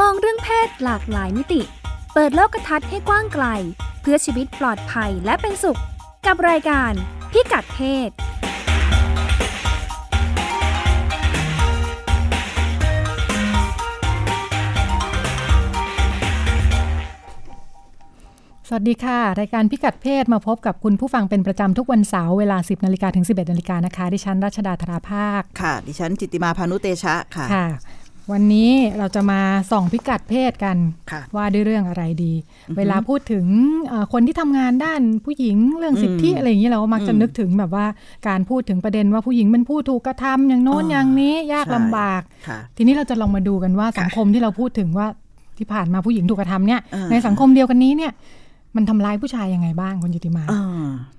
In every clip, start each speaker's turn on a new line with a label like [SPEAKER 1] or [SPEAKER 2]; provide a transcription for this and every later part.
[SPEAKER 1] ศหลากหลายมิติ เปิดโลกทัศน์ให้กว้างไกล เพื่อชีวิตปลอดภัยและเป็นสุข กับรายการพิกัดเพศ
[SPEAKER 2] สวัสดีค่ะ รายการพิกัดเพศมาพบกับคุณผู้ฟังเป็นประจำทุกวันเสาร์เวลา 10นาฬิกาถึง 11นาฬิกานะคะ ดิฉันรัชดาธราภาค
[SPEAKER 3] ค่ะ ดิฉันจิตติมาพานุเตชะค่ะ
[SPEAKER 2] ค่ะ วันนี้เราจะมาส่องพิกัดเพศกัน
[SPEAKER 3] ค่ะ
[SPEAKER 2] ว่าด้วยเรื่องอะไรดี เวลาพูดถึงเอ่อคนที่ทำงานด้านผู้หญิงเรื่องสิทธิ
[SPEAKER 3] อืม
[SPEAKER 2] อะไรอย่างนี้เราก็มักจะนึกถึงแบบว่าการพูดถึงประเด็นว่าผู้หญิงเป็นผู้ถูกกระทำอย่างโน้น
[SPEAKER 3] อ่า
[SPEAKER 2] อย่างนี้ยากลำบาก
[SPEAKER 3] ค่ะ
[SPEAKER 2] ทีนี้เราจะลองมาดูกันว่าสังคมที่เราพูดถึงว่าที่ผ่านมาผู้หญิงถูกกระทำเนี่ย
[SPEAKER 3] อ่า
[SPEAKER 2] ในสังคมเดียวกันนี้เนี่ย มันทำร้ายผู้ชายยังไงบ้างคุณจิติมา
[SPEAKER 3] อ่า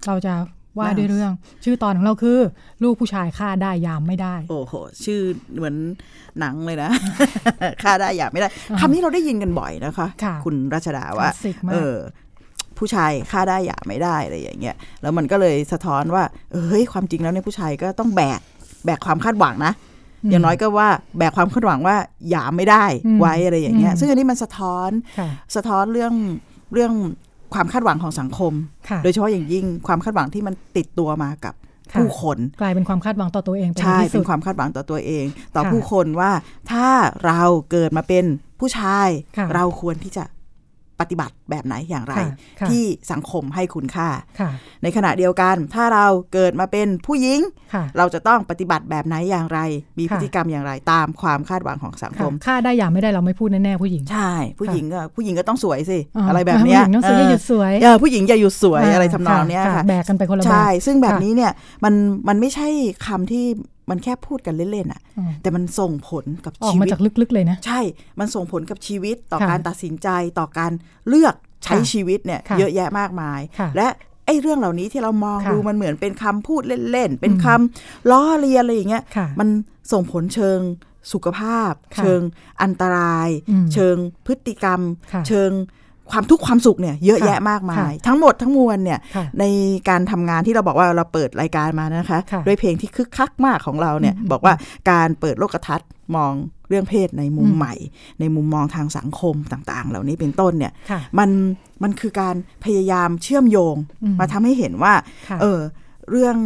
[SPEAKER 2] เราจะว่า
[SPEAKER 3] ว่า
[SPEAKER 2] ด้วยเรื่อง ชื่อตอนของเราคือ ลูกผู้ชายฆ่าได้ยามไม่ได้
[SPEAKER 3] โอ้โห ชื่อเหมือนหนังเลยนะ ค่าได้อยากไม่ได้คำนี้เราได้ยินกันบ่อยนะคะ
[SPEAKER 2] ค่ะ
[SPEAKER 3] ณรัชดาว่า
[SPEAKER 2] คลาสสิกมาก
[SPEAKER 3] เออ ผู้ชายค่าได้อยากไม่ได้อะไรอย่างเงี้ย แล้วมันก็เลยสะท้อนว่า เฮ้ย ความจริงแล้วเนี่ยผู้ชายก็ต้องแบก แบกความคาดหวังนะ อย่างน้อยก็ว่าแบกความคาดหวังว่าหยามไม่ได้
[SPEAKER 2] อืม
[SPEAKER 3] ไว้อะไรอย่างเงี้ย
[SPEAKER 2] อืม
[SPEAKER 3] ซึ่งอันนี้มันสะท้อน
[SPEAKER 2] ค่ะ
[SPEAKER 3] สะท้อนเรื่องเรื่องความคาดหวังของสังคม
[SPEAKER 2] ค่ะ
[SPEAKER 3] โดยเฉพาะอย่างยิ่งความคาดหวังที่มันติดตัวมากับ
[SPEAKER 2] ค่ะ
[SPEAKER 3] ผู้คน
[SPEAKER 2] กลายเป็นความคาดหวังต่อตัวเองเป็น
[SPEAKER 3] ใช่
[SPEAKER 2] ที่
[SPEAKER 3] เป็
[SPEAKER 2] สุ
[SPEAKER 3] น
[SPEAKER 2] ด
[SPEAKER 3] ความคาดหวังต่อตัวเอง ต่อ
[SPEAKER 2] ค่ะ
[SPEAKER 3] ผู้คนว่าถ้าเราเกิดมาเป็นผู้ชาย
[SPEAKER 2] ค่ะ
[SPEAKER 3] เราควรที่จะปฏิบัติแบบไหนอย่างไร
[SPEAKER 2] ค่ะค่ะ
[SPEAKER 3] ที่สังคมให้คุณค่า
[SPEAKER 2] ค่ะ
[SPEAKER 3] ในขณะเดียวกัน ถ้าเราเกิดมาเป็นผู้หญิง
[SPEAKER 2] ค่ะ
[SPEAKER 3] เราจะต้องปฏิบัติแบบไหนอย่างไร มีพฤ
[SPEAKER 2] ค่ะ
[SPEAKER 3] ติกรรมอย่างไร ตามความคาดหวังของสังค
[SPEAKER 2] ค่ะ
[SPEAKER 3] ม
[SPEAKER 2] ฆ่าได้ยามไม่ได้เราไม่พูดแน่ๆผู้หญิง
[SPEAKER 3] ใช่ ผู้
[SPEAKER 2] ค่ะ
[SPEAKER 3] หญิงก็ผู้หญิงก็ต้องสวยสิ
[SPEAKER 2] อ่า
[SPEAKER 3] อะไรแบบเนี้ย
[SPEAKER 2] ผู้หญิงต้องสวยอย่าหยุดสวย
[SPEAKER 3] เออผู้หญิงอย่าหยุดสวยอะไรทำนองเนี้ยค่ะ
[SPEAKER 2] แบกกันไปคนละแบบ
[SPEAKER 3] ใช่ ซึ่งแบบ
[SPEAKER 2] ค่ะ
[SPEAKER 3] นี้เนี่ยมันมันไม่ใช่คำที่มันแค่พูดกันเล่นๆอ่ะ
[SPEAKER 2] อืม
[SPEAKER 3] แต่มันส่งผลกับ
[SPEAKER 2] ออก
[SPEAKER 3] ชี
[SPEAKER 2] มา
[SPEAKER 3] วิต
[SPEAKER 2] จากลึกๆเลยนะ
[SPEAKER 3] ใช่ มันส่งผลกับชีวิตต่อ
[SPEAKER 2] ค่ะ
[SPEAKER 3] การตัดสินใจต่อการเลือกใช้
[SPEAKER 2] ค่ะ
[SPEAKER 3] ชีวิตเนี่ย
[SPEAKER 2] ค่ะ
[SPEAKER 3] เยอะแยะมากมาย
[SPEAKER 2] ค่ะ
[SPEAKER 3] และไอ้เรื่องเหล่านี้ที่เรามอง
[SPEAKER 2] ค่ะ
[SPEAKER 3] ดูมันเหมือนเป็นคำพูดเล่นๆ เป็น
[SPEAKER 2] อืม
[SPEAKER 3] คำล้อเลียนอะไรอย่างเงี้ย
[SPEAKER 2] ค่ะ
[SPEAKER 3] มันส่งผลเชิงสุขภาพ
[SPEAKER 2] ค่ะ
[SPEAKER 3] เชิงอันตราย
[SPEAKER 2] อืม
[SPEAKER 3] เชิงพฤติกรรม
[SPEAKER 2] ค่ะ
[SPEAKER 3] เชิงความทุกข์ความสุขเนี่ยเยอะ
[SPEAKER 2] ค่ะ
[SPEAKER 3] แยะมากมา
[SPEAKER 2] ค่ะ
[SPEAKER 3] ย ทั้งหมดทั้งมวลเนี่ย
[SPEAKER 2] ค่ะ
[SPEAKER 3] ในการทำงานที่เราบอกว่าเราเปิดรายการมานะคะ
[SPEAKER 2] ค่ะ
[SPEAKER 3] ด้วยเพลงที่คึกคักมากของเราเนี่ย
[SPEAKER 2] อืม
[SPEAKER 3] บอกว่า การเปิดโลกทัศน์มองเรื่องเพศในมุม
[SPEAKER 2] อืม
[SPEAKER 3] ใหม่ ในมุมมองทางสังคมต่าง ๆ เหล่านี้เป็นต้นเนี่ย
[SPEAKER 2] ค่ะ
[SPEAKER 3] มันมันคือการพยายามเชื่อมโยง
[SPEAKER 2] อืม
[SPEAKER 3] มาทำให้เห็นว่า
[SPEAKER 2] ค่ะ
[SPEAKER 3] เออเรื่อง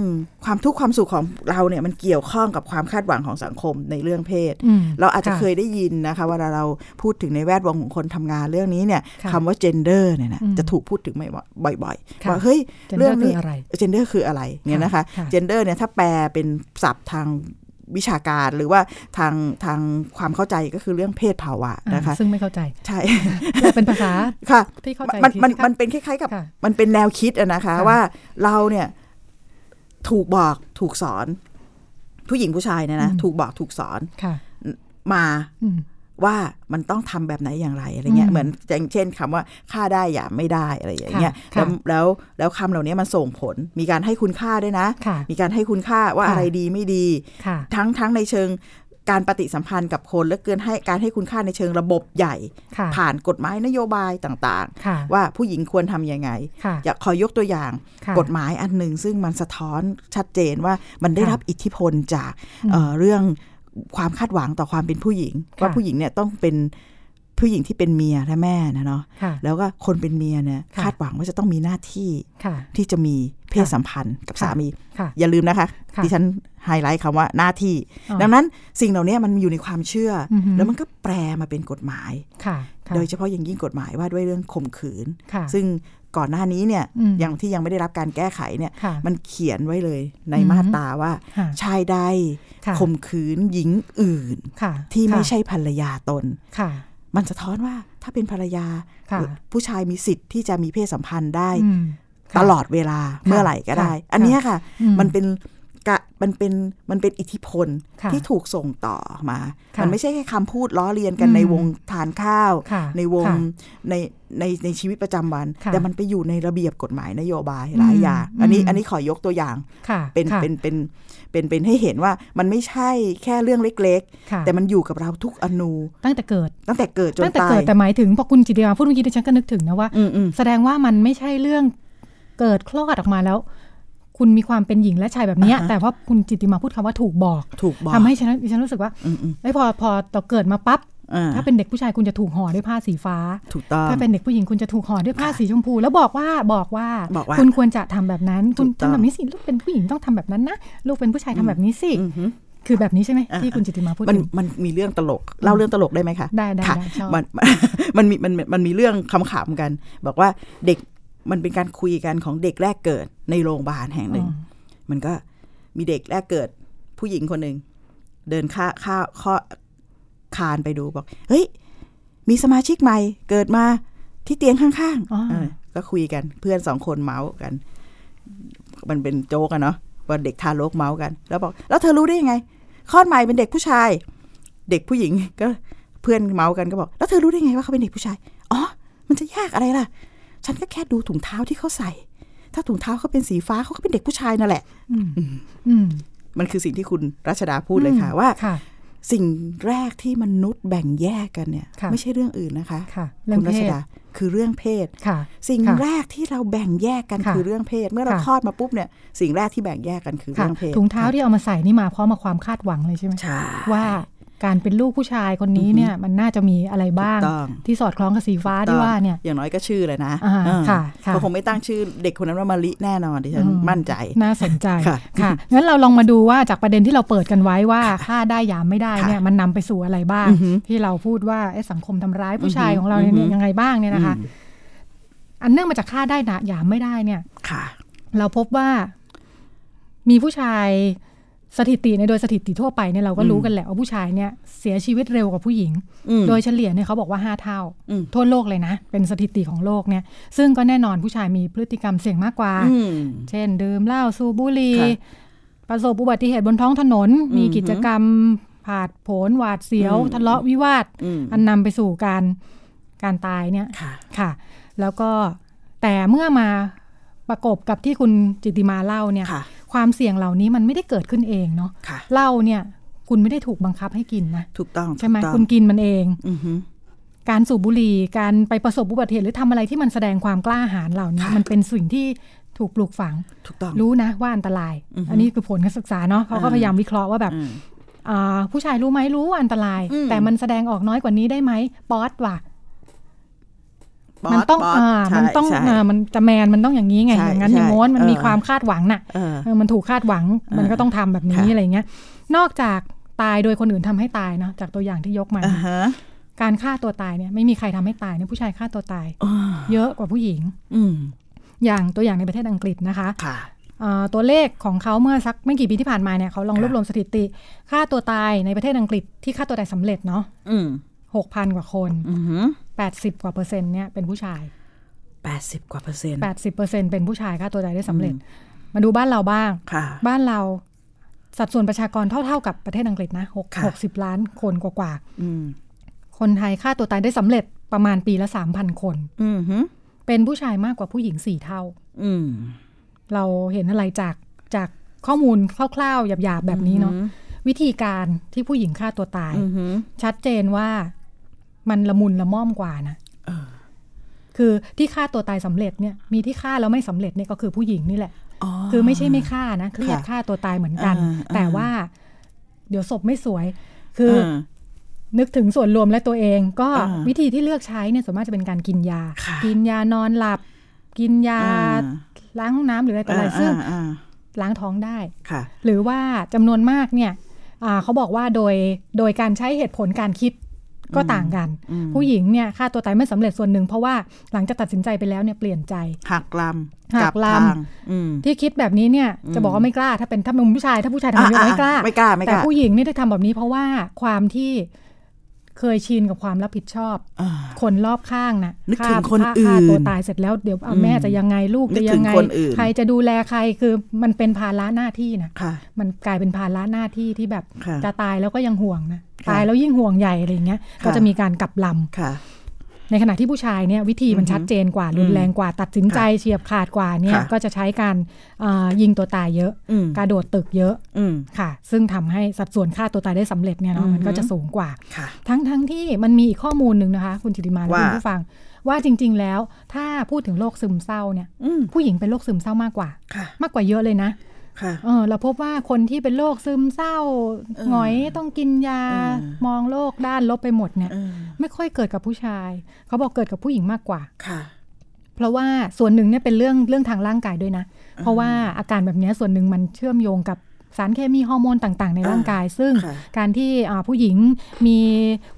[SPEAKER 3] ความทุกข์ความสุขของเราเนี่ยมันเกี่ยวข้องกับความคาดหวังของสังคมในเรื่องเพศ
[SPEAKER 2] อืม
[SPEAKER 3] เราอาจจะเคยได้ยินนะคะเวลาเราพูดถึงในแวดวงของคนทำงานเรื่องนี้เนี่ย
[SPEAKER 2] ค่ะ
[SPEAKER 3] คำว่า gender เนี่ยนะ
[SPEAKER 2] อืม
[SPEAKER 3] จะถูกพูดถึงบ่อยๆ
[SPEAKER 2] ค่ะ
[SPEAKER 3] ว่าเฮ้ย
[SPEAKER 2] gender
[SPEAKER 3] เรื่องนี้
[SPEAKER 2] คือะไร
[SPEAKER 3] gender คืออะไรเนี่ยนะคะ
[SPEAKER 2] ค่ะ
[SPEAKER 3] gender เนี่ยถ้าแปลเป็นศัพท์ทางวิชาการหรือว่าทางทางความเข้าใจก็คือเรื่องเพศภาวะ
[SPEAKER 2] อ่า
[SPEAKER 3] นะคะ
[SPEAKER 2] ซึ่งไม่เข้าใจ
[SPEAKER 3] ใช่
[SPEAKER 2] แต่เป็นภาษา
[SPEAKER 3] ค่ะ
[SPEAKER 2] ที่เข้าใจ
[SPEAKER 3] มันมัน
[SPEAKER 2] ที่
[SPEAKER 3] มันเป็นคล้ายๆกับ
[SPEAKER 2] ค่ะ
[SPEAKER 3] มันเป็นแนวคิดอะนะคะ
[SPEAKER 2] ค่ะ
[SPEAKER 3] ว่าเราเนี่ยถูกบอกถูกสอน ผู้หญิงผู้ชายเนี่ยนะถูกบอกถูกสอน
[SPEAKER 2] ค่ะ
[SPEAKER 3] มา
[SPEAKER 2] อืม
[SPEAKER 3] ว่ามันต้องทำแบบไหนอย่างไรอะไรเงี้
[SPEAKER 2] อืม
[SPEAKER 3] ยเหมือนอย่างเช่นคำว่าค่าได้อย่าไม่ได้อะไรอย่างเงี้ย
[SPEAKER 2] ค่ะ
[SPEAKER 3] แล้ว
[SPEAKER 2] ค่ะ
[SPEAKER 3] แล้วแล้วคำเหล่านี้มันส่งผลมีการให้คุณค่าด้วยนะ
[SPEAKER 2] ค่ะ
[SPEAKER 3] มีการให้คุณค่าว่า
[SPEAKER 2] ค่ะ
[SPEAKER 3] อะไรดีไม่ดี
[SPEAKER 2] ค่ะ
[SPEAKER 3] ทั้งทั้งในเชิงการปฏิสัมพันธ์กับคนและเกินให้การให้คุณค่าในเชิงระบบใหญ่
[SPEAKER 2] ค่ะ
[SPEAKER 3] ผ่านกฎหมายนโยบายต่าง
[SPEAKER 2] ค่ะ
[SPEAKER 3] ๆ ว่าผู้หญิงควรทำยังไง
[SPEAKER 2] ค่ะ
[SPEAKER 3] อยากขอยกตัวอย่าง
[SPEAKER 2] ค่ะ
[SPEAKER 3] กฎหมายอันหนึ่งซึ่งมันสะท้อนชัดเจนว่ามันได้
[SPEAKER 2] ค่ะ
[SPEAKER 3] รับอิทธิพลจาก
[SPEAKER 2] อืม
[SPEAKER 3] เอ่อเรื่องความคาดหวังต่อความเป็นผู้หญิง
[SPEAKER 2] ค่ะ
[SPEAKER 3] ว่าผู้หญิงเนี่ยต้องเป็นผู้หญิงที่เป็นเมียและแม่นะเนาะ
[SPEAKER 2] ค่ะ
[SPEAKER 3] แล้วก็คนเป็นเมียเนี่ย
[SPEAKER 2] ค่ะ
[SPEAKER 3] คาดหวังว่าจะต้องมีหน้าที่
[SPEAKER 2] ค่ะ
[SPEAKER 3] ที่จะมีเพศสัมพันธ์กับ
[SPEAKER 2] ค่ะ
[SPEAKER 3] สามี
[SPEAKER 2] ค่ะ
[SPEAKER 3] อย่าลืมนะคะ
[SPEAKER 2] ค่ะ
[SPEAKER 3] ดิฉันไฮไลท์คำว่าหน้าที่
[SPEAKER 2] อ๋อ
[SPEAKER 3] ดังนั้นสิ่งเหล่านี้มันอยู่ในความเชื่ออ
[SPEAKER 2] อหือ
[SPEAKER 3] แล้วมันก็แปลมาเป็นกฎหมาย
[SPEAKER 2] ค่ะค่ะ
[SPEAKER 3] โดยเฉพาะอย่างยิ่งกฎหมายว่าด้วยเรื่องข่มขืน
[SPEAKER 2] ค่ะ
[SPEAKER 3] ซึ่งก่อนหน้านี้เนี่ย
[SPEAKER 2] อืม
[SPEAKER 3] ยังที่ยังไม่ได้รับการแก้ไขเนี่ย
[SPEAKER 2] ค่ะ
[SPEAKER 3] มันเขียนไว้เลยใน
[SPEAKER 2] อือหือ
[SPEAKER 3] มาตราว่า
[SPEAKER 2] ค่ะ
[SPEAKER 3] ชายใด
[SPEAKER 2] ค่ะ
[SPEAKER 3] ข่มขืนหญิงอื่น
[SPEAKER 2] ค่ะ
[SPEAKER 3] ที่ไม่
[SPEAKER 2] ค่ะ
[SPEAKER 3] ใช่ภรรยาตน
[SPEAKER 2] ค่ะ
[SPEAKER 3] มันสะท้อนว่าถ้าเป็นภรรยา
[SPEAKER 2] ค่ะ
[SPEAKER 3] ผู้ชายมีสิทธิ์ที่จะมีเพศสัมพันธ์ได้
[SPEAKER 2] อืมค่ะ
[SPEAKER 3] ตลอดเวลาเมื่อไหร่ก็ได้
[SPEAKER 2] ค่ะ
[SPEAKER 3] อันเนี้ยค่ะ
[SPEAKER 2] อืม
[SPEAKER 3] มันเป็นกะมันเป็นมันเป็นอิทธิพล
[SPEAKER 2] ค่ะ
[SPEAKER 3] ที่ถูกส่งต่อมา
[SPEAKER 2] ค่ะ
[SPEAKER 3] มันไม่ใช่แค่คำพูดล้อเลียนกัน
[SPEAKER 2] อืม
[SPEAKER 3] ในวงทานข้าว
[SPEAKER 2] ค่ะ
[SPEAKER 3] ในวง
[SPEAKER 2] ค่ะ
[SPEAKER 3] ในในในชีวิตประจำวัน
[SPEAKER 2] ค่ะ
[SPEAKER 3] แต่มันไปอยู่ในระเบียบกฎหมายนโยบายหลายอย่าง
[SPEAKER 2] อืม
[SPEAKER 3] อันนี้
[SPEAKER 2] อืม
[SPEAKER 3] อันนี้ขอยกตัวอย่าง
[SPEAKER 2] ค่ะ
[SPEAKER 3] เป็น
[SPEAKER 2] ค่ะ
[SPEAKER 3] เป็นเป็นเป็นเป็นให้เห็นว่ามันไม่ใช่แค่เรื่องเล็ก
[SPEAKER 2] ค่ะ
[SPEAKER 3] ๆ แต่มันอยู่กับเราทุกอนู
[SPEAKER 2] ตั้งแต่เกิด
[SPEAKER 3] ตั้งแต่เกิดจน
[SPEAKER 2] ตั้งแต่
[SPEAKER 3] ตาย
[SPEAKER 2] เกิดแต่หมายถึงพอคุณจิตติมาพูดเมื่อกี้ดิฉันก็นึกถึงนะว่า
[SPEAKER 3] อืมอืม
[SPEAKER 2] แสดงว่ามันไม่ใช่เรื่องเกิดคลอดออกมาแล้ว คุณมีความเป็นหญิงและชายแบบเนี้ย
[SPEAKER 3] อ่าฮะ
[SPEAKER 2] แต่ว่าคุณจิตติมาพูดคำว่าถูกบอก
[SPEAKER 3] ถูกบอก
[SPEAKER 2] ทำให้ฉันดิฉันรู้สึกว่า
[SPEAKER 3] อืมอืม
[SPEAKER 2] ไอ้ยพอพอเราเกิดมาปั๊บ
[SPEAKER 3] อ่า
[SPEAKER 2] ถ้าเป็นเด็กผู้ชายคุณจะถูกห่อด้วยผ้าสีฟ้า
[SPEAKER 3] ถูกต้อง
[SPEAKER 2] ถ้าเป็นเด็กผู้หญิงคุณจะถูกห่อด้วยผ้าสีชมพู แล้วบอกว่าบอกว่า
[SPEAKER 3] บอกว่า
[SPEAKER 2] คุณควรจะทำแบบนั้น คุณ
[SPEAKER 3] ถูกต้อง
[SPEAKER 2] ทำแบบนี้สิลูกเป็นผู้หญิงต้องทำแบบนั้นนะลูกเป็นผู้ชายทำแบบนี้สิ
[SPEAKER 3] อือหือ
[SPEAKER 2] คือแบบนี้ใช่ไหม
[SPEAKER 3] อ่า
[SPEAKER 2] ที่คุณจิตติมาพูด
[SPEAKER 3] มัน
[SPEAKER 2] ถึง
[SPEAKER 3] มันมีเรื่องตลกเล่าเรื่องตลกได้ไหมคะ
[SPEAKER 2] ได้ได้
[SPEAKER 3] ค่ะ
[SPEAKER 2] ได้ชอบ
[SPEAKER 3] มัน มันมีมันมันมีเรื่องขำๆกัน บอกว่าเด็กมันเป็นการคุยกันของเด็กแรกเกิดในโรงพยาบาลแห่งหนึ่ง
[SPEAKER 2] อ๋อ
[SPEAKER 3] มันก็มีเด็กแรกเกิดผู้หญิงคนหนึ่งเดินข้าข้าข้อคานไปดูบอก เฮ้ย มีสมาชิกใหม่เกิดมาที่เตียงข้าง
[SPEAKER 2] อ๋อ
[SPEAKER 3] ๆเออก็คุยกันเพื่อนสองคนเมาส์กัน มันเป็นโจ๊กอะเนาะว่าเด็กทารกเมาส์กัน แล้วบอก แล้วเธอรู้ได้ยังไงคลอดใหม่เป็นเด็กผู้ชาย เด็กผู้หญิงก็เพื่อนเมาส์กันก็บอก แล้วเธอรู้ได้ไงว่าเขาเป็นเด็กผู้ชายอ๋อมันจะยากอะไรล่ะ ฉันก็แค่ดูถุงเท้าที่เขาใส่ ถ้าถุงเท้าเขาเป็นสีฟ้าเขาก็เป็นเด็กผู้ชายนั่นแหละ
[SPEAKER 2] อืมอืม
[SPEAKER 3] มันคือสิ่งที่คุณรัชดาพูดเลยค่ะ ว่า
[SPEAKER 2] ค่ะ
[SPEAKER 3] สิ่งแรกที่มนุษย์แบ่งแยกกันเนี่ย
[SPEAKER 2] ค่ะ
[SPEAKER 3] ไม่ใช่เรื่องอื่นนะคะ
[SPEAKER 2] ค่ะเรื่อง
[SPEAKER 3] คุณรั
[SPEAKER 2] เพ
[SPEAKER 3] ช
[SPEAKER 2] ศ
[SPEAKER 3] ดาคือเรื่องเพศ
[SPEAKER 2] ค่ะ
[SPEAKER 3] สิ่ง
[SPEAKER 2] ค่ะ
[SPEAKER 3] แรกที่เราแบ่งแยกกัน
[SPEAKER 2] ค่ะ
[SPEAKER 3] คือเรื่องเพศ เมื่อเรา
[SPEAKER 2] ค่ะ
[SPEAKER 3] คลอดมาปุ๊บเนี่ย สิ่งแรกที่แบ่งแยกกันคือ
[SPEAKER 2] ค่ะ
[SPEAKER 3] เรื่องเพศ
[SPEAKER 2] ถุงเท้าที่เอามาใส่นี่มาเพราะมาความคาดหวังเลยใช่ไหม
[SPEAKER 3] ใช่
[SPEAKER 2] ว่าการเป็นลูกผู้ชายคนนี้เนี่ยมันน่าจะมีอะไรบ้าง
[SPEAKER 3] ถูกต้อง
[SPEAKER 2] ที่สอดคล้องกับสีฟ้าที่ว่าเนี่ย
[SPEAKER 3] อย่างน้อยก็ชื่อเลยนะ
[SPEAKER 2] อ่า
[SPEAKER 3] เออ
[SPEAKER 2] ค่ะค่ะ
[SPEAKER 3] เขาคงไม่ตั้งชื่อเด็กคนนั้นว่ามาลิแน่นอนดิฉันมั่นใจ
[SPEAKER 2] น่าสนใจ
[SPEAKER 3] ค่ะ
[SPEAKER 2] ค่ะงั้นเราลองมาดูว่าจากประเด็นที่เราเปิดกันไว้ว่าค่าได้หยามไม่ได้เนี่ยมันนำไปสู่อะไรบ้าง ที่เราพูดว่าเอ๊ะสังคมทำร้ายผู้ชายของเราเนี่ย
[SPEAKER 3] อือหือ
[SPEAKER 2] ยังไงบ้างเนี่ยนะคะ อันเนื่องมาจากค่าได้หยามไม่ได้เนี่ย
[SPEAKER 3] ค่ะ
[SPEAKER 2] เราพบว่ามีผู้ชายสถิติในโดยสถิติทั่วไปเนี่ยเราก็รู้กันแหละว่าผู้ชายเนี่ยเสียชีวิตเร็วกว่าผู้หญิง
[SPEAKER 3] อืม
[SPEAKER 2] โดยเฉลี่ยเนี่ยเขาบอกว่าห้าเท่า
[SPEAKER 3] อืม
[SPEAKER 2] ทั่วโลกเลยนะ เป็นสถิติของโลกเนี่ย ซึ่งก็แน่นอนผู้ชายมีพฤติกรรมเสี่ยงมากกว่า
[SPEAKER 3] อืม
[SPEAKER 2] เช่น ดื่มเหล้าสูบบุหรี่
[SPEAKER 3] ค่ะ
[SPEAKER 2] ประสบอุบัติเหตุบนท้องถนน
[SPEAKER 3] อืม
[SPEAKER 2] มีกิจกรรมผาดโผนหวาดเสียว
[SPEAKER 3] อืม
[SPEAKER 2] ทะเลาะวิวาท
[SPEAKER 3] อืม
[SPEAKER 2] อันนำไปสู่การการตายเนี่ย
[SPEAKER 3] ค่ะ
[SPEAKER 2] ค่ะ แล้วก็แต่เมื่อมาประกบกับที่คุณจิตติมาเล่าเนี่ย
[SPEAKER 3] ค่ะ
[SPEAKER 2] ความเสี่ยงเหล่านี้มันไม่ได้เกิดขึ้นเองเนาะ
[SPEAKER 3] ค่ะ
[SPEAKER 2] เหล้าเนี่ย คุณไม่ได้ถูกบังคับให้กินนะ
[SPEAKER 3] ถูกต้อง
[SPEAKER 2] ใช่ไหม
[SPEAKER 3] ถูกต้อง
[SPEAKER 2] คุณกินมันเอง
[SPEAKER 3] อือหือ
[SPEAKER 2] การสูบบุหรี่การไปประสบอุบัติเหตุหรือทำอะไรที่มันแสดงความกล้าหาญเหล่านี้
[SPEAKER 3] ค่ะ
[SPEAKER 2] มันเป็นสิ่งที่ถูกปลูกฝัง
[SPEAKER 3] ถูกต้อง
[SPEAKER 2] รู้นะว่าอันตราย
[SPEAKER 3] อือฮึ
[SPEAKER 2] อันนี้คือผลการศึกษาเนาะเขาก็
[SPEAKER 3] อ่า
[SPEAKER 2] พยายามวิเคราะห์ว่าแบบ
[SPEAKER 3] อืม
[SPEAKER 2] อ่าผู้ชายรู้ไหมรู้ว่าอันตราย
[SPEAKER 3] อืม
[SPEAKER 2] แต่มันแสดงออกน้อยกว่านี้ได้ไหมป๊อตว่ะ มัน
[SPEAKER 3] บส
[SPEAKER 2] ต้อง
[SPEAKER 3] บส
[SPEAKER 2] อ่า
[SPEAKER 3] ใช่
[SPEAKER 2] มันต้อง
[SPEAKER 3] ใช่
[SPEAKER 2] อ่ามันจะแมนมันต้องอย่างนี้ไง
[SPEAKER 3] ใช่
[SPEAKER 2] อย่างนั้น
[SPEAKER 3] ใช่
[SPEAKER 2] อย่างโน้นมันมี
[SPEAKER 3] เออ
[SPEAKER 2] ความคาดหวังน่ะ
[SPEAKER 3] เออ
[SPEAKER 2] เออมันถูกคาดหวังมันก็ต้องทำแบบนี้
[SPEAKER 3] ค่ะ
[SPEAKER 2] อะไรเงี้ย นอกจากตายโดยคนอื่นทำให้ตายเนาะจากตัวอย่างที่ยกมา
[SPEAKER 3] อ่าฮะ
[SPEAKER 2] การฆ่าตัวตายเนี่ยไม่มีใครทำให้ตายเนี่ยผู้ชายฆ่าตัวตาย
[SPEAKER 3] อ่า
[SPEAKER 2] เยอะกว่าผู้หญิง
[SPEAKER 3] อืม
[SPEAKER 2] อย่างตัวอย่างในประเทศอังกฤษนะคะ
[SPEAKER 3] ค่ะ
[SPEAKER 2] เอ่อตัวเลขของเขาเมื่อสักไม่กี่ปีที่ผ่านมาเนี่ยเขาลอง
[SPEAKER 3] ค่ะ
[SPEAKER 2] รวบรวมสถิติ ค่าตัวตายในประเทศอังกฤษที่ฆ่าตัวตายสำเร็จเนาะ
[SPEAKER 3] อืม
[SPEAKER 2] 6,000 กว่าคน
[SPEAKER 3] อือหือ
[SPEAKER 2] 80 กว่าเปอร์เซ็นต์เนี่ยเป็นผู้ชาย
[SPEAKER 3] แปดสิบกว่าเปอร์เซ็นต์
[SPEAKER 2] 80เปอร์เซ็นต์เป็นผู้ชายฆ่าตัวตายได้สำเร็จ
[SPEAKER 3] อื
[SPEAKER 2] มาดูบ้านเราบ้าง
[SPEAKER 3] ค่ะ
[SPEAKER 2] บ้านเราสัดส่วนประชากรเท่าๆกับประเทศอังกฤษนะหก
[SPEAKER 3] ค่ะ
[SPEAKER 2] หกสิบล้านคนกว่า
[SPEAKER 3] อืม
[SPEAKER 2] ๆคนไทยฆ่าตัวตายได้สำเร็จประมาณปีละ 3,000 คน
[SPEAKER 3] อืมหือ
[SPEAKER 2] เป็นผู้ชายมากกว่าผู้หญิงสี่เท่า
[SPEAKER 3] อืม
[SPEAKER 2] เราเห็นอะไรจากจากข้อมูลคร่าวๆหยาบๆแบบนี้เนาะ วิธีการที่ผู้หญิงฆ่าตัวตาย
[SPEAKER 3] อือหือ
[SPEAKER 2] ชัดเจนว่ามันละมุนละม่อมกว่านะ
[SPEAKER 3] เออ
[SPEAKER 2] คือที่ฆ่าตัวตายสำเร็จเนี่ยมีที่ฆ่าแล้วไม่สำเร็จเนี่ยก็คือผู้หญิงนี่แหละ
[SPEAKER 3] อ๋อ
[SPEAKER 2] คือไม่ใช่ไม่ฆ่านะเครียด
[SPEAKER 3] ค่ะ
[SPEAKER 2] ฆ่าตัวตายเหมือนกัน
[SPEAKER 3] อ่าอ่า
[SPEAKER 2] แต่ว่า เดี๋ยวศพไม่สวย คืออ
[SPEAKER 3] เ
[SPEAKER 2] นึกถึงส่วนรวมและตัวเอง ก็
[SPEAKER 3] อ่า
[SPEAKER 2] วิธีที่เลือกใช้เนี่ยส่วนมากจะเป็นการกินยา
[SPEAKER 3] ค่ะ
[SPEAKER 2] กินยานอนหลับ กินยา
[SPEAKER 3] อ่า
[SPEAKER 2] ล้างห้องน้ำหรืออะไรต่ออะไรซึ่ง
[SPEAKER 3] อ่าอ่า
[SPEAKER 2] ล้างท้องได้
[SPEAKER 3] ค่ะ
[SPEAKER 2] หรือว่าจำนวนมากเนี่ยอ่าเขาบอกว่าโดยโดยการใช้เหตุผลการคิดก็ต่างกัน
[SPEAKER 3] อืม
[SPEAKER 2] ผู้หญิงเนี่ยฆ่าตัวตายไม่สำเร็จส่วนหนึ่ง เพราะว่าหลังจากตัดสินใจไปแล้วเนี่ยเปลี่ยนใจ
[SPEAKER 3] หักลำ
[SPEAKER 2] หักลำ
[SPEAKER 3] บทางอืม
[SPEAKER 2] ที่คิดแบบนี้เนี่ย
[SPEAKER 3] อืม
[SPEAKER 2] จะบอกว่าไม่กล้าถ้าเป็นถ้าเป็นผู้ชายถ้าผู้ชายทำแบบนี้ไม่กล้า
[SPEAKER 3] ไม่กล้าไม่ก
[SPEAKER 2] แต่
[SPEAKER 3] ล้า
[SPEAKER 2] ผู้หญิงเนี่ยได้ทำแบบนี้เพราะว่าความที่เคยชินกับความรับผิดชอบ
[SPEAKER 3] อ่า
[SPEAKER 2] คนรอบข้างนะ
[SPEAKER 3] นึกถึง
[SPEAKER 2] ฆ่า
[SPEAKER 3] คน
[SPEAKER 2] ฆ่า
[SPEAKER 3] อื่น
[SPEAKER 2] ฆ่าตัวตายเสร็จแล้วเดี๋ยวเอาแม่
[SPEAKER 3] อืม
[SPEAKER 2] จะยังไงลูก
[SPEAKER 3] นึ
[SPEAKER 2] จะ
[SPEAKER 3] ก
[SPEAKER 2] ยั
[SPEAKER 3] ถึ
[SPEAKER 2] ง
[SPEAKER 3] ง
[SPEAKER 2] ไง
[SPEAKER 3] คนอื่น
[SPEAKER 2] ใครจะดูแลใครคือมันเป็นภาระหน้าที่นะ
[SPEAKER 3] ค่ะ
[SPEAKER 2] มันกลายเป็นภาระหน้าที่ที่แบบ
[SPEAKER 3] ค่ะ
[SPEAKER 2] จะตายแล้วก็ยังห่วงนะ
[SPEAKER 3] ค่ะ
[SPEAKER 2] ตายแล้วยิ่งห่วงใหญ่อะไรอย่างเงี้ย
[SPEAKER 3] ค่ะ
[SPEAKER 2] ก็จะมีการกลับล
[SPEAKER 3] ค่ะ
[SPEAKER 2] ำในขณะที่ผู้ชายเนี่ยวิธีมัน
[SPEAKER 3] อือฮึ
[SPEAKER 2] ชัดเจนกว่ารุนแรงกว่าตัดสินใจเฉียบขาดกว่าเนี่ย
[SPEAKER 3] ค่ะ
[SPEAKER 2] ก็จะใช้การเอ่อยิงตัวตายเยอะ
[SPEAKER 3] อืม
[SPEAKER 2] กระโดดตึกเยอะ
[SPEAKER 3] อืม
[SPEAKER 2] ค่ะ ซึ่งทำให้สัดส่วนฆ่าตัวตายได้สำเร็จเนี่ยเนาะมันก็
[SPEAKER 3] อือฮึ
[SPEAKER 2] จะสูงกว่า
[SPEAKER 3] ค่ะ
[SPEAKER 2] ทั้งทั้งที่มันมีอีกข้อมูลหนึ่งนะคะ คุณจิติมาและ
[SPEAKER 3] ว่า
[SPEAKER 2] คุณผู้ฟัง ว่าจริง ๆ แล้วถ้าพูดถึงโรคซึมเศร้าเนี่ย
[SPEAKER 3] อืม
[SPEAKER 2] ผู้หญิงเป็นโรคซึมเศร้ามากกว่า
[SPEAKER 3] ค่ะ
[SPEAKER 2] มากกว่าเยอะเลยนะ
[SPEAKER 3] ค่ะ
[SPEAKER 2] เออเราพบว่าคนที่เป็นโรคซึมเศร้า
[SPEAKER 3] เออ
[SPEAKER 2] หงอยต้องกินยา
[SPEAKER 3] เออ
[SPEAKER 2] มองโลกด้านลบไปหมดเนี่ย
[SPEAKER 3] เออ
[SPEAKER 2] ไม่ค่อยเกิดกับผู้ชาย เขาบอกเกิดกับผู้หญิงมากกว่า
[SPEAKER 3] ค่ะ
[SPEAKER 2] เพราะว่าส่วนหนึ่งเนี่ยเป็นเรื่องเรื่องทางร่างกายด้วยนะ เพราะว่าอาการแบบเนี้ยส่วนหนึ่งมันเชื่อมโยงกับสารเคมีฮอร์โมนต่างๆ ในร่างกาย ซึ่ง
[SPEAKER 3] ค่ะ
[SPEAKER 2] การที่อ่าผู้หญิงมี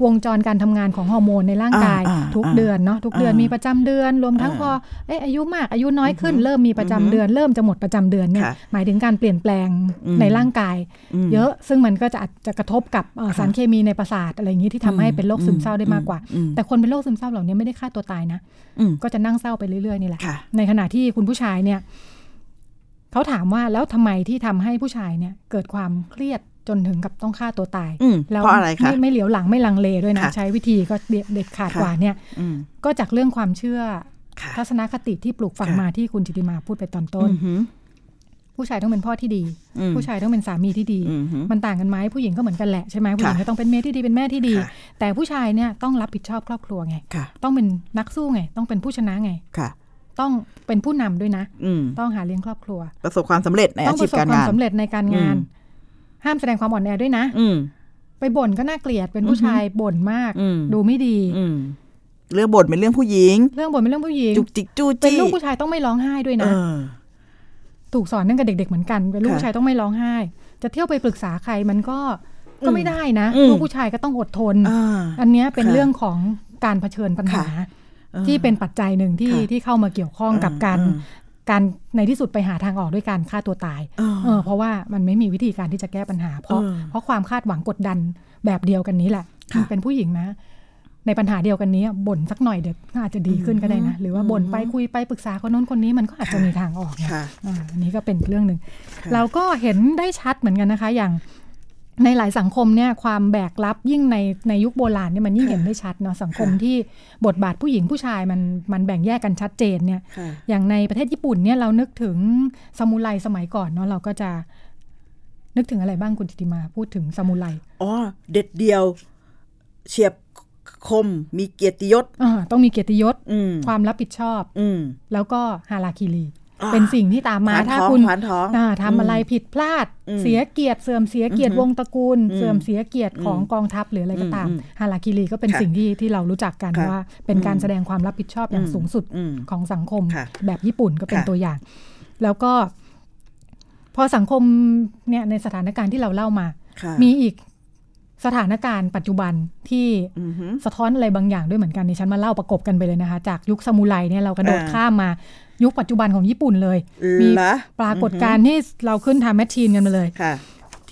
[SPEAKER 2] วงจรการทำงานของฮอร์โมนในร่างกาย
[SPEAKER 3] อ่าอ่า
[SPEAKER 2] ทุก
[SPEAKER 3] อ่า
[SPEAKER 2] เดือนเนาะทุกเดือน
[SPEAKER 3] อ่ามี
[SPEAKER 2] มีประจำเดือน รวมทั้งพอเอยอายุมากอายุน้อยขึ้น เริ่มมีประจำเดือน เริ่มจะหมดประจำเดือนเนี่ย
[SPEAKER 3] ค่ะ
[SPEAKER 2] หมายถึงการเปลี่ยนแปลง
[SPEAKER 3] อืม
[SPEAKER 2] ในร่างกาย
[SPEAKER 3] อืม
[SPEAKER 2] เยอะซึ่งมันก็จะอาจจะกระทบกับเอ่อสารเคมีในประสาทอะไรอย่างนี้ที่ทำให้เป็นโรคซึมเศร้าได้มากกว่า
[SPEAKER 3] อืมอืม
[SPEAKER 2] แต่คนเป็นโรคซึมเศร้าเหล่านี้ไม่ได้ฆ่าตัวตายนะ
[SPEAKER 3] อืม
[SPEAKER 2] ก็จะนั่งเศร้าไปเรื่อยๆนี่แหละ
[SPEAKER 3] ค่ะ
[SPEAKER 2] ในขณะที่คุณผู้ชายเนี่ยเขาถามว่าแล้วทำไมที่ทำให้ผู้ชายเนี่ย เกิดความเครียดจนถึงกับต้องฆ่าตัวตาย
[SPEAKER 3] อืม
[SPEAKER 2] แล้ว
[SPEAKER 3] เพราะอะไรคะ
[SPEAKER 2] ไม่ไม่เหลียวหลังไม่ลังเลด้วยนะ
[SPEAKER 3] ค่ะ
[SPEAKER 2] ใช้วิธีก็เด็ดเด็ดขาด
[SPEAKER 3] ค่ะ
[SPEAKER 2] กว่าเนี่ย
[SPEAKER 3] อืม
[SPEAKER 2] ก็จากเรื่องความเชื่อ
[SPEAKER 3] ค่ะ
[SPEAKER 2] ทัศนคติที่ปลูกฝัง
[SPEAKER 3] ค่ะ
[SPEAKER 2] มาที่คุณจิติมาพูดไปตอนต้น
[SPEAKER 3] อือหือ
[SPEAKER 2] ผู้ชายต้องเป็นพ่อที่ดี
[SPEAKER 3] อืม
[SPEAKER 2] ผู้ชายต้องเป็นสามีที่ดี
[SPEAKER 3] อือหือ
[SPEAKER 2] มันต่างกันไหมผู้หญิงก็เหมือนกันแหละใช่ไหมผู้หญิง
[SPEAKER 3] ค่ะ
[SPEAKER 2] ก็ต้องเป็นเมยที่ดีเป็นแม่ที่ดี
[SPEAKER 3] ค่ะ
[SPEAKER 2] แต่ผู้ชายเนี่ยต้องรับผิดชอบครอบครัวไง
[SPEAKER 3] ค่ะ
[SPEAKER 2] ต้องเป็นนักสู้ไง ต้องเป็นผู้ชนะไง
[SPEAKER 3] ค่ะ
[SPEAKER 2] ต้องเป็นผู้นำด้วยนะ
[SPEAKER 3] อืม
[SPEAKER 2] ต้องหาเลี้ยงครอบครัว
[SPEAKER 3] ประสบความสำเร็จใน
[SPEAKER 2] ต้อ
[SPEAKER 3] อาง
[SPEAKER 2] ป
[SPEAKER 3] ชีพ
[SPEAKER 2] ระสบ
[SPEAKER 3] การ
[SPEAKER 2] ความ
[SPEAKER 3] งาน
[SPEAKER 2] สำเร็จในการงาน
[SPEAKER 3] อืม
[SPEAKER 2] ห้ามแสดงความอ่อนแอด้วยนะ
[SPEAKER 3] อืม
[SPEAKER 2] ไปบ่นก็น่าเกลียดเป็นผู้ชายบ่นมาก
[SPEAKER 3] อืม
[SPEAKER 2] ดูไม่ดี
[SPEAKER 3] อืมเรื่องบทเป็นเรื่องผู้หญิง
[SPEAKER 2] เรื่องบ่นเป็นเรื่องผู้หญิง
[SPEAKER 3] จุกจิกจู้
[SPEAKER 2] เป็น
[SPEAKER 3] จี้
[SPEAKER 2] ลูกผู้ชายต้องไม่ร้องไห้ด้วย
[SPEAKER 3] เอ
[SPEAKER 2] นะ
[SPEAKER 3] อ
[SPEAKER 2] ถูกสอนตั้งแต่เด็ก ๆ เหมือนกันเป็นลูก
[SPEAKER 3] ค่ะ
[SPEAKER 2] ผู้ชายต้องไม่ร้องไห้ จะเที่ยวไปปรึกษาใครมันก็ก็ไม่ได้นะ
[SPEAKER 3] อืม
[SPEAKER 2] ลูกผู้ชายก็ต้องอดทน
[SPEAKER 3] อ่า
[SPEAKER 2] อันเนี้ยเป็น
[SPEAKER 3] ค่ะ
[SPEAKER 2] เรื่องของการเผชิญปัญหา
[SPEAKER 3] เออ
[SPEAKER 2] ที่เป็นปัจจัยหนึ่งที่
[SPEAKER 3] ค่ะ
[SPEAKER 2] ที่เข้ามาเกี่ยวข้องกับการ
[SPEAKER 3] เออ
[SPEAKER 2] การในที่สุดไปหาทางออกด้วยการฆ่าตัวตาย
[SPEAKER 3] เออ
[SPEAKER 2] เออเพราะว่ามันไม่มีวิธีการที่จะแก้ปัญหา เพราะ
[SPEAKER 3] เออ
[SPEAKER 2] เพราะความคาดหวังกดดันแบบเดียวกันนี้แหละ
[SPEAKER 3] ค่ะ
[SPEAKER 2] เป็นผู้หญิงนะ ในปัญหาเดียวกันนี้บ่นสักหน่อยเดี๋ยวก็อาจจะดีขึ้นก็ได้นะ หรือว่าบ่นไปคุยไปปรึกษาคนโน้นคนนี้มันก็อาจจะ
[SPEAKER 3] ค่ะ
[SPEAKER 2] มีทางออกไง
[SPEAKER 3] ค่ะ
[SPEAKER 2] อ่าอันนี้ก็เป็นอีกเรื่องหนึ่ง
[SPEAKER 3] ค่ะ
[SPEAKER 2] เราก็เห็นได้ชัดเหมือนกันนะคะ อย่างในหลายสังคมเนี่ยความแบกรับยิ่งในในยุคโบราณเนี่ยมันยิ่ง
[SPEAKER 3] ค่ะ
[SPEAKER 2] เห็นได้ชัดเนาะสังคม
[SPEAKER 3] ค่ะ
[SPEAKER 2] ที่บทบาทผู้หญิงผู้ชายมันมันแบ่งแยกกันชัดเจนเนี่ย
[SPEAKER 3] ค่ะ
[SPEAKER 2] อย่างในประเทศญี่ปุ่นเนี่ยเรานึกถึงซามูไรสมัยก่อนเนาะเราก็จะนึกถึงอะไรบ้างคุณจิติมาพูดถึงซามูไร
[SPEAKER 3] อ๋อ เด็ดเดียว เฉียบคม มีเกียรติยศ
[SPEAKER 2] อ่าต้องมีเกียรติยศ
[SPEAKER 3] อืม
[SPEAKER 2] ความรับผิดชอบ
[SPEAKER 3] อืม
[SPEAKER 2] แล้วก็ฮาราคิรี
[SPEAKER 3] อ่า
[SPEAKER 2] เป็นสิ่งที่ตามมา
[SPEAKER 3] ขวน
[SPEAKER 2] ถ้า
[SPEAKER 3] ท้อง
[SPEAKER 2] คุณ
[SPEAKER 3] ขวานท้อง
[SPEAKER 2] อ่าทำอะไรผิดพลาด
[SPEAKER 3] อืม
[SPEAKER 2] เสียเกียรติเสื่อมเสียเกียรติ
[SPEAKER 3] อือฮึ
[SPEAKER 2] วงตระกูล
[SPEAKER 3] อืม
[SPEAKER 2] เสื่อมเสียเกียรติของ
[SPEAKER 3] อืม
[SPEAKER 2] กองทัพหรืออะไรก็ตาม
[SPEAKER 3] อืม
[SPEAKER 2] ฮาราคิรีก็เป็น
[SPEAKER 3] ค่ะ
[SPEAKER 2] สิ่งที่ที่เรารู้จักกัน
[SPEAKER 3] ค่ะ
[SPEAKER 2] ว่า เป็นการ
[SPEAKER 3] อืม
[SPEAKER 2] แสดงความรับผิดชอบอย่าง
[SPEAKER 3] อืม
[SPEAKER 2] สูงสุด
[SPEAKER 3] อืม
[SPEAKER 2] ของสังคม
[SPEAKER 3] ค่ะ
[SPEAKER 2] แบบญี่ปุ่นก็เป็น
[SPEAKER 3] ค่ะ
[SPEAKER 2] ตัวอย่าง แล้วก็ พอสังคมเนี่ยในสถานการณ์ที่เราเล่ามา
[SPEAKER 3] ค่ะ
[SPEAKER 2] มีอีกสถานการณ์ปัจจุบันที่
[SPEAKER 3] อือหือ
[SPEAKER 2] สะท้อนอะไรบางอย่างด้วยเหมือนกันดิฉันมาเล่าประกบกันไปเลยนะคะ จากยุคซามูไรเนี่ยเรากระโดด
[SPEAKER 3] อ่า
[SPEAKER 2] ข้ามมายุคปัจจุบันของญี่ปุ่นเลย มี
[SPEAKER 3] เหรอ
[SPEAKER 2] ปรากฏการณ์ที่เราขึ้นทำแมชชีนกันมาเลย
[SPEAKER 3] ค่ะ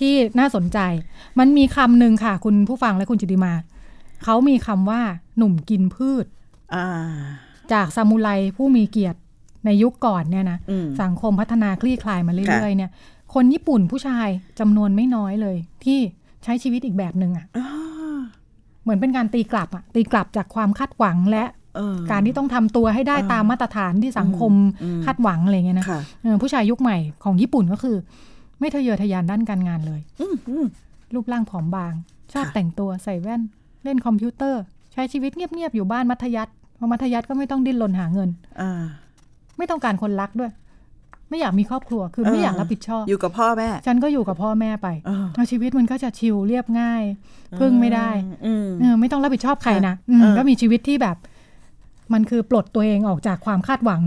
[SPEAKER 2] ที่น่าสนใจ มันมีคำหนึ่งค่ะ คุณผู้ฟังและคุณจิติมา เขามีคำว่าหนุ่มกินพืช
[SPEAKER 3] อ่า
[SPEAKER 2] จากซามูไรผู้มีเกียรติในยุคก่อนเนี่ยนะ
[SPEAKER 3] อืม
[SPEAKER 2] สังคมพัฒนาคลี่คลายมาเรื่อยๆเนี่ย คนญี่ปุ่นผู้ชายจำนวนไม่น้อยเลย ที่ใช้ชีวิตอีกแบบหนึ่งอะ
[SPEAKER 3] อ้า
[SPEAKER 2] เหมือนเป็นการตีกลับอะตีกลับจากความคาดหวังและ
[SPEAKER 3] เออ
[SPEAKER 2] การที่ต้องทำตัวให้ได้
[SPEAKER 3] อ่า
[SPEAKER 2] ตามมาตรฐานที่สังคม
[SPEAKER 3] อืม
[SPEAKER 2] คาดหวังอะไรเงี้ยนะ
[SPEAKER 3] ค่ะ
[SPEAKER 2] เออผู้ชายยุคใหม่ของญี่ปุ่นก็คือ ไม่ทะเยอทะยานด้านการงานเลย
[SPEAKER 3] อืมอืม
[SPEAKER 2] รูปร่างผอมบาง ชอบ
[SPEAKER 3] ค่ะ
[SPEAKER 2] แต่งตัวใส่แว่น เล่นคอมพิวเตอร์ ใช้ชีวิตเงียบๆอยู่บ้านมัธยัติเพราะมัธยัติก็ไม่ต้องดิ้นรนหาเงิน
[SPEAKER 3] อ่า
[SPEAKER 2] ไม่ต้องการคนรักด้วย ไม่อยากมีครอบครัวคือ
[SPEAKER 3] เออ
[SPEAKER 2] ไม่อยากรับผิดชอบ
[SPEAKER 3] อยู่กับพ่อแม่
[SPEAKER 2] ฉันก็อยู่กับพ่อแม่ไป
[SPEAKER 3] เออ
[SPEAKER 2] เอาชีวิตมันก็จะชิลเรียบง่าย พึ่งไม่ได้
[SPEAKER 3] อืม
[SPEAKER 2] เออไม่ต้องรับผิดชอบใครนะอืม
[SPEAKER 3] เออ
[SPEAKER 2] ก็มีชีวิตที่แบบ มันคือปลดตัวเองออกจากความคาดหวัง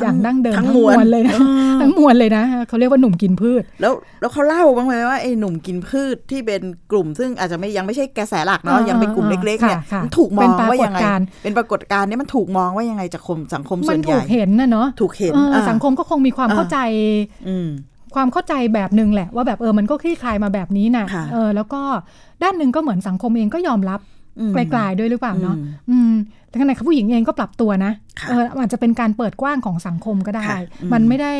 [SPEAKER 2] อย่างดั้งเดิม
[SPEAKER 3] ทั้
[SPEAKER 2] ทั้
[SPEAKER 3] ง
[SPEAKER 2] ง
[SPEAKER 3] ม
[SPEAKER 2] ม
[SPEAKER 3] ว
[SPEAKER 2] ว
[SPEAKER 3] ล
[SPEAKER 2] ลเลยนะ
[SPEAKER 3] ออ
[SPEAKER 2] ทั้งมวลเลยนะเขาเรียกว่าหนุ่มกินพืช
[SPEAKER 3] แล้วแล้วเขาเล่าบ้างไหมว่าไอ้หนุ่มกินพืชที่เป็นกลุ่ม ซึ่งอาจจะไม่ยังไม่ใช่กระแสหลักเนาะ
[SPEAKER 2] อ่ายั
[SPEAKER 3] ยังเป็นกลุ่มเล็กๆเนี่ย
[SPEAKER 2] ค่ะค่ะ
[SPEAKER 3] มันถูกมองว่ายัง
[SPEAKER 2] เป็นปรา
[SPEAKER 3] ไง
[SPEAKER 2] กฏการณ์
[SPEAKER 3] เป็นปรากฏการณ์เนี่ยมันถูกมองว่ายังไงจากคมสังคม
[SPEAKER 2] มั
[SPEAKER 3] ส่วน นให
[SPEAKER 2] ถู
[SPEAKER 3] ญ่
[SPEAKER 2] กเห็นนะเนาะ
[SPEAKER 3] ถูกเห็น
[SPEAKER 2] เออ
[SPEAKER 3] อ่า
[SPEAKER 2] สังคมก็คงมีความ
[SPEAKER 3] อ่า
[SPEAKER 2] เข้าใจ
[SPEAKER 3] อืม
[SPEAKER 2] ความเข้าใจแบบหนึ่งแหละ ว่าแบบเออมันก็คลี่คลายมาแบบนี้นะ
[SPEAKER 3] ค่ะ
[SPEAKER 2] เออ แล้วก็ด้านหนึ่งก็เหมือนสังคมเองก็ยอมรับไกลๆด้วยหรือเปล่าเนาะอืมแต่ขณะผู้หญิงเองก็ปรับตัวนะ
[SPEAKER 3] ค่ะ
[SPEAKER 2] เอออาจจะเป็นการเปิดกว้างของสังคมก็ได้
[SPEAKER 3] ค่ะอืม
[SPEAKER 2] มันไม่ได้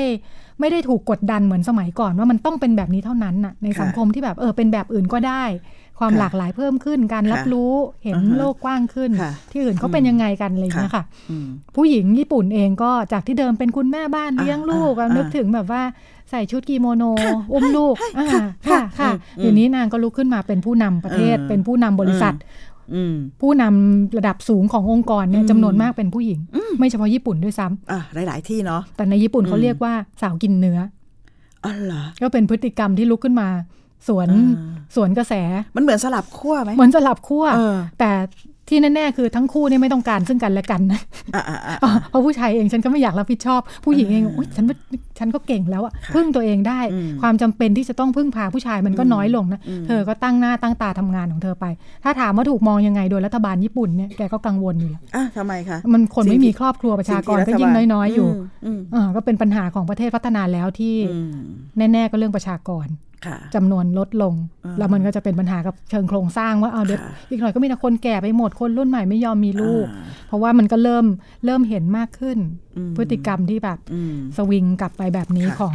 [SPEAKER 2] ไม่ได้ถูกกดดันเหมือนสมัยก่อนว่ามันต้องเป็นแบบนี้เท่านั้นน่ะใน
[SPEAKER 3] ค่ะ
[SPEAKER 2] สังคมที่แบบเออเป็นแบบอื่นก็ได้ ความ
[SPEAKER 3] ค่ะ
[SPEAKER 2] หลากหลายเพิ่มขึ้น การรับ
[SPEAKER 3] ค่ะ
[SPEAKER 2] รู้เห็น
[SPEAKER 3] อือฮึ
[SPEAKER 2] โลกกว้างขึ้น
[SPEAKER 3] ค่ะ
[SPEAKER 2] ที่อื่นเขาเป็นยังไงกันอะไรอย่างเงี้ย
[SPEAKER 3] ค่ะ
[SPEAKER 2] ค่ะ
[SPEAKER 3] อืม
[SPEAKER 2] ผู้หญิงญี่ปุ่นเองก็จากที่เดิมเป็นคุณแม่บ้าน
[SPEAKER 3] อ่า
[SPEAKER 2] เลี้ยงลูก
[SPEAKER 3] อ่า
[SPEAKER 2] อะนึกถึงแบบว่าใส่ชุดกิโม โน อุ้มลูกอ่าค่ะค่ะ
[SPEAKER 3] อืม
[SPEAKER 2] เดี๋ยวนี้นางก็ลุกขึ้นมาเป็นผู้นำประเทศ
[SPEAKER 3] เออ
[SPEAKER 2] เป็นผู้นำบริษัท
[SPEAKER 3] อืม
[SPEAKER 2] ผู้นำระดับสูงขององค์กรเนี่ย
[SPEAKER 3] อืม
[SPEAKER 2] จำนวนมากเป็นผู้หญิง ไม่เฉพาะญี่ปุ่นด้วยซ้ำ
[SPEAKER 3] อ่ะหลาย ๆ ที่เนาะ
[SPEAKER 2] แต่ในญี่ปุ่น
[SPEAKER 3] อืม
[SPEAKER 2] เขาเรียกว่าสาวกินเนื้อ
[SPEAKER 3] อ๋อเหรอ
[SPEAKER 2] ก็เป็นพฤติกรรมที่ลุกขึ้นมา สวน
[SPEAKER 3] อ่า
[SPEAKER 2] สวนกระแส
[SPEAKER 3] มันเหมือนสลับขั้วไหม
[SPEAKER 2] เหมือนสลับขั้ว
[SPEAKER 3] เออ
[SPEAKER 2] แต่ที่แน่ ๆ คือทั้งคู่เนี่ยไม่ต้องการซึ่งกันและกันนะ
[SPEAKER 3] อ่ะอ่ะอ่ะ
[SPEAKER 2] เพราะผู้ชายเองฉันก็ไม่อยากรับผิดชอบ ผู้หญิงเองอุ๊ยฉันว่าฉันก็เก่งแล้วอะพึ่งตัวเองได้
[SPEAKER 3] อืม
[SPEAKER 2] ความจำเป็นที่จะต้องพึ่งพาผู้ชายมันก็
[SPEAKER 3] อืม
[SPEAKER 2] น้อยลงนะ
[SPEAKER 3] อืม
[SPEAKER 2] เธอก็ตั้งหน้าตั้งตาทำงานของเธอไป ถ้าถามว่าถูกมองยังไงโดยรัฐบาลญี่ปุ่นเนี่ยแกก็กังวลอยู่แล้ว
[SPEAKER 3] อ่ะทำไมคะ
[SPEAKER 2] มันคน
[SPEAKER 3] สิ่
[SPEAKER 2] ไม่
[SPEAKER 3] งที่
[SPEAKER 2] มีครอบครัวประชากรก็
[SPEAKER 3] สิ่ที่ฐบาล
[SPEAKER 2] ยิ่งน้อยๆอยู่
[SPEAKER 3] อืม
[SPEAKER 2] เออก็เป็นปัญหาของประเทศพัฒนาแล้วที่
[SPEAKER 3] อืม
[SPEAKER 2] แน่ ๆ ก็เรื่องประชากร
[SPEAKER 3] ค่ะ
[SPEAKER 2] จำนวนลดลง
[SPEAKER 3] อ่า
[SPEAKER 2] แล้วมันก็จะเป็นปัญหากับเชิงโครงสร้างว่าเอาเดี๋ยว
[SPEAKER 3] ค่ะ
[SPEAKER 2] อีกหน่อยก็มีแต่คนแก่ไปหมดคนรุ่นใหม่ไม่ยอมมีลูก
[SPEAKER 3] อ่า
[SPEAKER 2] เพราะว่ามันก็เริ่มเริ่มเห็นมากขึ้น
[SPEAKER 3] อื
[SPEAKER 2] พฤติกรรมที่แบบ
[SPEAKER 3] อืม
[SPEAKER 2] สวิงกลับไปแบบนี้
[SPEAKER 3] ค่ะ
[SPEAKER 2] ของ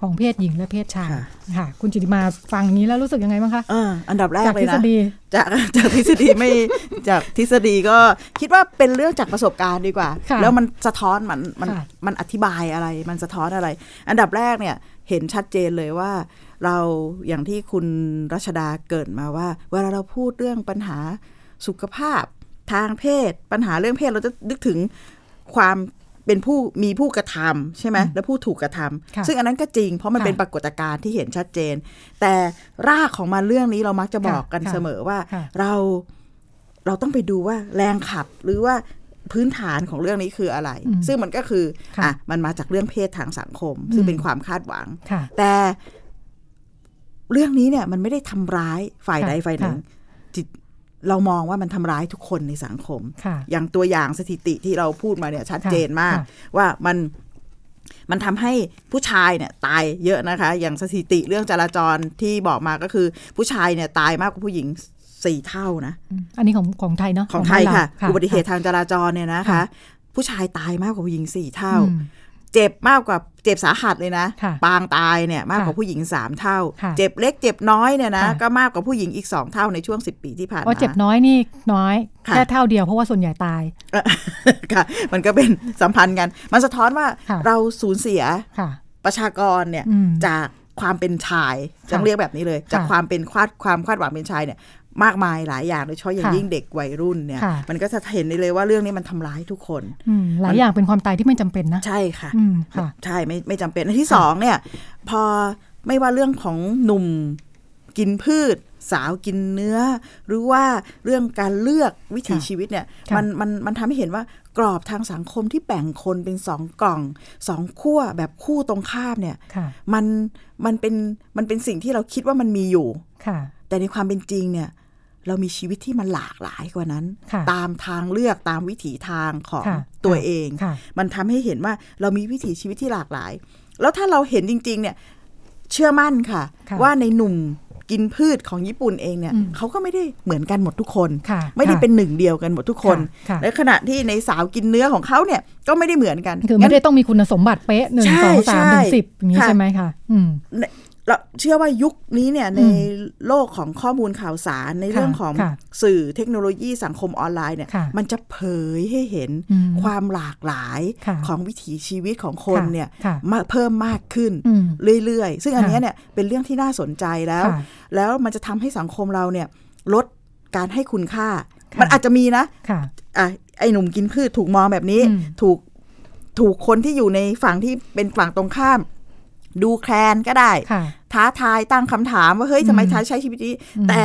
[SPEAKER 2] ของเพศหญิงและเพศชาย
[SPEAKER 3] ค่ะ
[SPEAKER 2] ค่ะคุณจิติมาฟังนี้แล้วรู้สึกยังไงบ้างคะ
[SPEAKER 3] อ่าอันดับแรก
[SPEAKER 2] จาก
[SPEAKER 3] เล
[SPEAKER 2] ทฤ
[SPEAKER 3] ย
[SPEAKER 2] ษ
[SPEAKER 3] นะ
[SPEAKER 2] ฎี
[SPEAKER 3] จากจากทฤษฎีไม่ จากทฤษฎีก็คิดว่าเป็นเรื่องจากประสบการณ์ดีกว่า
[SPEAKER 2] ค่ะ
[SPEAKER 3] แล้วมันสะท้อนมันมัน
[SPEAKER 2] ค่ะ
[SPEAKER 3] มันอธิบายอะไรมันสะท้อนอะไร อันดับแรกเนี่ยเห็นชัดเจนเลยว่า เราอย่างที่คุณรัชดาเกริดมาว่า เวลาเราพูดเรื่องปัญหาสุขภาพทางเพศ ปัญหาเรื่องเพศเราจะนึกถึงความเป็นผู้มีผู้กระทำใช่ไหมและผู้ถูกกระท
[SPEAKER 2] ค่ะ
[SPEAKER 3] ำซึ่งอันนั้นก็จริงเพราะมัน
[SPEAKER 2] ค่ะ
[SPEAKER 3] เป็นปรากฏการณ์ที่เห็นชัดเจน แต่รากของมันเรื่องนี้เรามักจะบอกกัน
[SPEAKER 2] ค่ะ
[SPEAKER 3] เสมอว่า
[SPEAKER 2] ค่ะ
[SPEAKER 3] เราเราต้องไปดูว่าแรงขับหรือว่าพื้นฐานของเรื่องนี้คืออะไร
[SPEAKER 2] อืม
[SPEAKER 3] ซึ่งมันก็คือ
[SPEAKER 2] ค่ะ
[SPEAKER 3] อ่ะมันมาจากเรื่องเพศทางสังคม ซึ่ง
[SPEAKER 2] อืม
[SPEAKER 3] เป็นความคาดหวัง
[SPEAKER 2] ค่ะ
[SPEAKER 3] แต่เรื่องนี้เนี่ย มันไม่ได้ทำร้ายฝ่าย
[SPEAKER 2] ค่ะ
[SPEAKER 3] ใดฝ่ายหนึ่ง
[SPEAKER 2] ค่ะ
[SPEAKER 3] จิตเรามองว่ามันทำร้ายทุกคนในสังคม
[SPEAKER 2] ค่ะ
[SPEAKER 3] อย่างตัวอย่างสถิติที่เราพูดมาเนี่ยชัด
[SPEAKER 2] ค่ะ
[SPEAKER 3] เจนมาก
[SPEAKER 2] ค่ะ
[SPEAKER 3] ว่ามันมันทำให้ผู้ชายเนี่ยตายเยอะนะคะ อย่างสถิติเรื่องจราจรที่บอกมาก็คือ ผู้ชายเนี่ยตายมากกว่าผู้หญิงสี่เท่านะ
[SPEAKER 2] อืมอันนี้ของของไทยเนาะ
[SPEAKER 3] ของไทย
[SPEAKER 2] บ้าน
[SPEAKER 3] ค่ะ
[SPEAKER 2] เา
[SPEAKER 3] อุบัติเหตุทางจราจรเนี่ยนะคะ
[SPEAKER 2] ค่ะ
[SPEAKER 3] ผู้ชายตายมากกว่าผู้หญิงสี่
[SPEAKER 2] อื
[SPEAKER 3] เท่า
[SPEAKER 2] ม
[SPEAKER 3] เจ็บมากกว่าเจ็บสาหัสเลยนะ
[SPEAKER 2] ค่ะ
[SPEAKER 3] ปางตายเนี่ยมากกว่า
[SPEAKER 2] ค่ะ
[SPEAKER 3] ผู้หญิงสามเท่า
[SPEAKER 2] ค่ะ
[SPEAKER 3] เจ็บเล็กเจ็บน้อยเนี่ยนะ
[SPEAKER 2] ค่ะ
[SPEAKER 3] ก็มากกว่าผู้หญิงอีกสองเท่าในช่วงสิบปีที่ผ่าน
[SPEAKER 2] เพราะ
[SPEAKER 3] มา
[SPEAKER 2] เจ็บน้อยนี่น้อย
[SPEAKER 3] ค่ะ
[SPEAKER 2] แค่เท่าเดียวเพราะว่าส่วนใหญ่ตาย
[SPEAKER 3] ค่ะมันก็เป็นสัมพันธ์กัน มันสะท้อนว่า
[SPEAKER 2] ค่ะ
[SPEAKER 3] เราสูญเสีย
[SPEAKER 2] ค่ะ
[SPEAKER 3] ประชากรเนี่ย
[SPEAKER 2] อืม
[SPEAKER 3] จากความเป็นชาย
[SPEAKER 2] ค่ะ
[SPEAKER 3] ต้องเรียกแบบนี้เลย จาก
[SPEAKER 2] ค่ะ
[SPEAKER 3] ความเป็นคาดความคาดหวังเป็นชายเนี่ย มากมายหลายอย่างโดยเฉพาะอย่าง
[SPEAKER 2] ค่ะ
[SPEAKER 3] ยิ่งเด็กวัยรุ่นเนี่ย
[SPEAKER 2] ค่ะ
[SPEAKER 3] มันก็จะเห็นได้เลยว่าเรื่องนี้มันทำร้ายทุกคน
[SPEAKER 2] อืมหลายอย่างเป็นความตายที่ไม่จำเป็นนะ
[SPEAKER 3] ใช่ค่ะ
[SPEAKER 2] อืมค่ะ
[SPEAKER 3] ใช่ไม่ไม่จำเป็นอันที่สองเนี่ย พอไม่ว่าเรื่องของหนุ่มกินพืช สาวกินเนื้อ หรือว่าเรื่องการเลือกวิถี
[SPEAKER 2] ค่ะ
[SPEAKER 3] ชีวิตเนี่ย
[SPEAKER 2] ค่ะ
[SPEAKER 3] มันมันมันทำให้เห็นว่ากรอบทางสังคมที่แบ่งคนเป็นสองกล่องสองขั้วแบบคู่ตรงข้ามเนี่ย
[SPEAKER 2] ค่ะ
[SPEAKER 3] มันมันเป็นมันเป็นสิ่งที่เราคิดว่ามันมีอยู่
[SPEAKER 2] ค่ะ
[SPEAKER 3] แต่ในความเป็นจริงเนี่ย เรามีชีวิตที่มันหลากหลายกว่านั้น
[SPEAKER 2] ค่ะ
[SPEAKER 3] ตามทางเลือกตามวิถีทางของ
[SPEAKER 2] ค่ะ
[SPEAKER 3] ตัว
[SPEAKER 2] ค่ะ
[SPEAKER 3] เอง
[SPEAKER 2] ค่ะ
[SPEAKER 3] มันทำให้เห็นว่าเรามีวิถีชีวิตที่หลากหลาย แล้วถ้าเราเห็นจริง ๆ เนี่ย เชื่อมั่นค่ะ
[SPEAKER 2] ค่ะ
[SPEAKER 3] ว่าในหนุ่มกินพืชของญี่ปุ่นเองเนี่ย
[SPEAKER 2] อืม
[SPEAKER 3] เขาก็ไม่ได้เหมือนกันหมดทุกคน
[SPEAKER 2] ค่ะ
[SPEAKER 3] ไม่ได้
[SPEAKER 2] ค่ะ
[SPEAKER 3] เป็นหนึ่งเดียวกันหมดทุกคน
[SPEAKER 2] ค่ะ
[SPEAKER 3] ในขณะที่ในสาวกินเนื้อของเขาเนี่ยก็ไม่ได้เหมือนกัน
[SPEAKER 2] คือไม่
[SPEAKER 3] งั้น
[SPEAKER 2] ได้ต้องมีคุณสมบัติเป๊ะหนึ่ง
[SPEAKER 3] ใช่
[SPEAKER 2] สองสาม
[SPEAKER 3] ใช่
[SPEAKER 2] ถึงสิบอย่างนี้
[SPEAKER 3] ค่ะ
[SPEAKER 2] ใช่ไหมคะอืม
[SPEAKER 3] เราเชื่อว่ายุคนี้เนี่ยใน
[SPEAKER 2] อืม
[SPEAKER 3] โลกของข้อมูลข่าวสารใน
[SPEAKER 2] ค่ะ
[SPEAKER 3] เรื่องของ
[SPEAKER 2] ค่ะ
[SPEAKER 3] สื่อเทคโนโลยีสังคมออนไลน์เนี่ย
[SPEAKER 2] ค่ะ
[SPEAKER 3] มันจะเผยให้เห็น
[SPEAKER 2] อืม
[SPEAKER 3] ความหลากหลาย
[SPEAKER 2] ค่ะ
[SPEAKER 3] ของวิถีชีวิตของคน
[SPEAKER 2] ค่ะ
[SPEAKER 3] เนี่ย
[SPEAKER 2] ค่ะ
[SPEAKER 3] มาเพิ่มมากขึ้น
[SPEAKER 2] อืม
[SPEAKER 3] เรื่อยๆ ซึ่งอันเนี้ยเนี่ยเป็นเรื่องที่น่าสนใจแล้ว
[SPEAKER 2] ค่ะ
[SPEAKER 3] แล้วมันจะทำให้สังคมเราเนี่ยลดการให้คุณค่า
[SPEAKER 2] ค่ะ
[SPEAKER 3] มันอาจจะมีนะ
[SPEAKER 2] ค่ะ
[SPEAKER 3] อ่ะไอ้หนุ่มกินพืชถูกมองแบบนี้
[SPEAKER 2] อืม
[SPEAKER 3] ถูกถูกคนที่อยู่ในฝั่งที่เป็นฝั่งตรงข้าม ดูแคลนก็ได้
[SPEAKER 2] ค่ะ
[SPEAKER 3] ท้าทายตั้งคำถามว่าเฮ้ยทำไม
[SPEAKER 2] อืม
[SPEAKER 3] ท้าใช้ชีวิตนี้
[SPEAKER 2] อืม
[SPEAKER 3] แต่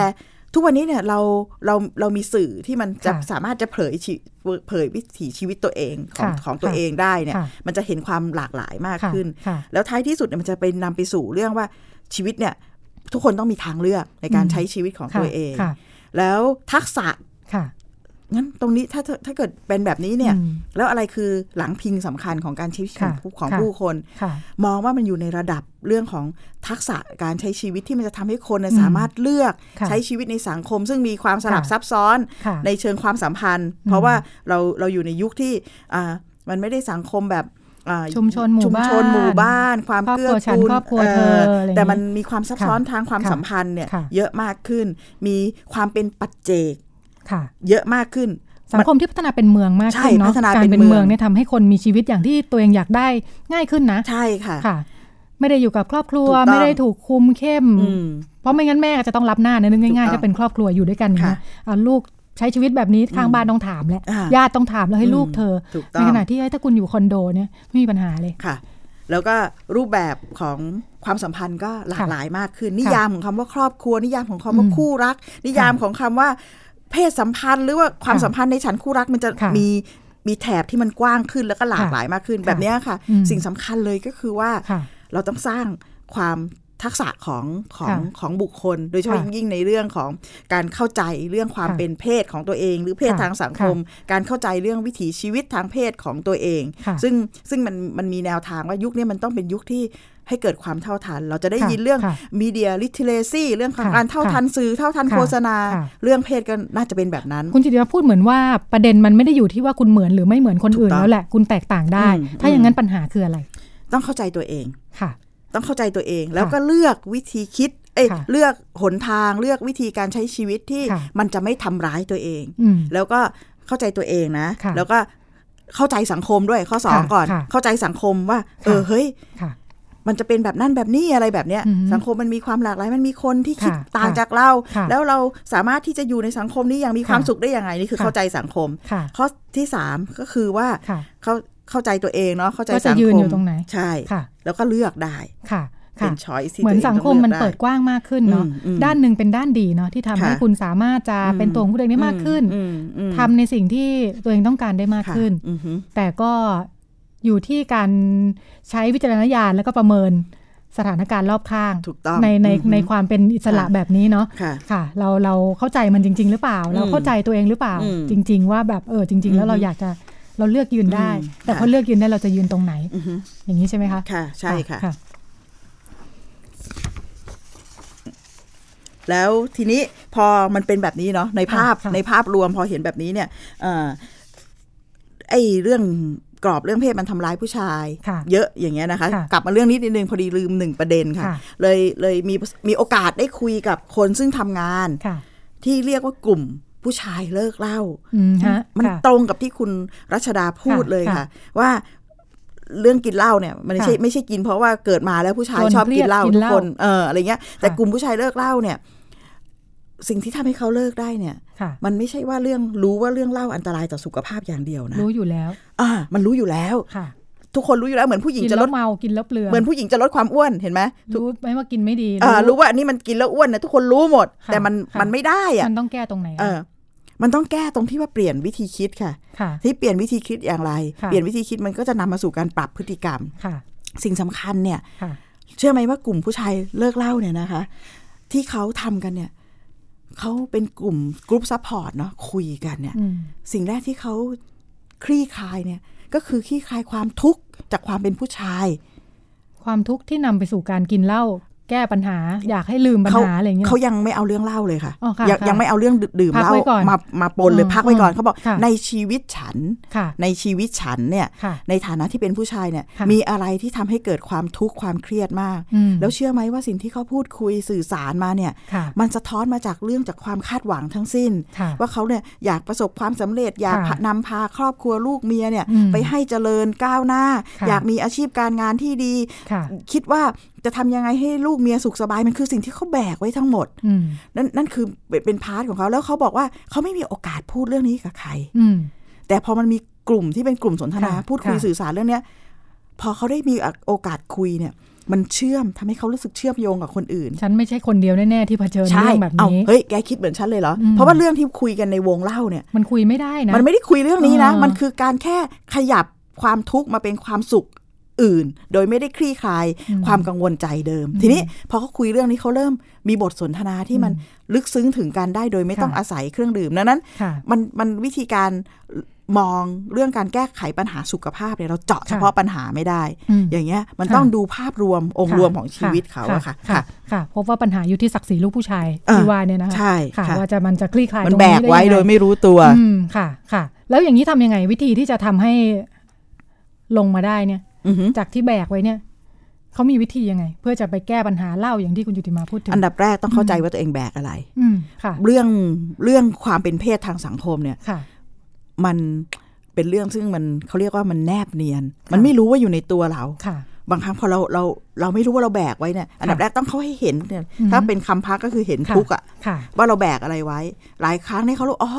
[SPEAKER 3] ทุกวันนี้เนี่ยเราเราเรามีสื่อที่มันจะ
[SPEAKER 2] ค่ะ
[SPEAKER 3] สามารถจะเผยชีเผยวิถีชีวิตตัวเองของ
[SPEAKER 2] ค่ะ
[SPEAKER 3] ของตัว
[SPEAKER 2] ค่ะ
[SPEAKER 3] เองได้เนี่ย
[SPEAKER 2] ค่ะ
[SPEAKER 3] มันจะเห็นความหลากหลายมาก
[SPEAKER 2] ค่ะ
[SPEAKER 3] ขึ้น
[SPEAKER 2] ค่ะ
[SPEAKER 3] แล้วท้ายที่สุดเนี่ยมันจะไปนำไปสู่เรื่องว่าชีวิตเนี่ย ทุกคนต้องมีทางเลือกในการ
[SPEAKER 2] อืม
[SPEAKER 3] ใช้ชีวิตของ
[SPEAKER 2] ค่ะ
[SPEAKER 3] ตัวเอง
[SPEAKER 2] ค่ะ
[SPEAKER 3] แล้วทักษะ
[SPEAKER 2] ค่ะ
[SPEAKER 3] งั้นตรงนี้ถ้าถ้าถ้าเกิดเป็นแบบนี้เนี่ย
[SPEAKER 2] อืม
[SPEAKER 3] แล้วอะไรคือหลังพิงสำคัญของการใช้ชีวิต
[SPEAKER 2] ค่ะ
[SPEAKER 3] ของผู้ของ
[SPEAKER 2] ค่ะ
[SPEAKER 3] ผู้คน
[SPEAKER 2] ค่ะ
[SPEAKER 3] มองว่ามันอยู่ในระดับเรื่องของทักษะการใช้ชีวิตที่มันจะทำให้คนเนี่ย
[SPEAKER 2] อืม
[SPEAKER 3] สามารถเลือก
[SPEAKER 2] ค่ะ
[SPEAKER 3] ใช้ชีวิตในสังคม ซึ่งมีความสลับ
[SPEAKER 2] ค่ะ
[SPEAKER 3] ซับซ้อน
[SPEAKER 2] ค่ะ
[SPEAKER 3] ในเชิงความสัมพันธ์ เพราะว่าเราเราอยู่ในยุคที่อ่ามันไม่ได้สังคมแบบอ่า
[SPEAKER 2] ชุมชนหมู่
[SPEAKER 3] ชุมชน
[SPEAKER 2] บ้าน
[SPEAKER 3] หมู่บ้าน ความ
[SPEAKER 2] ครอบ
[SPEAKER 3] เกื้อ
[SPEAKER 2] ครัวฉัน
[SPEAKER 3] กูล
[SPEAKER 2] ครอบครัวเธออะไรอย่าง
[SPEAKER 3] แต่
[SPEAKER 2] งี้
[SPEAKER 3] มันมีความซับซ้อนทางความ
[SPEAKER 2] ค่ะ
[SPEAKER 3] สัมพันธ์เนี่ย
[SPEAKER 2] ค่ะ
[SPEAKER 3] เยอะมากขึ้น มีความเป็นปัจเจก
[SPEAKER 2] ค่ะ
[SPEAKER 3] เยอะมากขึ้น
[SPEAKER 2] สังคมที่พัฒนาเป็นเมืองมาก
[SPEAKER 3] ใช่
[SPEAKER 2] ขึ้นเนาะ
[SPEAKER 3] พัฒนา
[SPEAKER 2] การ
[SPEAKER 3] เป็
[SPEAKER 2] เป็น น
[SPEAKER 3] เมื
[SPEAKER 2] เมือ
[SPEAKER 3] องง
[SPEAKER 2] เนี่ยทำให้คนมีชีวิตอย่างที่ตัวเองอยากได้ง่ายขึ้นนะ
[SPEAKER 3] ใช่ค่ะ
[SPEAKER 2] ค่ะ ไม่ได้อยู่กับครอบครัว
[SPEAKER 3] ถูกต้อง
[SPEAKER 2] ไม่ได้ถูกคุมเข้ม
[SPEAKER 3] อืม
[SPEAKER 2] เพราะไม่งั้นแม่ก็จะต้องรับหน้านะนึก
[SPEAKER 3] ถูกต้
[SPEAKER 2] ง่าย
[SPEAKER 3] อ
[SPEAKER 2] ๆ
[SPEAKER 3] ง
[SPEAKER 2] ถ้าเป็นครอบครัวอยู่ด้วยกัน
[SPEAKER 3] ค่ะ
[SPEAKER 2] นะเอาลูกใช้ชีวิตแบบนี้ข้างบ้านต้องถามแหละ
[SPEAKER 3] อ่า
[SPEAKER 2] ญาติต้องถามแล้วให้
[SPEAKER 3] อืม
[SPEAKER 2] ลูกเธอ
[SPEAKER 3] ถูกต้อ
[SPEAKER 2] ใน
[SPEAKER 3] ง
[SPEAKER 2] ขณะที่เอ้ยถ้าคุณอยู่คอนโดเนี่ยไม่มีปัญหาเลย
[SPEAKER 3] ค่ะ แล้วก็รูปแบบของ ความสัมพันธ์ก็หลาก
[SPEAKER 2] ค่ะ
[SPEAKER 3] หลายมากขึ้น นิยามของคำว่าครอบครัว นิยามของคำว่า
[SPEAKER 2] อืม
[SPEAKER 3] คู่รัก นิยามของคำว่า เพศสัมพันธ์ หรือว่าความ
[SPEAKER 2] ค่ะ
[SPEAKER 3] สัมพันธ์ในชั้นคู่รักมันจะ
[SPEAKER 2] ค่ะ
[SPEAKER 3] มีมีแถบที่มันกว้างขึ้นแล้วก็หลาก
[SPEAKER 2] ค่ะ
[SPEAKER 3] หลายมากขึ้นแบบเนี้ยค่ะ
[SPEAKER 2] อืม
[SPEAKER 3] สิ่งสำคัญเลยก็คือว่า
[SPEAKER 2] ค่ะ
[SPEAKER 3] เราต้องสร้างความทักษะของของ
[SPEAKER 2] ค่ะ
[SPEAKER 3] ของบุคคล โดยเฉพาะ
[SPEAKER 2] ค่ะ
[SPEAKER 3] ยิ่งในเรื่องของการเข้าใจเรื่องความ
[SPEAKER 2] ค่ะ
[SPEAKER 3] เป็นเพศของตัวเอง หรือเพศ
[SPEAKER 2] ค่ะ
[SPEAKER 3] ทางสังคม การเข้าใจเรื่องวิถีชีวิตทางเพศของตัวเอง
[SPEAKER 2] ค่ะ
[SPEAKER 3] ซึ่งซึ่งมันมันมีแนวทางว่ายุคนี้มันต้องเป็นยุคที่ให้เกิดความเท่าทัน เราจะได้
[SPEAKER 2] ค่ะ
[SPEAKER 3] ยินเรื่อง
[SPEAKER 2] ค่ะ
[SPEAKER 3] มีเดียลิทเทเลซีเรื่องของ
[SPEAKER 2] ค่ะ
[SPEAKER 3] การเท่าทันสื่อเท่าทัน
[SPEAKER 2] ค่ะ
[SPEAKER 3] โฆษณา
[SPEAKER 2] ค่ะ
[SPEAKER 3] เรื่องเพศก็น่าจะเป็นแบบนั้น
[SPEAKER 2] คุณจิติวัฒน์พูดเหมือนว่าประเด็นมันไม่ได้อยู่ที่ว่าคุณเหมือนหรือไม่เหมือนคนอื่น
[SPEAKER 3] ถูกต้อง
[SPEAKER 2] แล้วแหละคุณแตกต่างได้
[SPEAKER 3] อืม
[SPEAKER 2] ถ้าอย่างนั้นปัญหาคืออะไร
[SPEAKER 3] ต้องเข้าใจตัวเอง
[SPEAKER 2] ค่ะ
[SPEAKER 3] ต้องเข้าใจตัวเองแล้วก็เลือกวิธีคิด เอ้ย
[SPEAKER 2] ค่ะ
[SPEAKER 3] เลือกหนทางเลือกวิธีการใช้ชีวิตที่
[SPEAKER 2] ค่ะ
[SPEAKER 3] มันจะไม่ทำร้ายตัวเอง
[SPEAKER 2] อืม
[SPEAKER 3] แล้วก็เข้าใจตัวเองนะ
[SPEAKER 2] ค่ะ
[SPEAKER 3] แล้วก็เข้าใจสังคมด้วยข้อสอง
[SPEAKER 2] ค่ะ
[SPEAKER 3] ก่อน
[SPEAKER 2] ค่ะ
[SPEAKER 3] เข้าใจสังคมว่า เออ
[SPEAKER 2] ค่ะ
[SPEAKER 3] เฮ้ย
[SPEAKER 2] ค่ะ
[SPEAKER 3] มันจะเป็นแบบนั่นแบบนี้อะไรแบบเนี้ย
[SPEAKER 2] อือหือ
[SPEAKER 3] สังคมมันมีความหลากหลายมันมีคนที่คิด
[SPEAKER 2] ค่ะ
[SPEAKER 3] ต่าง
[SPEAKER 2] ค่ะ
[SPEAKER 3] จากเรา
[SPEAKER 2] ค่ะ
[SPEAKER 3] แล้วเราสามารถที่จะอยู่ในสังคมนี้อย่างมีความ
[SPEAKER 2] ค่ะ
[SPEAKER 3] สุขได้ยังไงนี่คือ
[SPEAKER 2] ค่ะ
[SPEAKER 3] เข้าใจสังคม
[SPEAKER 2] ค่ะ
[SPEAKER 3] ข้อที่สามก็คือว่า
[SPEAKER 2] ค่ะ
[SPEAKER 3] เข้าเข้าใจตัวเองเนาะเข้าใจ
[SPEAKER 2] ว่าจะ
[SPEAKER 3] สัง
[SPEAKER 2] ยืน
[SPEAKER 3] ค
[SPEAKER 2] อยู่
[SPEAKER 3] ม
[SPEAKER 2] ตรงไหน
[SPEAKER 3] ใช่
[SPEAKER 2] ค่ะ
[SPEAKER 3] แล้วก็เลือกได้
[SPEAKER 2] ค่ะ
[SPEAKER 3] เป็
[SPEAKER 2] ค่ะ
[SPEAKER 3] นช้อยที่
[SPEAKER 2] เหมือน
[SPEAKER 3] ตัว
[SPEAKER 2] สั
[SPEAKER 3] อง ต้
[SPEAKER 2] คมมัน
[SPEAKER 3] ลือกไ
[SPEAKER 2] เปิดกว้างมากขึ้นเนาะ
[SPEAKER 3] อืมอืม
[SPEAKER 2] ด้านหนึ่งเป็นด้านดีเนาะที่ทำให้
[SPEAKER 3] ค่ะ
[SPEAKER 2] คุณสามารถจะ
[SPEAKER 3] อืม
[SPEAKER 2] เป็นตัวของตัวเองได้มากขึ้น
[SPEAKER 3] อืมอืม
[SPEAKER 2] ทำในสิ่งที่ตัวเองต้องการได้มาก
[SPEAKER 3] ค่ะ
[SPEAKER 2] ขึ้น
[SPEAKER 3] อือหือ
[SPEAKER 2] แต่ก็อยู่ที่การใช้วิจารณญาณแล้วก็ประเมินสถานการณ์รอบข้าง
[SPEAKER 3] ถูกต้อง
[SPEAKER 2] ในใน
[SPEAKER 3] อือฮึ
[SPEAKER 2] ในความเป็นอิสระ
[SPEAKER 3] ค่ะ
[SPEAKER 2] แบบนี้เนาะ
[SPEAKER 3] ค่ะ
[SPEAKER 2] ค่ะ เราเราเข้าใจมันจริง ๆ หรือเปล่า เราเข้าใจตัวเองหรือเปล่า
[SPEAKER 3] อืม
[SPEAKER 2] จริง ๆ ว่าแบบเออจริง ๆ แล้วเราอยากจะเราเลือกยืนได้
[SPEAKER 3] อืม
[SPEAKER 2] แต่
[SPEAKER 3] ค่ะ
[SPEAKER 2] พอเลือกยืนได้เราจะยืนตรงไหน
[SPEAKER 3] อือหือ
[SPEAKER 2] อย่างนี้ใช่ไหมคะ
[SPEAKER 3] ค่ะใช่ค่ะ
[SPEAKER 2] ค่ะ
[SPEAKER 3] แล้วทีนี้พอมันเป็นแบบนี้เนาะในภาพ
[SPEAKER 2] ค่ะ
[SPEAKER 3] ในภาพรวมพอเห็นแบบนี้เนี่ยเอ่อไอ้เรื่องกรอบเรื่องเพศมันทำร้ายผู้ชาย
[SPEAKER 2] ค่ะ
[SPEAKER 3] เยอะอย่างเงี้ยนะคะ
[SPEAKER 2] ค่ะ
[SPEAKER 3] กลับมาเรื่องนี้นิดนึงพอดีลืมหนึ่งประเด็นค่ะ
[SPEAKER 2] ค่ะ
[SPEAKER 3] เลยเลยมีมีโอกาสได้คุยกับคนซึ่งทำงาน
[SPEAKER 2] ค่ะ
[SPEAKER 3] ที่เรียกว่ากลุ่มผู้ชายเลิกเหล้า
[SPEAKER 2] อืมฮะ
[SPEAKER 3] มัน
[SPEAKER 2] ค่ะ
[SPEAKER 3] ตรงกับที่คุณรัชดาพูด
[SPEAKER 2] ค่ะ
[SPEAKER 3] เลย
[SPEAKER 2] ค่ะ
[SPEAKER 3] ค่ะ ว่าเรื่องกินเหล้าเนี่ย มันไม่ใช่
[SPEAKER 2] ค่ะ
[SPEAKER 3] ไม่ใช่กินเพราะว่าเกิดมาแล้วผู้ชาย
[SPEAKER 2] จน
[SPEAKER 3] ชอบกินเหล้า
[SPEAKER 2] เครียดกิ
[SPEAKER 3] ทุ
[SPEAKER 2] น
[SPEAKER 3] ก
[SPEAKER 2] เหล้า
[SPEAKER 3] คนเอออะไรเงี้ย แต่
[SPEAKER 2] ค่ะ
[SPEAKER 3] กลุ่มผู้ชายเลิกเหล้าเนี่ย สิ่งที่ทำให้เขาเลิกได้เนี่ย
[SPEAKER 2] ค่ะ
[SPEAKER 3] มันไม่ใช่ว่าเรื่องรู้ว่าเรื่องเหล้าอันตรายต่อสุขภาพอย่างเดียวนะ
[SPEAKER 2] รู้อยู่แล้ว
[SPEAKER 3] อ่า มันรู้อยู่แล้ว
[SPEAKER 2] ค่ะ
[SPEAKER 3] ทุกคนรู้อยู่แล้วเหมือนผู้หญิง
[SPEAKER 2] กิน
[SPEAKER 3] จะล
[SPEAKER 2] แล้
[SPEAKER 3] ด
[SPEAKER 2] วเมากินแล้วเปลือง
[SPEAKER 3] เหมือนผู้หญิงจะลดความอ้วนเห็นไหมทุก
[SPEAKER 2] รู้ไหมว่ากินไม่ดี
[SPEAKER 3] อ่ารู้ว่าอันนี้มันกินแล้วอ้วนนะทุกคนรู้หมด
[SPEAKER 2] ค่ะ
[SPEAKER 3] แต่มัน
[SPEAKER 2] ค่ะ
[SPEAKER 3] มันไม่ได้อ่ะ
[SPEAKER 2] มันต้องแก้ตรงไหน
[SPEAKER 3] เออ มันต้องแก้ตรงที่ว่าเปลี่ยนวิธีคิดค่ะ
[SPEAKER 2] ค่ะ
[SPEAKER 3] ที่เปลี่ยนวิธีคิดอย่างไร
[SPEAKER 2] ค่ะ
[SPEAKER 3] เปลี่ยนวิธีคิดมันก็จะนำมาสู่การปรับพฤติกรรม
[SPEAKER 2] ค่ะ
[SPEAKER 3] สิ่งสำคัญเนี่ย
[SPEAKER 2] ค่ะ
[SPEAKER 3] เชื่อไหมว่ากลุ่มผู้ชายเลิกเหล้าเนี่ยนะคะ ที่เขาทำกันเนี่ยเขาเป็นกลุ่มกรุ๊ปซัพพอร์ตเนาะคุยกันเนี่ย
[SPEAKER 2] อืม
[SPEAKER 3] สิ่งแรกที่เขาคลี่คลายเนี่ย ก็คือคลี่คลายความทุกข์จากความเป็นผู้ชาย
[SPEAKER 2] ความทุกข์ที่นำไปสู่การกินเหล้าแก้ปัญหา อยากให้ลืมปัญหาอะไรอย่างเงี้ย
[SPEAKER 3] เขายังไม่เอาเรื่องเหล้าเลยค่ะ
[SPEAKER 2] อ๋อค่ะ
[SPEAKER 3] ยัง
[SPEAKER 2] ค่ะ
[SPEAKER 3] ยังไม่เอาเรื่องดื่ม
[SPEAKER 2] พัก
[SPEAKER 3] เหล้า
[SPEAKER 2] ไว้ก่อน
[SPEAKER 3] มามาปนเลย
[SPEAKER 2] อ๋อ
[SPEAKER 3] พักไว้ก่อนเขาบอก
[SPEAKER 2] ค่ะ
[SPEAKER 3] ในชีวิตฉัน
[SPEAKER 2] ค่ะ
[SPEAKER 3] ในชีวิตฉันเนี่ย
[SPEAKER 2] ค่ะ
[SPEAKER 3] ในฐานะที่เป็นผู้ชายเนี่ย
[SPEAKER 2] ค่ะ
[SPEAKER 3] มีอะไรที่ทำให้เกิดความทุกข์ความเครียดมาก
[SPEAKER 2] อืม
[SPEAKER 3] แล้วเชื่อไหมว่าสิ่งที่เขาพูดคุยสื่อสารมาเนี่ย
[SPEAKER 2] ค่ะ
[SPEAKER 3] มันสะท้อนมาจากเรื่องจากความคาดหวังทั้งสิ้น
[SPEAKER 2] ค่ะ
[SPEAKER 3] ว่าเขาเนี่ยอยากประสบความสำเร็จ อยาก
[SPEAKER 2] ค่ะ
[SPEAKER 3] นำพาครอบครัวลูกเมียเนี่ย
[SPEAKER 2] อืม
[SPEAKER 3] ไปให้เจริญก้าวหน้า
[SPEAKER 2] ค่ะ
[SPEAKER 3] อยากมีอาชีพการงานที่ดี
[SPEAKER 2] ค่ะ
[SPEAKER 3] คิดว่าจะทำยังไงให้ลูกเมียสุขสบายมันคือสิ่งที่เขาแบกไว้ทั้งหมด
[SPEAKER 2] อืม
[SPEAKER 3] นั่นนั่นคือเป็นเป็นพาร์ทของเขาแล้วเขาบอกว่าเขาไม่มีโอกาสพูดเรื่องนี้กับใคร
[SPEAKER 2] อืม
[SPEAKER 3] แต่พอมันมีกลุ่มที่เป็นกลุ่มสนทนา
[SPEAKER 2] ค่ะ
[SPEAKER 3] พูดคุย
[SPEAKER 2] ค่ะ
[SPEAKER 3] สื่อสารเรื่องเนี้ย พอเขาได้มีโอกาสคุยเนี่ย มันเชื่อมทำให้เขารู้สึกเชื่อมโยงกับคนอื่น
[SPEAKER 2] ฉันไม่ใช่คนเดียวแน่ ๆ ที่เผชิญ
[SPEAKER 3] ใช่
[SPEAKER 2] เรื่องแบบ
[SPEAKER 3] เอา
[SPEAKER 2] นี้
[SPEAKER 3] เฮ้ยแกคิดเหมือนฉันเลยเหรออ
[SPEAKER 2] ม
[SPEAKER 3] เพราะว่าเรื่องที่คุยกันในวงเล่าเนี่ย
[SPEAKER 2] มันคุยไม่ได้นะ
[SPEAKER 3] มันไม่ได้คุยเรื่องนี้นะ
[SPEAKER 2] อ่ามั
[SPEAKER 3] มันคือการแค่ขยับความทุกข์มาเป็นความสุขอื่น โดยไม่ได้คลี่คลาย
[SPEAKER 2] อืม
[SPEAKER 3] ความกังวลใจเดิม
[SPEAKER 2] อืม
[SPEAKER 3] ทีนี้พอเขาคุยเรื่องนี้เขาเริ่มมีบทสนทนาที่มันลึกซึ้งถึงกันได้โดยไม่
[SPEAKER 2] ค่ะ
[SPEAKER 3] ต้องอาศัยเครื่องดื่มดังนั้น
[SPEAKER 2] ค่ะ
[SPEAKER 3] มันมันวิธีการมองเรื่องการแก้ไขปัญหาสุขภาพเนี่ยเราเจาะ
[SPEAKER 2] ค่ะ
[SPEAKER 3] เฉพาะปัญหาไม่ได้
[SPEAKER 2] อืม
[SPEAKER 3] อย่างเงี้ยมัน
[SPEAKER 2] ค่ะ
[SPEAKER 3] ต้องดูภาพรวมองค์รวมของชีวิตเขาอะค่ะ
[SPEAKER 2] ค่ะ
[SPEAKER 3] ค่ะ
[SPEAKER 2] ค่ะพบว่าปัญหาอยู่ที่ศักดิ์ศรีลูกผู้ชาย
[SPEAKER 3] เออ
[SPEAKER 2] ที่ว่าเนี่ยนะคะ
[SPEAKER 3] ใช่
[SPEAKER 2] ค่ะ
[SPEAKER 3] ค่ะ
[SPEAKER 2] ว่าจะมันจะคลี่คลาย
[SPEAKER 3] มัน
[SPEAKER 2] ตรง
[SPEAKER 3] แบ
[SPEAKER 2] นี้
[SPEAKER 3] ก
[SPEAKER 2] ด้
[SPEAKER 3] ไว้
[SPEAKER 2] ยังง
[SPEAKER 3] โดยไม่รู้ตัว
[SPEAKER 2] อืมค่ะค่ะ แล้วอย่างนี้ทำยังไงวิธีที่จะทำให้ลงมาได้เนี่ย
[SPEAKER 3] อือหือ
[SPEAKER 2] จากที่แบกไว้เนี่ยเขามีวิธียังไง เพื่อจะไปแก้ปัญหาเหล้าอย่างที่คุณจุติมาพูดถึง
[SPEAKER 3] อันดับแรกต้องเข้าใจว่าตัวเองแบกอะไร
[SPEAKER 2] อืมค่ะ
[SPEAKER 3] เรื่องเรื่องความเป็นเพศทางสังคมเนี่ย
[SPEAKER 2] ค่ะ
[SPEAKER 3] มันเป็นเรื่องซึ่งมันเขาเรียกว่ามันแนบเนียน
[SPEAKER 2] ค่ะ
[SPEAKER 3] มันไม่รู้ว่าอยู่ในตัวเรา
[SPEAKER 2] ค่ะ
[SPEAKER 3] บางครั้งพอเราเราเราไม่รู้ว่าเราแบกไว้เนี่ยอันดับ
[SPEAKER 2] ค่ะ
[SPEAKER 3] แรกต้องเขาให้เห็นเนี่ย
[SPEAKER 2] อือหือ
[SPEAKER 3] ถ้าเป็นคำพักก็คือเห็นทุกข์อะ
[SPEAKER 2] ค่ะ
[SPEAKER 3] ว่าเราแบกอะไรไว้ หลายครั้งเนี่ยเขารู้อ๋อ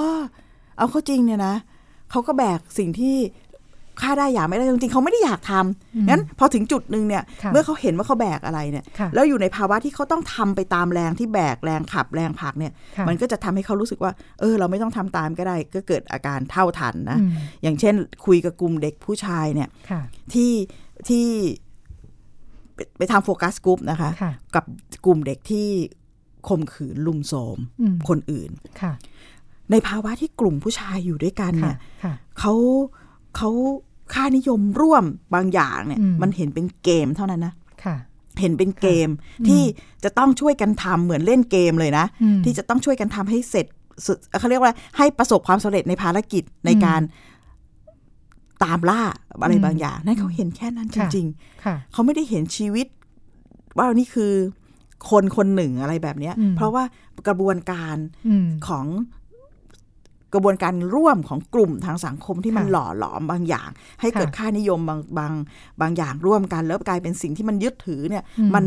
[SPEAKER 3] เอาเข้าจริงเนี่ยนะเขาก็แบกสิ่งที่ ฆ่าได้หยาไม่ได้จริงๆเขาไม่ได้อยากทำ
[SPEAKER 2] อืม
[SPEAKER 3] งั้นพอถึงจุดหนึ่งเนี่ย
[SPEAKER 2] ค่ะ
[SPEAKER 3] เมื่อเขาเห็นว่าเขาแบกอะไรเนี่ย
[SPEAKER 2] ค่ะ
[SPEAKER 3] แล้วอยู่ในภาวะที่เขาต้องทำไปตามแรงที่แบกแรงขับแรงผลักเนี่ย
[SPEAKER 2] ค่ะ
[SPEAKER 3] มันก็จะทำให้เขารู้สึกว่า เออ เราไม่ต้องทำตามก็ได้ ก็เกิดอาการเท่าทันนะ
[SPEAKER 2] อืม
[SPEAKER 3] อย่างเช่น คุยกับกลุ่มเด็กผู้ชายเนี่ย
[SPEAKER 2] ค่ะ
[SPEAKER 3] ที่ที่ไปไปทำโฟกัสกลุ่มนะคะ
[SPEAKER 2] ค่ะ
[SPEAKER 3] กับกลุ่มเด็กที่ข่มขืนลุมโทรม
[SPEAKER 2] อืม
[SPEAKER 3] คนอื่น
[SPEAKER 2] ค่ะ
[SPEAKER 3] ในภาวะที่กลุ่มผู้ชายอยู่ด้วยกัน
[SPEAKER 2] ค่ะ
[SPEAKER 3] เนี่ย
[SPEAKER 2] ค่ะ
[SPEAKER 3] เขาเขาค่านิยมร่วมบางอย่างเนี่ย
[SPEAKER 2] อืม
[SPEAKER 3] มันเห็นเป็นเกมเท่านั้นนะ
[SPEAKER 2] ค่ะ
[SPEAKER 3] เห็นเป็นเกม
[SPEAKER 2] อืม
[SPEAKER 3] ที่จะต้องช่วยกันทำเหมือนเล่นเกมเลยนะ
[SPEAKER 2] อืม
[SPEAKER 3] ที่จะต้องช่วยกันทำให้เสร็จสุดเขาเรียกว่าให้ประสบความสำเร็จในภารกิจใน
[SPEAKER 2] อืม
[SPEAKER 3] การตามล่าอะไร
[SPEAKER 2] อืม
[SPEAKER 3] บางอย่าง นั่นเขาเห็นแค่นั้นจ
[SPEAKER 2] ค่ะ
[SPEAKER 3] ริง
[SPEAKER 2] ค่ะ
[SPEAKER 3] ๆ เขาไม่ได้เห็นชีวิต ว่านี่คือคนคนหนึ่งอะไรแบบเนี้ย
[SPEAKER 2] อืม
[SPEAKER 3] เพราะว่ากระบวนการ
[SPEAKER 2] อืม
[SPEAKER 3] ของกระบวนการร่วมของกลุ่มทางสังคมที่มัน
[SPEAKER 2] ค่ะ
[SPEAKER 3] หล่อหลอมบางอย่าง ให้
[SPEAKER 2] ค่ะ
[SPEAKER 3] เกิดค่านิยมบางบางบางอย่างร่วมกัน แล้วกลายเป็นสิ่งที่มันยึดถือเนี่ย
[SPEAKER 2] อืม
[SPEAKER 3] มัน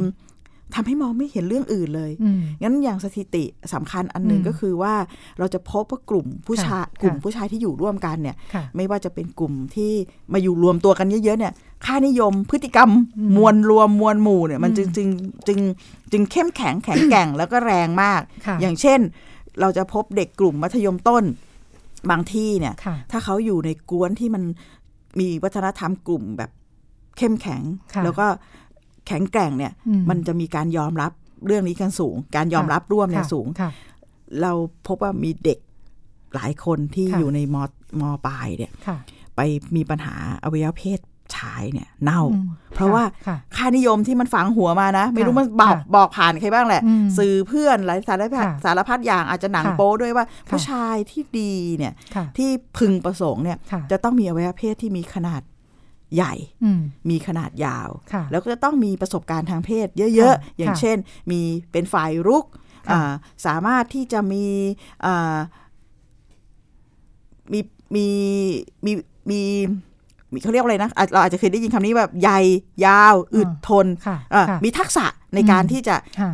[SPEAKER 3] ทำให้มองไม่เห็นเรื่องอื่นเลย
[SPEAKER 2] อืม
[SPEAKER 3] งั้นอย่างสถิติสำคัญอันหนึ่ง
[SPEAKER 2] อืม
[SPEAKER 3] ก็คือว่าเราจะพบว่ากลุ่มผู้ชาย
[SPEAKER 2] ค่ะ
[SPEAKER 3] กลุ่มผู้ชายที่อยู่ร่วมกันเนี่ย
[SPEAKER 2] ค่ะ
[SPEAKER 3] ไม่ว่าจะเป็นกลุ่มที่มาอยู่รวมตัวกันเยอะๆเนี่ย ค่านิยมพฤติกรรม
[SPEAKER 2] อืม
[SPEAKER 3] มวลรวมมวลหมู่เนี่ยมัน
[SPEAKER 2] อื
[SPEAKER 3] จึง
[SPEAKER 2] ม
[SPEAKER 3] จึงจึงจึงเข้มแข็งแข็งแกร่ง แล้วก็แรงมาก
[SPEAKER 2] ค่ะ
[SPEAKER 3] อย่างเช่น เราจะพบเด็กกลุ่มมัธยมต้นบางที่เนี่ย
[SPEAKER 2] ค่ะ
[SPEAKER 3] ถ้าเขาอยู่ในกวนที่มันมีวัฒนธรรมกลุ่มแบบเข้มแข็ง
[SPEAKER 2] ค่ะ
[SPEAKER 3] แล้วก็แข็งแกร่งเนี่ย
[SPEAKER 2] อื
[SPEAKER 3] มันจะมีการยอมรับเรื่องนี้กันสูง การยอมรับร่วมเนี่ย
[SPEAKER 2] ค่ะ
[SPEAKER 3] สูง
[SPEAKER 2] ค่ะ
[SPEAKER 3] เราพบว่ามีเด็กหลายคนที่
[SPEAKER 2] ค่ะ
[SPEAKER 3] อยู่ในมมปลายเนี่ย
[SPEAKER 2] ค่ะ
[SPEAKER 3] ไปมีปัญหาอวัยวะเพศชายเนี่ยเน่า
[SPEAKER 2] อืม
[SPEAKER 3] เพราะว่า
[SPEAKER 2] ค่ะ
[SPEAKER 3] ค่านิยมที่มันฝังหัวมานะ ไม่รู้
[SPEAKER 2] ค่ะ
[SPEAKER 3] มันบอก
[SPEAKER 2] ค่ะ
[SPEAKER 3] บอกผ่านใครบ้างแหละ
[SPEAKER 2] อืม
[SPEAKER 3] สื่อเพื่อนหลายสารพัด
[SPEAKER 2] ค่ะ
[SPEAKER 3] สารพัดอย่างอาจจะหนัง
[SPEAKER 2] ค่ะ
[SPEAKER 3] โป้ด้วยว่า ผู้
[SPEAKER 2] ค่ะ
[SPEAKER 3] ชายที่ดีเนี่ย
[SPEAKER 2] ค่ะ
[SPEAKER 3] ที่พึงประสงค์เนี่ย
[SPEAKER 2] ค่ะ
[SPEAKER 3] จะต้องมีอวัยวะเพศที่มีขนาดใหญ่
[SPEAKER 2] อืม
[SPEAKER 3] มีขนาดยาว
[SPEAKER 2] ค่ะ
[SPEAKER 3] แล้วก็จะต้องมีประสบการณ์ทางเพศเยอะ
[SPEAKER 2] ค่ะ
[SPEAKER 3] ๆ อย่าง
[SPEAKER 2] ค่ะ
[SPEAKER 3] เช่น มีเป็นฝ่ายรุก
[SPEAKER 2] ค่ะ
[SPEAKER 3] อ่าสามารถที่จะมีอ่ามีมีมีมีมีเขาเรียกว่าอะไรนะอ่ะเราอาจจะเคยได้ยินคำนี้แบบใหญ่ยาว อึด
[SPEAKER 2] อ่า
[SPEAKER 3] ทน
[SPEAKER 2] ค่ะ
[SPEAKER 3] อ่ะ
[SPEAKER 2] ค่ะ
[SPEAKER 3] มีทักษะในการ
[SPEAKER 2] อืม
[SPEAKER 3] ที่จะ
[SPEAKER 2] ค่ะ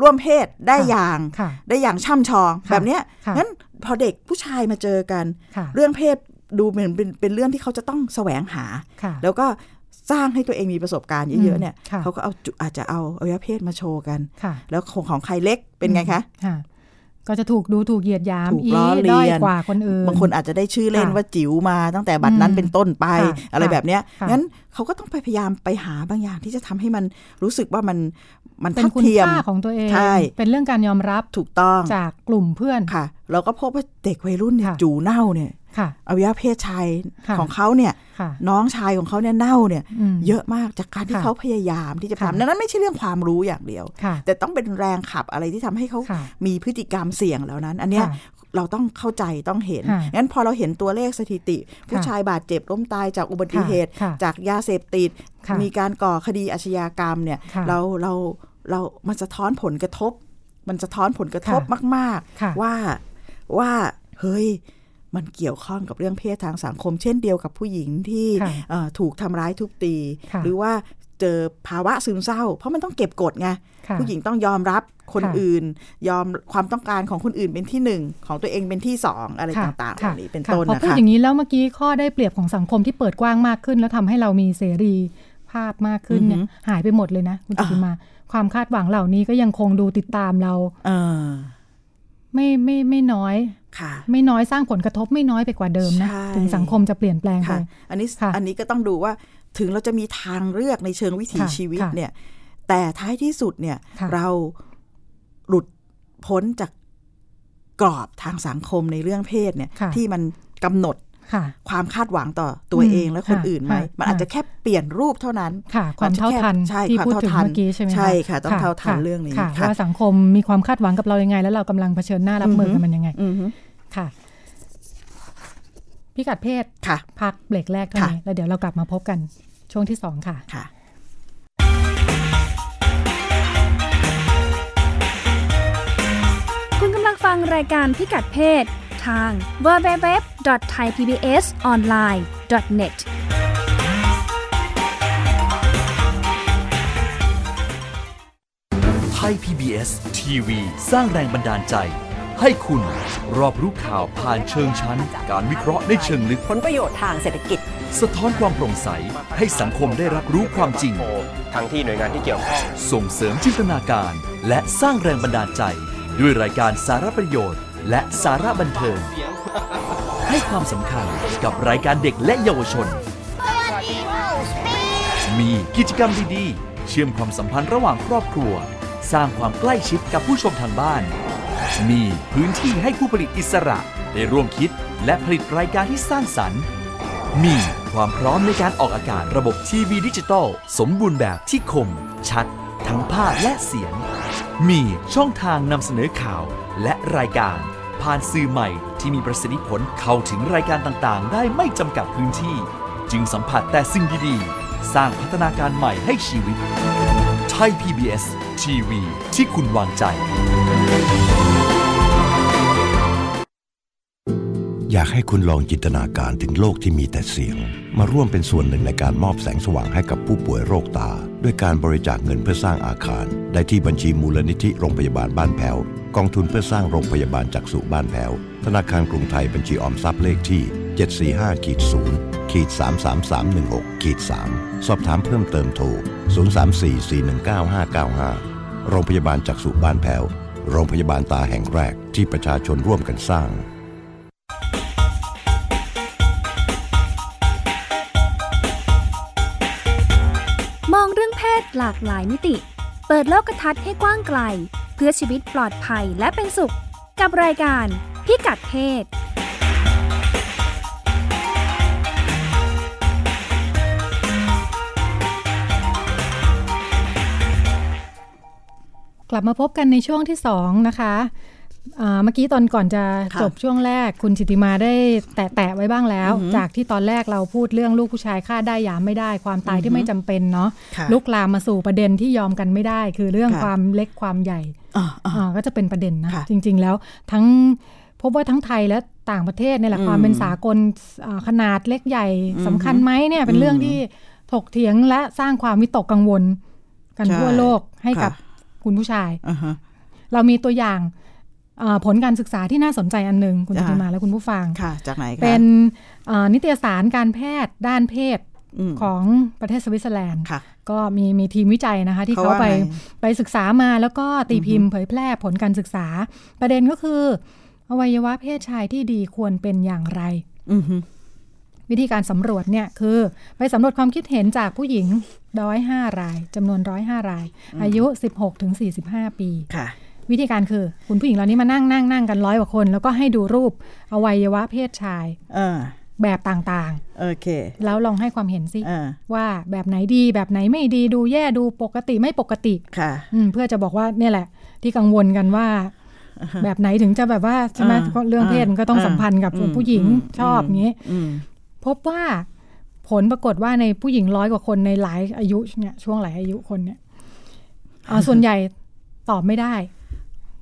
[SPEAKER 3] ร่วมเพศได้
[SPEAKER 2] ค่ะ
[SPEAKER 3] อย่าง
[SPEAKER 2] ค่ะ
[SPEAKER 3] ได้อย่างช่ำชอง
[SPEAKER 2] ค่ะ
[SPEAKER 3] แบบเนี้ย
[SPEAKER 2] ค่ะ
[SPEAKER 3] งั้นพอเด็กผู้ชายมาเจอกัน
[SPEAKER 2] ค่ะ
[SPEAKER 3] เรื่องเพศดูเหมือนเป็นเป็นเรื่องที่เขาจะต้องแสวงหา
[SPEAKER 2] ค่ะ
[SPEAKER 3] แล้วก็สร้างให้ตัวเองมีประสบการณ์เยอะ
[SPEAKER 2] อื
[SPEAKER 3] ๆ
[SPEAKER 2] ม
[SPEAKER 3] เนี่ย
[SPEAKER 2] ค่ะ
[SPEAKER 3] เขาก็เอาจุอาจจะเอาอวัยวะเพศมาโชว์กัน
[SPEAKER 2] ค่ะ
[SPEAKER 3] แล้วของของใครเล็กเป็นไงคะ
[SPEAKER 2] ค่ะ ก็จะถูกดูถูกเหยียดหยาม
[SPEAKER 3] ถูกล้อเลียน
[SPEAKER 2] ด้อยกว่าคนอื่น
[SPEAKER 3] บางคนอาจจะได้ชื่อเล่น
[SPEAKER 2] ค่ะ
[SPEAKER 3] ว่าจิ๋วมาตั้งแต่บัตรนั้น
[SPEAKER 2] อืม
[SPEAKER 3] เป็นต้นไป
[SPEAKER 2] ค่ะ
[SPEAKER 3] อะไรแบบเนี้ย
[SPEAKER 2] ค่ะ
[SPEAKER 3] งั้นเขาก็ต้องไปพยายามไปหาบางอย่างที่จะทำให้มันรู้สึกว่ามันมัน
[SPEAKER 2] เป็
[SPEAKER 3] ทั
[SPEAKER 2] น
[SPEAKER 3] ด
[SPEAKER 2] คุณ
[SPEAKER 3] เทียม
[SPEAKER 2] ค่าของตัวเอง
[SPEAKER 3] ใช่
[SPEAKER 2] เป็นเรื่องการยอมรับ
[SPEAKER 3] ถูกต้อง
[SPEAKER 2] จากกลุ่มเพื่อน
[SPEAKER 3] ค่ะ เราก็พบว่าเด็กวัยรุ่นเนี่ย
[SPEAKER 2] ค่ะ
[SPEAKER 3] จูเน่าเนี่ย
[SPEAKER 2] ค่ะ
[SPEAKER 3] อวัยวะเพศชาย
[SPEAKER 2] ค่ะ
[SPEAKER 3] ของเขาเนี่ย
[SPEAKER 2] ค่ะ
[SPEAKER 3] น้องชายของเขาเนี่ยเน่าเนี่ย
[SPEAKER 2] ม
[SPEAKER 3] เยอะมากจากการที่
[SPEAKER 2] ค่ะ
[SPEAKER 3] เขาพยายามที่จะ
[SPEAKER 2] ค่ะ
[SPEAKER 3] ทำดังนั้นไม่ใช่เรื่องความรู้อย่างเดียว
[SPEAKER 2] ค่ะ
[SPEAKER 3] แต่ต้องเป็นแรงขับอะไรที่ทำให้เขา
[SPEAKER 2] ค่ะ
[SPEAKER 3] มีพฤติกรรมเสี่ยงเหล่านั้น อันเนี้ย
[SPEAKER 2] ค่ะ
[SPEAKER 3] เราต้องเข้าใจต้องเห็น
[SPEAKER 2] ค่ะ
[SPEAKER 3] งั้นพอเราเห็นตัวเลขสถิติ ผู้ชายบาดเจ็บล้มตายจากอุบัติเหตุ
[SPEAKER 2] ค่ะ
[SPEAKER 3] จากยาเสพติด
[SPEAKER 2] ค่ะ
[SPEAKER 3] มีการก่อคดีอาชญากรรมเนี่ย
[SPEAKER 2] ค่ะ
[SPEAKER 3] เราเราเรามันสะท้อนผลกระทบ มันสะท้อนผลกระทบ
[SPEAKER 2] ค่ะ
[SPEAKER 3] มาก
[SPEAKER 2] ค่ะ
[SPEAKER 3] ๆ ว่าว่าเฮ้ยมันเกี่ยวข้องกับเรื่องเพศทางสังคม เช่นเดียวกับผู้หญิงที่
[SPEAKER 2] ค่ะ
[SPEAKER 3] เอ่อถูกทำร้ายทุบตี
[SPEAKER 2] ค่ะ
[SPEAKER 3] หรือว่าเจอภาวะซึมเศร้า เพราะมันต้องเก็บกดไง
[SPEAKER 2] ค่ะ
[SPEAKER 3] ผู้หญิงต้องยอมรับคน
[SPEAKER 2] ค่ะ
[SPEAKER 3] อื่น ยอมความต้องการของคนอื่นเป็นที่หนึ่งของตัวเองเป็นที่สองอะไร
[SPEAKER 2] ค่ะ
[SPEAKER 3] ต่างๆเห
[SPEAKER 2] ค่ะ
[SPEAKER 3] ล่านี้เป็น
[SPEAKER 2] ค่ะ
[SPEAKER 3] ต้น
[SPEAKER 2] พอ
[SPEAKER 3] นะ
[SPEAKER 2] พูด
[SPEAKER 3] คะ
[SPEAKER 2] อย่างนี้แล้วเมื่อกี้ข้อได้เปรียบของสังคมที่เปิดกว้างมากขึ้น แล้วทำให้เรามีเสรีภาพมากขึ้นเนี่ยหายไปหมดเลยนะคุณจิติมา ความคาดหวังเหล่านี้ก็ยังคงดูติดตามเรา
[SPEAKER 3] เออ
[SPEAKER 2] ไม่ไม่ไม่น้อย
[SPEAKER 3] ค่ะ
[SPEAKER 2] ไม่น้อยสร้างผลกระทบไม่น้อยไปกว่าเดิมนะ
[SPEAKER 3] ใช่
[SPEAKER 2] ถึงสังคมจะเปลี่ยนแปลงไป
[SPEAKER 3] ค่ะ อันนี้
[SPEAKER 2] ค่ะ
[SPEAKER 3] อันนี้ก็ต้องดูว่าถึงเราจะมีทางเลือกในเชิงวิถี
[SPEAKER 2] ค่ะ
[SPEAKER 3] ชีวิต
[SPEAKER 2] ค่ะ
[SPEAKER 3] เนี่ย แต่ท้ายที่สุดเนี่ย
[SPEAKER 2] ค่ะ
[SPEAKER 3] เราหลุดพ้นจากกรอบทางสังคมในเรื่องเพศเนี่ย
[SPEAKER 2] ค่ะ
[SPEAKER 3] ที่มันกำหนด
[SPEAKER 2] ค่ะ
[SPEAKER 3] ความคาดหวังต่อตัว
[SPEAKER 2] อืม
[SPEAKER 3] เองและคน
[SPEAKER 2] ค่ะ
[SPEAKER 3] อื่นไหม
[SPEAKER 2] ค่ะ
[SPEAKER 3] มันอาจ
[SPEAKER 2] ค่ะ
[SPEAKER 3] จะแค่เปลี่ยนรูปเท่านั้น
[SPEAKER 2] ค่ะ ความเท่าทัน
[SPEAKER 3] ใช่
[SPEAKER 2] ที่
[SPEAKER 3] ความ
[SPEAKER 2] พูดถึง
[SPEAKER 3] เท่าทัน
[SPEAKER 2] เมื่อกี้ใช่ไหม
[SPEAKER 3] ใช่ค่ะต้องเท่าทันเรื่องนี้
[SPEAKER 2] ค่ะ
[SPEAKER 3] ค่ะ
[SPEAKER 2] ว่าสังคมมีความคาดหวังกับเรายังไง แล้วเรากำลังเผชิญหน้ารับมืออ
[SPEAKER 3] อฮึ
[SPEAKER 2] กับมันยังไง
[SPEAKER 3] อือฮึ
[SPEAKER 2] ค่ะ พิกัดเพศ
[SPEAKER 3] ค่ะ
[SPEAKER 2] พักเบรกแรกเท่า
[SPEAKER 3] ค่ะ
[SPEAKER 2] นี้ แล้วเดี๋ยวเรากลับมาพบกันช่วงที่ 2 ค่ะ
[SPEAKER 3] ค่ะ
[SPEAKER 1] คุณกำลังฟังรายการพิกัดเพศ ทาง www.thaipbsonline.net
[SPEAKER 4] ไทย PBS TV สร้างแรงบันดาลใจ ให้คุณรอบรู้ข่าวผ่านเชิงชั้น การวิเคราะห์ในเชิงลึก
[SPEAKER 5] ผลประโยชน์ทางเศรษฐกิจ
[SPEAKER 4] สะท้อนความโปร่งใสให้สังคมได้รับรู้ความจริง
[SPEAKER 5] ทั้งที่หน่วยงานที่เกี่ยวข้อง
[SPEAKER 4] ส่งเสริมจินตนาการ และสร้างแรงบันดาลใจ ด้วยรายการสารประโยชน์ และสาระบันเทิง ให้ความสำคัญกับรายการเด็กและเยาวชน มีกิจกรรมดีๆ เชื่อมความสัมพันธ์ระหว่างครอบครัว สร้างความใกล้ชิดกับผู้ชมทางบ้าน มีพื้นที่ให้ผู้ผลิตอิสระได้ร่วมคิด และผลิตรายการที่สร้างสรรค์ มีความพร้อมในการออกอากาศระบบทีวีดิจิตอลสมบูรณ์แบบที่คม ชัด ทั้งภาพและเสียง มีช่องทางนำเสนอข่าวและรายการ ผ่านสื่อใหม่ที่มีประสิทธิผลเข้าถึงรายการต่างๆ ได้ไม่จำกัดพื้นที่ จึงสัมผัสแต่สิ่งดีๆ สร้างพัฒนาการใหม่ให้ชีวิต ไทย PBS ทีวีที่คุณวางใจ
[SPEAKER 6] อยากให้คุณลองจินตนาการถึงโลกที่มีแต่เสียง มาร่วมเป็นส่วนหนึ่งในการมอบแสงสว่างให้กับผู้ป่วยโรคตา ด้วยการบริจาคเงินเพื่อสร้างอาคาร ได้ที่บัญชีมูลนิธิโรงพยาบาลบ้านแพ้ว กองทุนเพื่อสร้างโรงพยาบาลจักษุบ้านแพ้ว ธนาคารกรุงไทยบัญชีออมทรัพย์เลขที่ 745ขีด0ขีด33316ขีด3สอบถามเพิ่มเติมโทร 0344195595 โรงพยาบาลจักษุบ้านแพ้ว โรงพยาบาลตาแห่งแรกที่ประชาชนร่วมกันสร้าง
[SPEAKER 1] มองเรื่องเพศหลากหลายมิติ เปิดโลกทัศน์ให้กว้างไกล เพื่อชีวิตปลอดภัยและเป็นสุข กับรายการพิกัดเพศ
[SPEAKER 2] กลับมาพบกันในช่วงที่ 2 นะคะอ่าเมื่อกี้ตอนก่อนจะ
[SPEAKER 3] ค่ะ
[SPEAKER 2] จบช่วงแรก คุณจิติมาได้แตะแตะไว้บ้างแล้ว จากที่ตอนแรกเราพูดเรื่องลูกผู้ชายฆ่าได้หยามไม่ได้ ความตายที่ไม่จำเป็นเนาะ
[SPEAKER 3] ค่ะ
[SPEAKER 2] ลุกลามมาสู่ประเด็นที่ยอมกันไม่ได้ คือเรื่อง
[SPEAKER 3] ค่ะ
[SPEAKER 2] ความเล็กความใหญ่
[SPEAKER 3] อ่าอ่า
[SPEAKER 2] อ่าก็จะเป็นประเด็นนะ
[SPEAKER 3] ค่ะ
[SPEAKER 2] จริง ๆ แล้วทั้งพบว่าทั้งไทยและต่างประเทศเนี่ยแหละ
[SPEAKER 3] อืม
[SPEAKER 2] ความเป็นสากลอ่าขนาดเล็กใหญ่
[SPEAKER 3] อืม
[SPEAKER 2] สำคัญไหมเนี่ยเป็นเรื่องที่ถกเถียงและสร้างความวิตกกังวล กัน
[SPEAKER 3] ใช่
[SPEAKER 2] ทั่วโลกให้กับ
[SPEAKER 3] ค่ะ
[SPEAKER 2] คุณผู้ชาย
[SPEAKER 3] อ่าฮะ
[SPEAKER 2] เรามีตัวอย่างอ่าผลการศึกษาที่น่าสนใจอันหนึ่งคุณจิ
[SPEAKER 3] อ่า
[SPEAKER 2] ติมาและคุณผู้ฟัง
[SPEAKER 3] ค่ะ จากไหนคะ
[SPEAKER 2] เป็นอ่านิตยสารการแพทย์ด้านเพศ
[SPEAKER 3] ม
[SPEAKER 2] ของประเทศสวิตเซอร์แลนด์
[SPEAKER 3] ค่ะ
[SPEAKER 2] ก็มีมีทีมวิจัยนะคะ ที่
[SPEAKER 3] เขา
[SPEAKER 2] เขา
[SPEAKER 3] ว่า
[SPEAKER 2] ไป
[SPEAKER 3] ไง
[SPEAKER 2] ไปศึกษามาแล้วก็ตีพิมพ์เผยแพร่ผลการศึกษา ประเด็นก็คือ อวัยวะเพศชายที่ดีควรเป็นอย่างไร
[SPEAKER 3] อือฮึ
[SPEAKER 2] วิธีการสำรวจเนี่ยคือไปสำรวจความคิดเห็นจากผู้หญิงร้อยห้ารายจำนวนร้อยห้าราย อายุ 16ถึง45 ปี
[SPEAKER 3] ค่ะ
[SPEAKER 2] วิธีการคือ คุณผู้หญิงเหล่านี้มานั่งนั่งนั่งกันร้อยกว่าคน แล้วก็ให้ดูรูปอวัยวะเพศชาย
[SPEAKER 3] เออ
[SPEAKER 2] แบบต่าง
[SPEAKER 3] โอเค
[SPEAKER 2] ๆ แล้วลองให้ความเห็นสิ
[SPEAKER 3] เอ่า
[SPEAKER 2] ว่าแบบไหนดีแบบไหนไม่ดีดูแย่ดูปกติไม่ปกติ
[SPEAKER 3] ค่ะ
[SPEAKER 2] อืมเพื่อจะบอกว่าเนี่ยแหละ ที่กังวลกัน ว่า แบบไหนถึงจะแบบว่าใช่ไหม
[SPEAKER 3] อ่า
[SPEAKER 2] เพราะเรื่องเพศมันก็ต้อง
[SPEAKER 3] อ่า
[SPEAKER 2] สัมพันธ์กับ
[SPEAKER 3] อืม
[SPEAKER 2] ผู้หญิง
[SPEAKER 3] อืม
[SPEAKER 2] ชอบอย่างนี้
[SPEAKER 3] อืม
[SPEAKER 2] พบว่าผลปรากฏว่าในผู้หญิงร้อยกว่าคนในหลายอายุเนี่ยช่วงหลายอายุคน เนี่ยอ่าส่วนใหญ่ตอบไม่ได้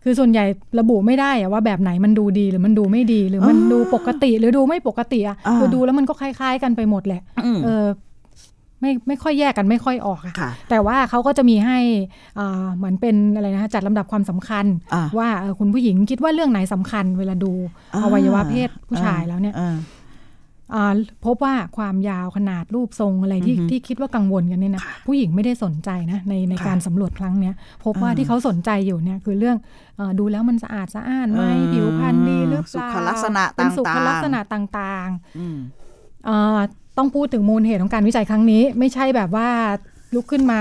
[SPEAKER 2] คือส่วนใหญ่ระบุไม่ได้อะว่าแบบไหนมันดูดีหรือมันดูไม่ดี หรือมันดูปกติหรือดูไม่ปกติอะ
[SPEAKER 3] อ่า
[SPEAKER 2] คือดูแล้วมันก็คล้าย ๆ กันไปหมดแหละ
[SPEAKER 3] อืม
[SPEAKER 2] เออไม่ไม่ค่อยแยกกันไม่ค่อยออกอะ
[SPEAKER 3] ค่ะ
[SPEAKER 2] แต่ว่าเขาก็จะมีให้อ่าเหมือนเป็นอะไรนะจัดลำดับความสำคัญ
[SPEAKER 3] อ่า
[SPEAKER 2] ว่าเออคุณผู้หญิงคิดว่าเรื่องไหนสำคัญ เวลาดู
[SPEAKER 3] อ่า
[SPEAKER 2] อวัยวะเพศผู้ชายแล้วเนี่ย
[SPEAKER 3] เออ
[SPEAKER 2] อ่าพบว่าความยาวขนาดรูปทรงอะไรที่
[SPEAKER 3] อือฮึ
[SPEAKER 2] ที่คิดว่ากังวลกันเนี่ยนะผู้หญิงไม่ได้สนใจนะในใน
[SPEAKER 3] ค่ะ
[SPEAKER 2] การสำรวจครั้งเนี้ยพบว่า
[SPEAKER 3] อ่า
[SPEAKER 2] ที่เขาสนใจอยู่เนี่ยคือเรื่องเออดูแล้วมันสะอาดสะอ้านไหมผิวพรรณดีหรือเป
[SPEAKER 3] สุ
[SPEAKER 2] ล่า
[SPEAKER 3] ขลักษณะ
[SPEAKER 2] เป็
[SPEAKER 3] ต่าง
[SPEAKER 2] น
[SPEAKER 3] ๆ
[SPEAKER 2] สุขลักษณะต่างๆ
[SPEAKER 3] อืม
[SPEAKER 2] เอ่อต้องพูดถึงมูลเหตุของการวิจัยครั้งนี้ ไม่ใช่แบบว่าลุกขึ้นมา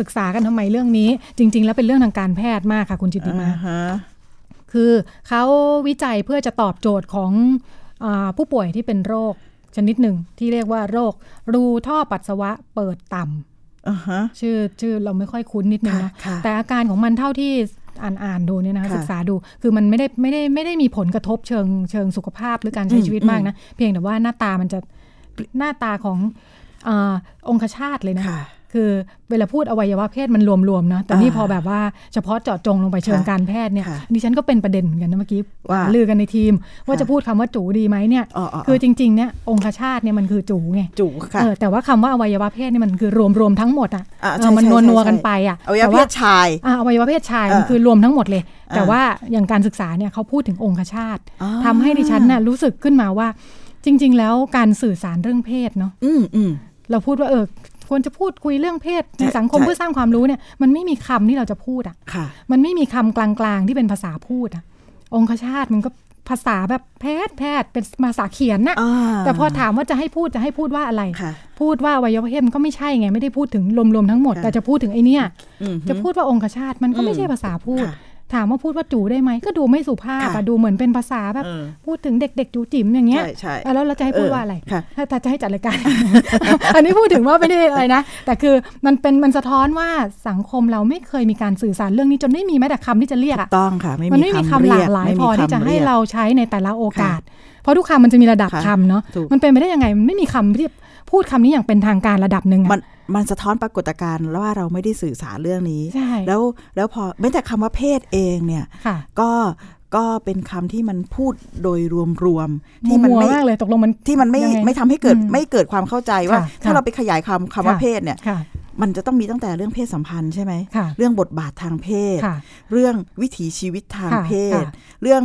[SPEAKER 2] ศึกษากันทำไมเรื่องนี้ จริง ๆ แล้วเป็นเรื่องทางการแพทย์มากค่ะคุณจิตติมา
[SPEAKER 3] อ่าฮะ
[SPEAKER 2] คือเขาวิจัยเพื่อจะตอบโจทย์ของอาผู้ป่วยที่เป็นโรคชนิดหนึ่งที่เรียกว่าโรค รูท่อปัสสาวะเปิดต่ำ
[SPEAKER 3] อ่าฮะ
[SPEAKER 2] ชื่อชื่อเราไม่ค่อยคุ้นนิดนึง
[SPEAKER 3] ค่ะ
[SPEAKER 2] นะ
[SPEAKER 3] ค่ะ
[SPEAKER 2] แต่อาการของมันเท่าที่อ่านอ่านดูเนี่ยนะคะ
[SPEAKER 3] ค่ะ
[SPEAKER 2] ศึกษาดูคือมันไม่ได้ไม่ได้ไม่ได้มีผลกระทบเชิงเชิงสุขภาพหรือการใช้
[SPEAKER 3] อืม
[SPEAKER 2] ชีวิตมากนะเพียงแต่ว่าหน้าตามันจะหน้าตาของอาองคชาตเลยนะ
[SPEAKER 3] ค่ะ
[SPEAKER 2] คือเวลาพูดอวัยวะเพศมันรวมๆนะแต่นี่
[SPEAKER 3] อ่า
[SPEAKER 2] พอแบบว่าเฉพาะเจาะจงลงไปเชิง
[SPEAKER 3] ค่ะ
[SPEAKER 2] การแพทย์เนี่ย
[SPEAKER 3] ค่ะ
[SPEAKER 2] ดิฉันก็เป็นประเด็นเหมือนกันนะเมื่อกี้
[SPEAKER 3] ว่า
[SPEAKER 2] หาลือกันในทีม ว่า
[SPEAKER 3] ค่ะ
[SPEAKER 2] จะพูดคำว่าจูดีไหมเนี่ย
[SPEAKER 3] อ๋ออ๋อ
[SPEAKER 2] คือจริงๆเนี่ยองคชาตเนี่ยมันคือจูไง
[SPEAKER 3] จูค่ะ
[SPEAKER 2] เออแต่ว่าคำว่าอวัยวะเพศเนี่ยมันคือรวมๆทั้งหมดอ่ะ
[SPEAKER 3] อ่าใช่
[SPEAKER 2] เออมัน
[SPEAKER 3] ใช่ใช่
[SPEAKER 2] นัวๆ
[SPEAKER 3] ใช่
[SPEAKER 2] กันไปอ่ะ
[SPEAKER 3] เอายา
[SPEAKER 2] แต่
[SPEAKER 3] เพ
[SPEAKER 2] ว่า
[SPEAKER 3] ศชาย
[SPEAKER 2] อ่าอวัยวะเพศชาย
[SPEAKER 3] เออ
[SPEAKER 2] มันคือรวมทั้งหมดเลย แต่
[SPEAKER 3] อ่า
[SPEAKER 2] ว่าอย่างการศึกษาเนี่ยเขาพูดถึงองคชาต
[SPEAKER 3] อ่า
[SPEAKER 2] ทำให้ดิฉันน่ะรู้สึกขึ้นมาว่า จริง ๆ แล้วการสื่อสารเรื่องเพศเนาะ
[SPEAKER 3] อืมอืม
[SPEAKER 2] เราพูดว่าเออควรจะพูดคุยเรื่องเพศในสังคม
[SPEAKER 3] ใช่
[SPEAKER 2] เพื่อสร้างความรู้เนี่ยมันไม่มีคำที่เราจะพูดอ่ะ
[SPEAKER 3] ค่ะ
[SPEAKER 2] มันไม่มีคำกลางๆที่เป็นภาษาพูดอ่ะ องคชาตมันก็ภาษาแบบแพทย์แพทย์เป็นภาษาเขียนน่ะ
[SPEAKER 3] อ่า
[SPEAKER 2] แต่พอถามว่าจะให้พูดจะให้พูดว่าอะไร
[SPEAKER 3] ค่ะ
[SPEAKER 2] พูดว่าอวัยวะเพศมันก็ไม่ใช่ไงไม่ได้พูดถึงรวมๆทั้งหมด
[SPEAKER 3] ค่ะ
[SPEAKER 2] แต่จะพูดถึงไอเนี่ย
[SPEAKER 3] อือฮึ
[SPEAKER 2] จะพูดว่าองคชาตมันก็ไม่ใช่ภาษาพูด
[SPEAKER 3] ค่ะ
[SPEAKER 2] ถามว่าพูดว่าจูได้ไหมก็ดูไม่สุภาพอะ
[SPEAKER 3] ค่ะ
[SPEAKER 2] ดูเหมือนเป็นภาษาแบบ
[SPEAKER 3] เออ
[SPEAKER 2] พูดถึงเด็กๆจูจิ๋มอย่างเงี้ย
[SPEAKER 3] ใช่ใช่
[SPEAKER 2] อ่ะแล้วเราจะให้พูด
[SPEAKER 3] เออ
[SPEAKER 2] ว่าอะไร
[SPEAKER 3] ค่ะ
[SPEAKER 2] ถ้าถ้าจะให้จัดรายการ อันนี้พูดถึงว่าไม่ได้อะไรนะ แต่คือมันเป็นมันสะท้อนว่าสังคมเราไม่เคยมีการสื่อสารเรื่องนี้จนไม่มีแม้แต่คำที่จะเรียกอะ
[SPEAKER 3] ต้องค่ะ ไม่
[SPEAKER 2] มันไม่มีคำหลากหลาย
[SPEAKER 3] เรี
[SPEAKER 2] พอที่จะ
[SPEAKER 3] ไม่มีคำ
[SPEAKER 2] ให้
[SPEAKER 3] ยก
[SPEAKER 2] เราใช้ในแต่ละโอกาส เพราะทุกคำมันจะมีระดับ
[SPEAKER 3] ค่ะ
[SPEAKER 2] คำเนาะ
[SPEAKER 3] ถูก
[SPEAKER 2] มันเป็นไปได้ยังไง มันไม่มีคำที่พูดคำนี้อย่างเป็นทางการระดับหนึ่งอะ
[SPEAKER 3] มันมันสะท้อนปรากฏการณ์ว่าเราไม่ได้สื่อสารเรื่องนี้
[SPEAKER 2] ใช่
[SPEAKER 3] แล้วแล้วพอแม้แต่คำว่าเพศเองเนี่ย
[SPEAKER 2] ค่ะ
[SPEAKER 3] ก็ก็เป็นคำที่มันพูดโดยรวมๆ
[SPEAKER 2] มั
[SPEAKER 3] ที่
[SPEAKER 2] ว
[SPEAKER 3] มัน
[SPEAKER 2] มัว
[SPEAKER 3] ไม่
[SPEAKER 2] มากเลยตกลงมัน
[SPEAKER 3] ที่มันไม่
[SPEAKER 2] ยังไง
[SPEAKER 3] ไม่ทำให้เกิด
[SPEAKER 2] อืม
[SPEAKER 3] ไม่เกิดความเข้าใจว่า
[SPEAKER 2] ค่ะ
[SPEAKER 3] ถ้า
[SPEAKER 2] ค่ะ
[SPEAKER 3] เราไปขยายคำคำว่า
[SPEAKER 2] ค่ะ
[SPEAKER 3] เพศเนี่ย
[SPEAKER 2] ค่ะ
[SPEAKER 3] มันจะต้องมีตั้งแต่เรื่องเพศสัมพันธ์ใช่ไหม
[SPEAKER 2] ค่ะ
[SPEAKER 3] เรื่องบทบาททางเพศ
[SPEAKER 2] ค่ะ
[SPEAKER 3] เรื่องวิถีชีวิตทาง
[SPEAKER 2] ค่ะ
[SPEAKER 3] เพศ
[SPEAKER 2] ค่ะ
[SPEAKER 3] เรื่อง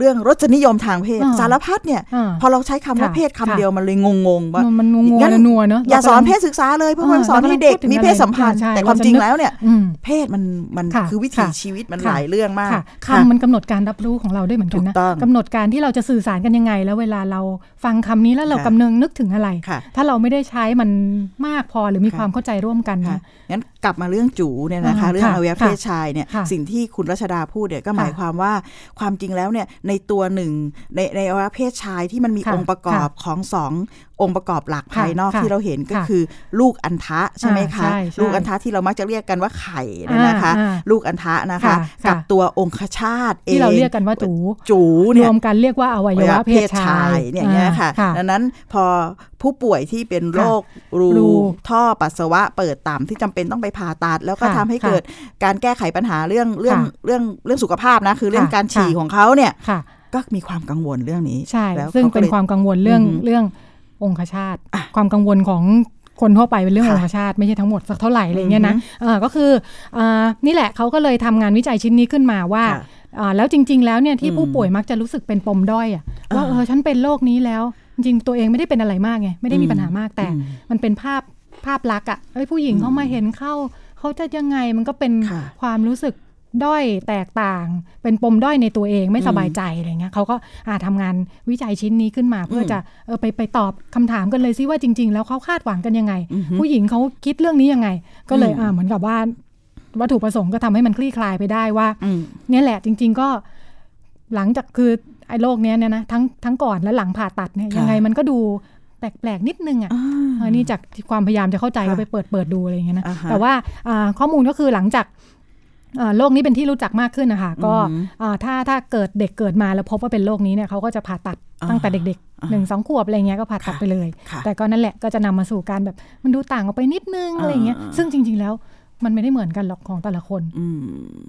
[SPEAKER 3] เรื่องรสนิยมทางเพศ
[SPEAKER 2] อ่า
[SPEAKER 3] สารพัดเนี่ย
[SPEAKER 2] อ่า
[SPEAKER 3] พอเราใช้คำว่า
[SPEAKER 2] ค่ะ
[SPEAKER 3] เพศคำ
[SPEAKER 2] ค่ะ
[SPEAKER 3] เดียวมันเลยงงๆว่า
[SPEAKER 2] มันมันงัว
[SPEAKER 3] งั้น
[SPEAKER 2] นัวๆเนาะ
[SPEAKER 3] อย่าสอนเพศ
[SPEAKER 2] รากำลัง
[SPEAKER 3] ศึกษาเลยเพราะ
[SPEAKER 2] อ่า
[SPEAKER 3] มันสอนให้เด็ก
[SPEAKER 2] เรากำลังพูดถึง
[SPEAKER 3] มีเพศสัมพันธ์
[SPEAKER 2] อะไรใช่
[SPEAKER 3] แต่ความจริงแล้วเนี่ย
[SPEAKER 2] อืม
[SPEAKER 3] เพศมันมัน
[SPEAKER 2] ค่ะ
[SPEAKER 3] คือวิถี
[SPEAKER 2] ค่ะ
[SPEAKER 3] ชีวิตมัน
[SPEAKER 2] ค่ะ
[SPEAKER 3] หลายเรื่องมาก
[SPEAKER 2] ค่ะ
[SPEAKER 3] ค่ะ
[SPEAKER 2] คำมันกำหนดการรับรู้ของเราด้วยเหมือนกันนะ
[SPEAKER 3] ถูกต้อง
[SPEAKER 2] กำหนดการที่เราจะสื่อสารกันยังไง แล้วเวลาเราฟังคำนี้แล้วเรา
[SPEAKER 3] ค่ะ
[SPEAKER 2] กำเนึงนึกถึงอะไร
[SPEAKER 3] ค่ะ
[SPEAKER 2] ถ้าเราไม่ได้ใช้มันมากพอหรือมีความเข้าใจร่วมกัน
[SPEAKER 3] ค่ะ
[SPEAKER 2] นะ
[SPEAKER 3] งั้นกลับมาเรื่องจูเนี่ยนะคะ
[SPEAKER 2] อ่า
[SPEAKER 3] เรื่อง
[SPEAKER 2] ค่ะ
[SPEAKER 3] อวัยวะเพศชายเนี่ย
[SPEAKER 2] ค่ะ
[SPEAKER 3] สิ่งที่คุณรัชดาพูดเนี่ยก็หมาย
[SPEAKER 2] ค่ะ
[SPEAKER 3] ความว่าความจริงแล้วเนี่ยในตัวหนึ่งในในอวัยวะเพศชายที่มันมี
[SPEAKER 2] ค่ะ
[SPEAKER 3] องค์ประกอบของสององค์ประกอบหลัก
[SPEAKER 2] ค่ะ
[SPEAKER 3] ภายนอก
[SPEAKER 2] ค่ะ
[SPEAKER 3] ที่เราเห็นก็
[SPEAKER 2] ค่ะ
[SPEAKER 3] คือลูกอัณฑะใช่ไหมคะ
[SPEAKER 2] อ่าใช่ใช่
[SPEAKER 3] ลูกอัณฑะที่เรามักจะเรียกกันว่าไข่เนี่ยนะคะ
[SPEAKER 2] อ่าอ่า
[SPEAKER 3] ลูกอัณฑะนะคะ
[SPEAKER 2] ค่ะ
[SPEAKER 3] กับ
[SPEAKER 2] ค่ะ
[SPEAKER 3] ตัวองคชาตเอง
[SPEAKER 2] ที่เราเรียกกันว่าจู
[SPEAKER 3] จู
[SPEAKER 2] ร
[SPEAKER 3] เนี่ย
[SPEAKER 2] วมกันเรียกว่าอวัยวะเพศชาย
[SPEAKER 3] เนี่ยอย่างเงี้ย
[SPEAKER 2] อ่า
[SPEAKER 3] ค่ะ ดังนั้นพอผู้ป่วยที่เป็นโรครู
[SPEAKER 2] รู
[SPEAKER 3] ท่อปัสสาวะเปิดต่ำที่จำเป็นต้องไปผ่าตัด แล้วก็
[SPEAKER 2] ค่ะ
[SPEAKER 3] ทำให้เกิดการแก้ไขปัญหาเรื่องเรื่อง
[SPEAKER 2] ค่ะ
[SPEAKER 3] เรื่องเรื่องสุขภาพนะ คือเรื่อง
[SPEAKER 2] ค่ะ
[SPEAKER 3] การฉี่
[SPEAKER 2] ค่ะ
[SPEAKER 3] ของเขาเนี่ย
[SPEAKER 2] ค่ะ
[SPEAKER 3] ก็มีความกังวลเรื่องนี้
[SPEAKER 2] ใช่
[SPEAKER 3] แล้ว
[SPEAKER 2] ซึ่ง
[SPEAKER 3] ขก็
[SPEAKER 2] เป็น
[SPEAKER 3] ลย
[SPEAKER 2] ความกังวลเรื่อง
[SPEAKER 3] อือหือ
[SPEAKER 2] เรื่ององคชาตความกังวลของคนทั่วไปเป็นเรื่อง
[SPEAKER 3] ค่ะ
[SPEAKER 2] องคชาตไม่ใช่ทั้งหมดสักเท่าไหร่อะไรเงี้ยนะเออก็คืออ่านี่แหละเขาก็เลยทำงานวิจัยชิ้นนี้ขึ้นมาว่า
[SPEAKER 3] ค่ะ
[SPEAKER 2] อ่าแล้วจริง ๆ แล้วเนี่ยที่
[SPEAKER 3] อืม
[SPEAKER 2] ผู้ป่วยมักจะรู้สึกเป็นปมด้อยอะว่า
[SPEAKER 3] อ่า
[SPEAKER 2] เออฉันเป็นโรคนี้แล้ว จริงๆตัวเองไม่ได้เป็นอะไรมากไงไม่ได้มี
[SPEAKER 3] อืม
[SPEAKER 2] ปัญหามากแต่
[SPEAKER 3] อืม
[SPEAKER 2] มันเป็นภาพภาพลักษณ์อะเอ้ยผู้หญิงเขามาเห็นเข้าเขาจะยังไงมันก็เป็น
[SPEAKER 3] ค่ะ
[SPEAKER 2] ความรู้สึก ด้อยแตกต่าง เป็นปมด้อยในตัวเองไม่สบายใจอะไรเงี้ยเขาก็อ่าทำงานวิจัยชิ้นนี้ขึ้นมา เพื่ออ
[SPEAKER 3] ม
[SPEAKER 2] จะเออไปไปตอบคำถามกันเลยซิว่าจริง ๆ แล้วเขาคาดหวังกันยังไง
[SPEAKER 3] อือฮึ
[SPEAKER 2] ผู้หญิงเขาคิดเรื่องนี้ยังไง ก็เลย
[SPEAKER 3] อืม
[SPEAKER 2] อ่าเหมือนกับว่าวัตถุประสงค์ก็ทำให้มันคลี่คลายไปได้ว่า
[SPEAKER 3] อืม
[SPEAKER 2] เนี่ยแหละจริง ๆ ก็หลังจากคือไอ้โรคเนี้ยเนี่ยนะทั้งทั้งก่อนและหลังผ่าตัดเนี่ย
[SPEAKER 3] ค่ะ
[SPEAKER 2] ยังไงมันก็ดูแปลกๆนิดนึงอ่ะ
[SPEAKER 3] อ่า
[SPEAKER 2] เออนี่จากที่ความพยายามจะเข้าใจ
[SPEAKER 3] ค่ะ
[SPEAKER 2] ก็ไปเปิดเปิดดูอะไรอย่างเงี้ยนะ
[SPEAKER 3] อ่าฮะ
[SPEAKER 2] แต่ว่าอ่าข้อมูลก็คือหลังจากอ่าโรคนี้เป็นที่รู้จักมากขึ้นนะคะก็
[SPEAKER 3] อือหืออ่
[SPEAKER 2] าถ้าถ้าเกิดเด็กเกิดมาแล้วพบว่าเป็นโรคนี้เนี่ยเขาก็จะผ่าตัด
[SPEAKER 3] อ่า
[SPEAKER 2] ตั้งแต่เด็ก
[SPEAKER 3] อ่า
[SPEAKER 2] ๆหนึ่งสองขวบอะไรเงี้ยก็ผ่าตัด
[SPEAKER 3] ค่ะ
[SPEAKER 2] ไปเลย
[SPEAKER 3] ค่ะ
[SPEAKER 2] แต่ก็นั่นแหละก็จะนำมาสู่การแบบมันดูต่างออกไปนิดนึงอะไรเงี้ย
[SPEAKER 3] อ่า
[SPEAKER 2] ซึ่งจริง ๆ แล้วมันไม่ได้เหมือนกันหรอกของแต่ละคน
[SPEAKER 3] อืม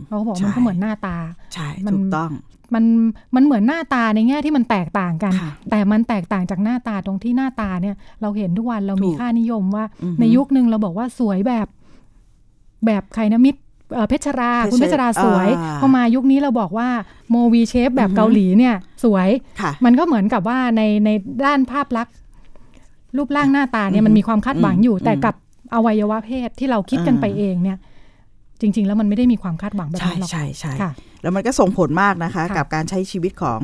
[SPEAKER 2] เขาก็บอกว่า
[SPEAKER 3] ใช่
[SPEAKER 2] มันก็เหมือนหน้าตา
[SPEAKER 3] ใช่
[SPEAKER 2] มัน
[SPEAKER 3] ถูกต้อง
[SPEAKER 2] มัน มันเหมือนหน้าตาในแง่ที่มันแตกต่างกัน
[SPEAKER 3] ค่ะ
[SPEAKER 2] แต่มันแตกต่างจากหน้าตาตรงที่หน้าตาเนี่ย เราเห็นทุกวันเรา
[SPEAKER 3] ถู
[SPEAKER 2] มี
[SPEAKER 3] ก
[SPEAKER 2] ค่านิยมว่า
[SPEAKER 3] อือฮึ
[SPEAKER 2] ในยุคหนึ่งเราบอกว่าสวยแบบ แบบใครนะมิตรเอ่อเพชรรา
[SPEAKER 3] เพชร
[SPEAKER 2] คุณเพชรราสวย
[SPEAKER 3] อ่า
[SPEAKER 2] พอมายุคนี้เราบอกว่าโมวีเชฟแบบ
[SPEAKER 3] อือฮึ
[SPEAKER 2] เกาหลีเนี่ย สวย
[SPEAKER 3] ค่ะ
[SPEAKER 2] มันก็เหมือนกับว่าในในด้านภาพลักษณ์รูปร่างหน้าตาเนี่ยมันมีความคาดหวังอยู่
[SPEAKER 3] อืม
[SPEAKER 2] แต่กับอวัยวะเพศที่เราคิดกัน
[SPEAKER 3] อ่า
[SPEAKER 2] ไปเองเนี่ย จริง ๆ แล้วมันไม่ได้มีความคาดหวังแบบ
[SPEAKER 3] ใช่
[SPEAKER 2] นั้นหรอก
[SPEAKER 3] ใช่ใช่
[SPEAKER 2] ค่ะ
[SPEAKER 3] แล้วมันก็ส่งผลมากนะคะ
[SPEAKER 2] ค่ะ
[SPEAKER 3] กับการใช้ชีวิตของ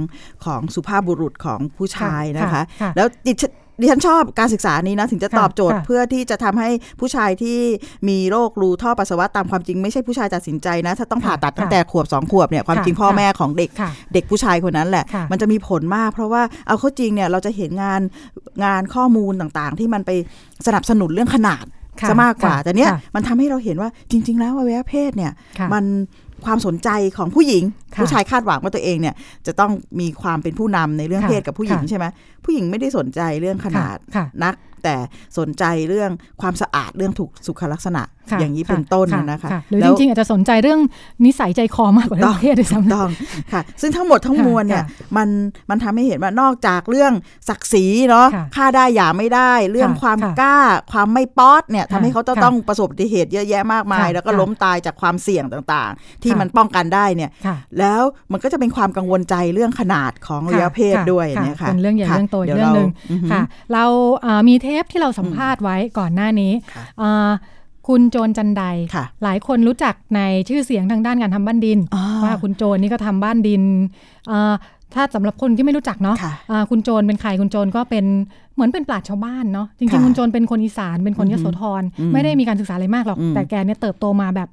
[SPEAKER 3] ของสุภาพบุรุษของผู้ชาย
[SPEAKER 2] ค่ะ
[SPEAKER 3] นะคะ
[SPEAKER 2] ค่ะ
[SPEAKER 3] แล้วดิฉันดิฉันชอบการศึกษานี้นะ ถึงจะ
[SPEAKER 2] ค่ะ
[SPEAKER 3] ตอบโจทย์
[SPEAKER 2] ค่ะ
[SPEAKER 3] เพื่อที่จะทำให้ผู้ชายที่มีโรครูท่อปัสสาวะตามความจริงไม่ใช่ผู้ชายตัดสินใจนะ ถ้าต้อง
[SPEAKER 2] ค่ะ
[SPEAKER 3] ผ่าตัดตั้ง
[SPEAKER 2] ค่ะ
[SPEAKER 3] แต่ขวบสองขวบเนี่ยความ
[SPEAKER 2] ค่ะ
[SPEAKER 3] จริงพ่อ
[SPEAKER 2] ค่ะ
[SPEAKER 3] แม่ของเด็ก
[SPEAKER 2] ค่ะ
[SPEAKER 3] เด็กผู้ชายคนนั้นแหละ
[SPEAKER 2] ค่ะ
[SPEAKER 3] มันจะมีผลมาก เพราะว่าเอาเข้าจริงเนี่ยเราจะเห็นงานงานข้อมูลต่างๆ ที่มันไปสนับสนุนเรื่องขนาด
[SPEAKER 2] ค่ะ
[SPEAKER 3] ซะมากกว่า
[SPEAKER 2] ค่ะ
[SPEAKER 3] แต่เนี้ย
[SPEAKER 2] ค่ะ
[SPEAKER 3] มันทำให้เราเห็นว่าจริง ๆ แล้วอวัยวะเพศเนี่ย
[SPEAKER 2] ค่ะ
[SPEAKER 3] มันความสนใจของผู้หญิง
[SPEAKER 2] ค่ะ
[SPEAKER 3] ผู้ชายคาดหวังว่าตัวเองเนี่ย จะต้องมีความเป็นผู้นำในเรื่อง
[SPEAKER 2] ค่ะ
[SPEAKER 3] เพศกับผู้หญิง
[SPEAKER 2] ค่ะ
[SPEAKER 3] ใช่ไหมผู้หญิงไม่ได้สนใจเรื่องขนาด
[SPEAKER 2] ค่ะ
[SPEAKER 3] นัก แต่สนใจเรื่องความสะอาดเรื่องถูกสุขลักษณะ
[SPEAKER 2] ค่ะ
[SPEAKER 3] อย่างนี้เป็น
[SPEAKER 2] ค่ะ
[SPEAKER 3] ต้น
[SPEAKER 2] ค่
[SPEAKER 3] นะคะ
[SPEAKER 2] หรือจริงๆ อาจจะสนใจเรื่องนิสัยใจคอมากกว่าเรื่องเพศด้วย
[SPEAKER 3] ถูก
[SPEAKER 2] ซ้ำนะ
[SPEAKER 3] ต้องค่ะ ซึ่งทั้งหมดทั้งมวลเนี่ย
[SPEAKER 2] ค่ะ
[SPEAKER 3] มันมันทำให้เห็นว่านอกจากเรื่องศักดิ์ศรีเนาะ
[SPEAKER 2] ค่ะ
[SPEAKER 3] ค่าได้หย่าไม่ได้ เรื่อง
[SPEAKER 2] ค่ะ
[SPEAKER 3] ความ
[SPEAKER 2] ค่ะ
[SPEAKER 3] กล้า ความไม่ป๊อดเนี่ย
[SPEAKER 2] ค่ะ
[SPEAKER 3] ทำให้เขาจะ
[SPEAKER 2] ค่ะ
[SPEAKER 3] ต้องประสบอุบัติเหตุเยอะแยะมากมาย
[SPEAKER 2] ค่ะ
[SPEAKER 3] แล้วก็
[SPEAKER 2] ค่ะ
[SPEAKER 3] ล้มตายจากความเสี่ยงต่างๆ ที่
[SPEAKER 2] ค่ะ
[SPEAKER 3] มันป้องกันได้เนี่ย
[SPEAKER 2] ค่ะ
[SPEAKER 3] แล้วมันก็จะเป็นความกังวลใจเรื่องขนาดของอวัยวะเพศ
[SPEAKER 2] ค่ะ
[SPEAKER 3] ด้วย
[SPEAKER 2] ค่ะ
[SPEAKER 3] เนี่ยค่ะ
[SPEAKER 2] เป็นเรื่องใหญ่
[SPEAKER 3] ค่ะ
[SPEAKER 2] เรื่องโตอีก
[SPEAKER 3] ดี๋ย
[SPEAKER 2] เรื่องหนึ่ง
[SPEAKER 3] าอือฮึ
[SPEAKER 2] ค่ะ เราเอ่อมีเทปที่เราสัมภาษณ์ไว้ก่อนหน้านี้
[SPEAKER 3] ค่ะ
[SPEAKER 2] เอ่อคุณโจรจันได
[SPEAKER 3] ค่ะ
[SPEAKER 2] หลายคนรู้จักในชื่อเสียงทางด้านการทำบ้านดิน
[SPEAKER 3] อ่
[SPEAKER 2] ว่าคุณโจรนี่ก็ทำบ้านดินเอ่อถ้าสำหรับคนที่ไม่รู้จักเนาะ
[SPEAKER 3] ค่ะ
[SPEAKER 2] เอ่อคุณโจรเป็นใครคุณโจรก็เป็นเหมือนเป็นปราชญ์ชาวบ้านเนาะจริง
[SPEAKER 3] ค่ะ
[SPEAKER 2] ๆคุณโจรเป็นคนอีสานเป็นคนยโสธร
[SPEAKER 3] อืม
[SPEAKER 2] ไม่ได้มีการศึกษาอะไรมากหรอก
[SPEAKER 3] อืม
[SPEAKER 2] แต่แกเนี่ยเติบโตมาแบบ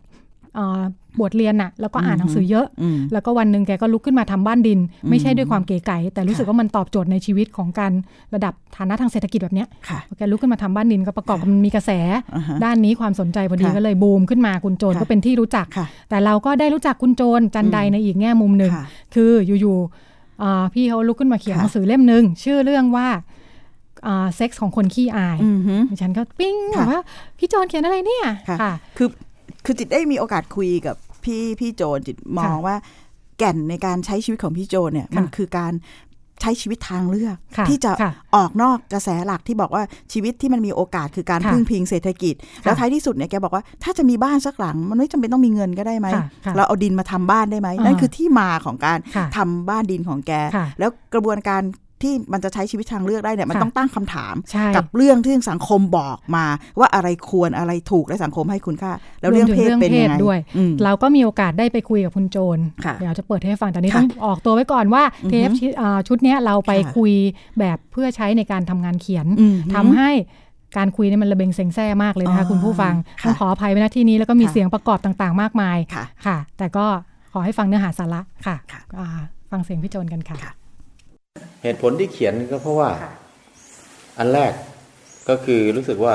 [SPEAKER 2] เอ่อบวชเรียนน่ะแล้วก็อ่าน
[SPEAKER 3] อืม
[SPEAKER 2] หนังสือเยอะ
[SPEAKER 3] อืม
[SPEAKER 2] แล้วก็วันหนึ่งแกก็ลุกขึ้นมาทำบ้านดิน
[SPEAKER 3] อืม
[SPEAKER 2] ไม่ใช่ด้วยความเก๋ไก๋แต่รู้สึก
[SPEAKER 3] ค่ะ
[SPEAKER 2] ว่ามันตอบโจทย์ในชีวิตของการระดับฐานะทางเศรษฐกิจแบบเนี้ย
[SPEAKER 3] ค่ะ
[SPEAKER 2] พอแกลุกขึ้นมาทำบ้านดินก็ประกอบกับมันมีกระแส
[SPEAKER 3] อ่าฮะ
[SPEAKER 2] ด้านนี้ความสนใจพอดี
[SPEAKER 3] ค่ะ
[SPEAKER 2] ก็เลยบูมขึ้นมาคุณโจร
[SPEAKER 3] ค่ะ
[SPEAKER 2] ก็เป็นที่รู้จัก
[SPEAKER 3] ค่ะ
[SPEAKER 2] แต่เราก็ได้รู้จักคุณโจรจันได
[SPEAKER 3] อืม
[SPEAKER 2] ในอีกแง่มุมหนึ่ง
[SPEAKER 3] ค่ะ
[SPEAKER 2] คืออยู่ๆอ่าพี่เขาลุกขึ้นมาเขียน
[SPEAKER 3] ค่ะ
[SPEAKER 2] หนังสือเล่มหนึ่งชื่อเรื่องว่าเซ็กส์ของคนขี้อาย
[SPEAKER 3] อือฮึ
[SPEAKER 2] ฉันก็ปิ้งแบ
[SPEAKER 3] ค่ะ
[SPEAKER 2] บว่าพี่โจรเขียนอะไรเนี่ย
[SPEAKER 3] ค่ะ
[SPEAKER 2] ค่ะ
[SPEAKER 3] คือคือจิตได้มีโอกาสคุยกับพี่พี่โจนจิตมอง
[SPEAKER 2] ค่ะ
[SPEAKER 3] ว่า แก่นในการใช้ชีวิตของพี่โจนเนี่ย
[SPEAKER 2] ค่ะ
[SPEAKER 3] มันคือการใช้ชีวิตทางเลือก
[SPEAKER 2] ค่ะ
[SPEAKER 3] ที่จะ
[SPEAKER 2] ค่ะ
[SPEAKER 3] ออกนอกกระแสหลักที่บอกว่าชีวิตที่มันมีโอกาสคือการ
[SPEAKER 2] ค่ะ
[SPEAKER 3] พึ่งพิงเศรษฐกิจ แล้วท้ายที่สุดเนี่ยแกบอกว่าถ้าจะมีบ้านสักหลัง มันไม่จำเป็นต้องมีเงินก็ได้ไหม
[SPEAKER 2] ค่ะค่ะ
[SPEAKER 3] เราเอาดินมาทำบ้านได้ไหม
[SPEAKER 2] อ่านั่
[SPEAKER 3] นั่นคือที่มาของการ
[SPEAKER 2] ค่ะ
[SPEAKER 3] ทำบ้านดินของแก
[SPEAKER 2] ค่ะ
[SPEAKER 3] แล้วกระบวนการที่มันจะใช้ชีวิตทางเลือกได้เนี่ยมัน
[SPEAKER 2] ค่ะ
[SPEAKER 3] ต้องตั้งคำถาม
[SPEAKER 2] ใช่
[SPEAKER 3] กับเรื่องที่สังคมบอกมาว่าอะไรควรอะไรถูกและสังคมให้คุณค่า แล้วเรื่องเพศเป็นยัง
[SPEAKER 2] รวมถึงเรื่อง
[SPEAKER 3] ไง
[SPEAKER 2] เพศด้วย
[SPEAKER 3] อืม
[SPEAKER 2] เราก็มีโอกาสได้ไปคุยกับคุณโจร
[SPEAKER 3] ค่ะ
[SPEAKER 2] เดี๋ยวจะเปิดให้ฟังแต่นี้
[SPEAKER 3] ค่ะ
[SPEAKER 2] ต้องออกตัวไว้ก่อนว่า
[SPEAKER 3] อือฮึ
[SPEAKER 2] เทปชิอ่าชุดเนี้ยเราไป
[SPEAKER 3] ค่ะ
[SPEAKER 2] คุยแบบเพื่อใช้ในการทำงานเขียน
[SPEAKER 3] อือฮึ
[SPEAKER 2] ทำให้การคุยเนี่ยมันระเบงเซ็งแซ่มากเลยนะคะ
[SPEAKER 3] อ๋อ
[SPEAKER 2] คุณผู้ฟัง
[SPEAKER 3] ค่ะ
[SPEAKER 2] ต้องขออภัยไว้ณที่นี้แล้วก็มี
[SPEAKER 3] ค่ะ
[SPEAKER 2] เสียงประกอบต่างๆ มากมาย
[SPEAKER 3] ค่ะ
[SPEAKER 2] ค่ะ แต่ก็ขอให้ฟังเนื้อหาสาระค่ะ
[SPEAKER 3] ค่ะ
[SPEAKER 2] อ่าฟังเสียงพี่โจรกันค่ะ
[SPEAKER 7] เหตุผลที่เขียนก็เพราะว่า อันแรกก็คือรู้สึกว่า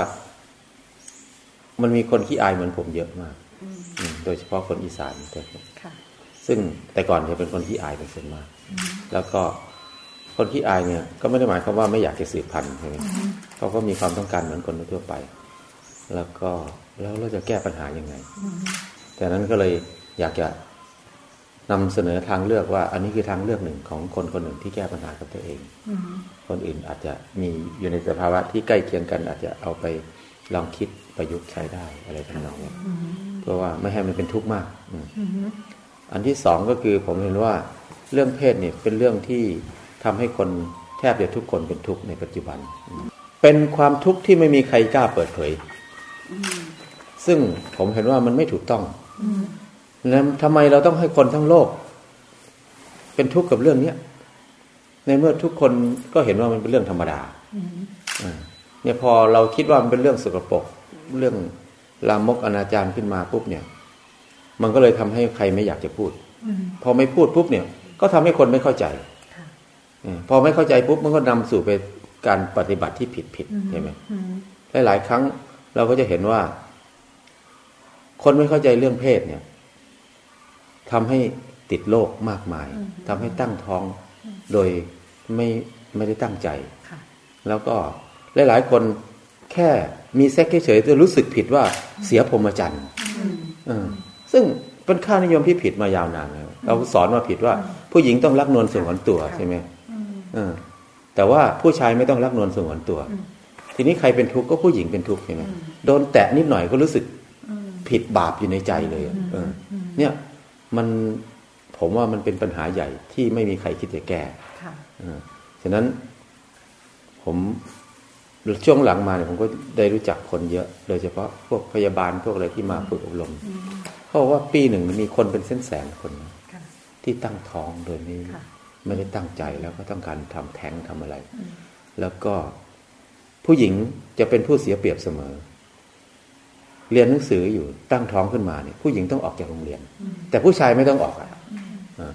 [SPEAKER 7] มันมีคนขี้อายเหมือนผมเยอะมากอืมโดยเฉพาะคนอีสานแต่ซึ่งแต่ก่อนเนี่ยเป็นคนขี้อายเป็นส่วนมาก แล้วก็คนขี้อายเนี่ย ก็ไม่ได้หมายความว่าไม่อยากจะสืบพันธุ์ใช่ไหมเขาก็มีความต้องการเหมือนคนทั่วไป แล้วก็แล้วเราจะแก้ปัญหายังไงแต่นั้นก็เลยอยากจะ นำเสนอทางเลือกว่า อันนี้คือทางเลือกหนึ่งของคนคนหนึ่งที่แก้ปัญหากับตัวเอง คนอื่นอาจจะมีอยู่ในสภาวะที่ใกล้เคียงกันอาจจะเอาไปลองคิดประยุกต์ใช้ได้อะไรทำนองนี้เพื่อว่าไม่ให้มันเป็นทุกข์มากอืมอันที่สองก็คือผมเห็นว่าเรื่องเพศเนี่ยเป็นเรื่องที่ทำให้คนแทบจะทุกคนเป็นทุกข์ในปัจจุบันอืมเป็นความทุกข์ที่ไม่มีใครกล้าเปิดเผย ซึ่งผมเห็นว่ามันไม่ถูกต้อง แล้วทำไมเราต้องให้คนทั้งโลก เป็นทุกข์กับเรื่องเนี้ยในเมื่อทุกคนก็เห็นว่ามันเป็นเรื่องธรรมดาอ่าเนี่ยพอเราคิดว่ามันเป็นเรื่องสกปรกเรื่องลามกอนาจารขึ้นมาปุ๊บเนี่ย มันก็เลยทำให้ใครไม่อยากจะพูดพอไม่พูดปุ๊บเนี่ย ก็ทำให้คนไม่เข้าใจอืมพอไม่เข้าใจปุ๊บมันก็นำสู่ไปการปฏิบัติที่ผิดผิดๆใช่ไหมหลายๆครั้งเราก็จะเห็นว่า คนไม่เข้าใจเรื่องเพศเนี่ย ทำให้ติดโรคมากมาย ทำให้ตั้งท้องโดยไม่ไม่ได้ตั้งใจ แล้วก็หลาย ๆ คนแค่มีเซ็กเฉยๆจะรู้สึกผิดว่าเสียพรหมจรรย์เออซึ่งเป็นค่านิยมที่ผิดมายาวนานแล้วเราสอนมาผิดว่า ผู้หญิงต้องรักนวลสงวนตัวใช่ไหมเออแต่ว่าผู้ชายไม่ต้องรักนวลสงวนตัว ทีนี้ใครเป็นทุกข์ก็ผู้หญิงเป็นทุกข์ใช่ไหมโดนแตะนิดหน่อยก็รู้สึกผิดบาปอยู่ในใจเลยอะเอออเนี่ย มันผมว่ามันเป็นปัญหาใหญ่ที่ไม่มีใครคิดจะแก้เออฉะนั้น ผมช่วงหลังมาเนี่ยผมก็ได้รู้จักคนเยอะ โดยเฉพาะพวกพยาบาลพวกอะไรที่มาฝึกอบรมเขาบอกว่าปีหนึ่งมีคนเป็นเส้นแสนคนนะที่ตั้งท้องโดยไม่ไม่ได้ตั้งใจแล้วก็ต้องการทำแท้งทำอะไร แล้วก็ผู้หญิงจะเป็นผู้เสียเปรียบเสมอ เรียนหนังสืออยู่ตั้งท้องขึ้นมาเนี่ยผู้หญิงต้องออกจากโรงเรียน แต่ผู้ชายไม่ต้องออกอะอ่ะ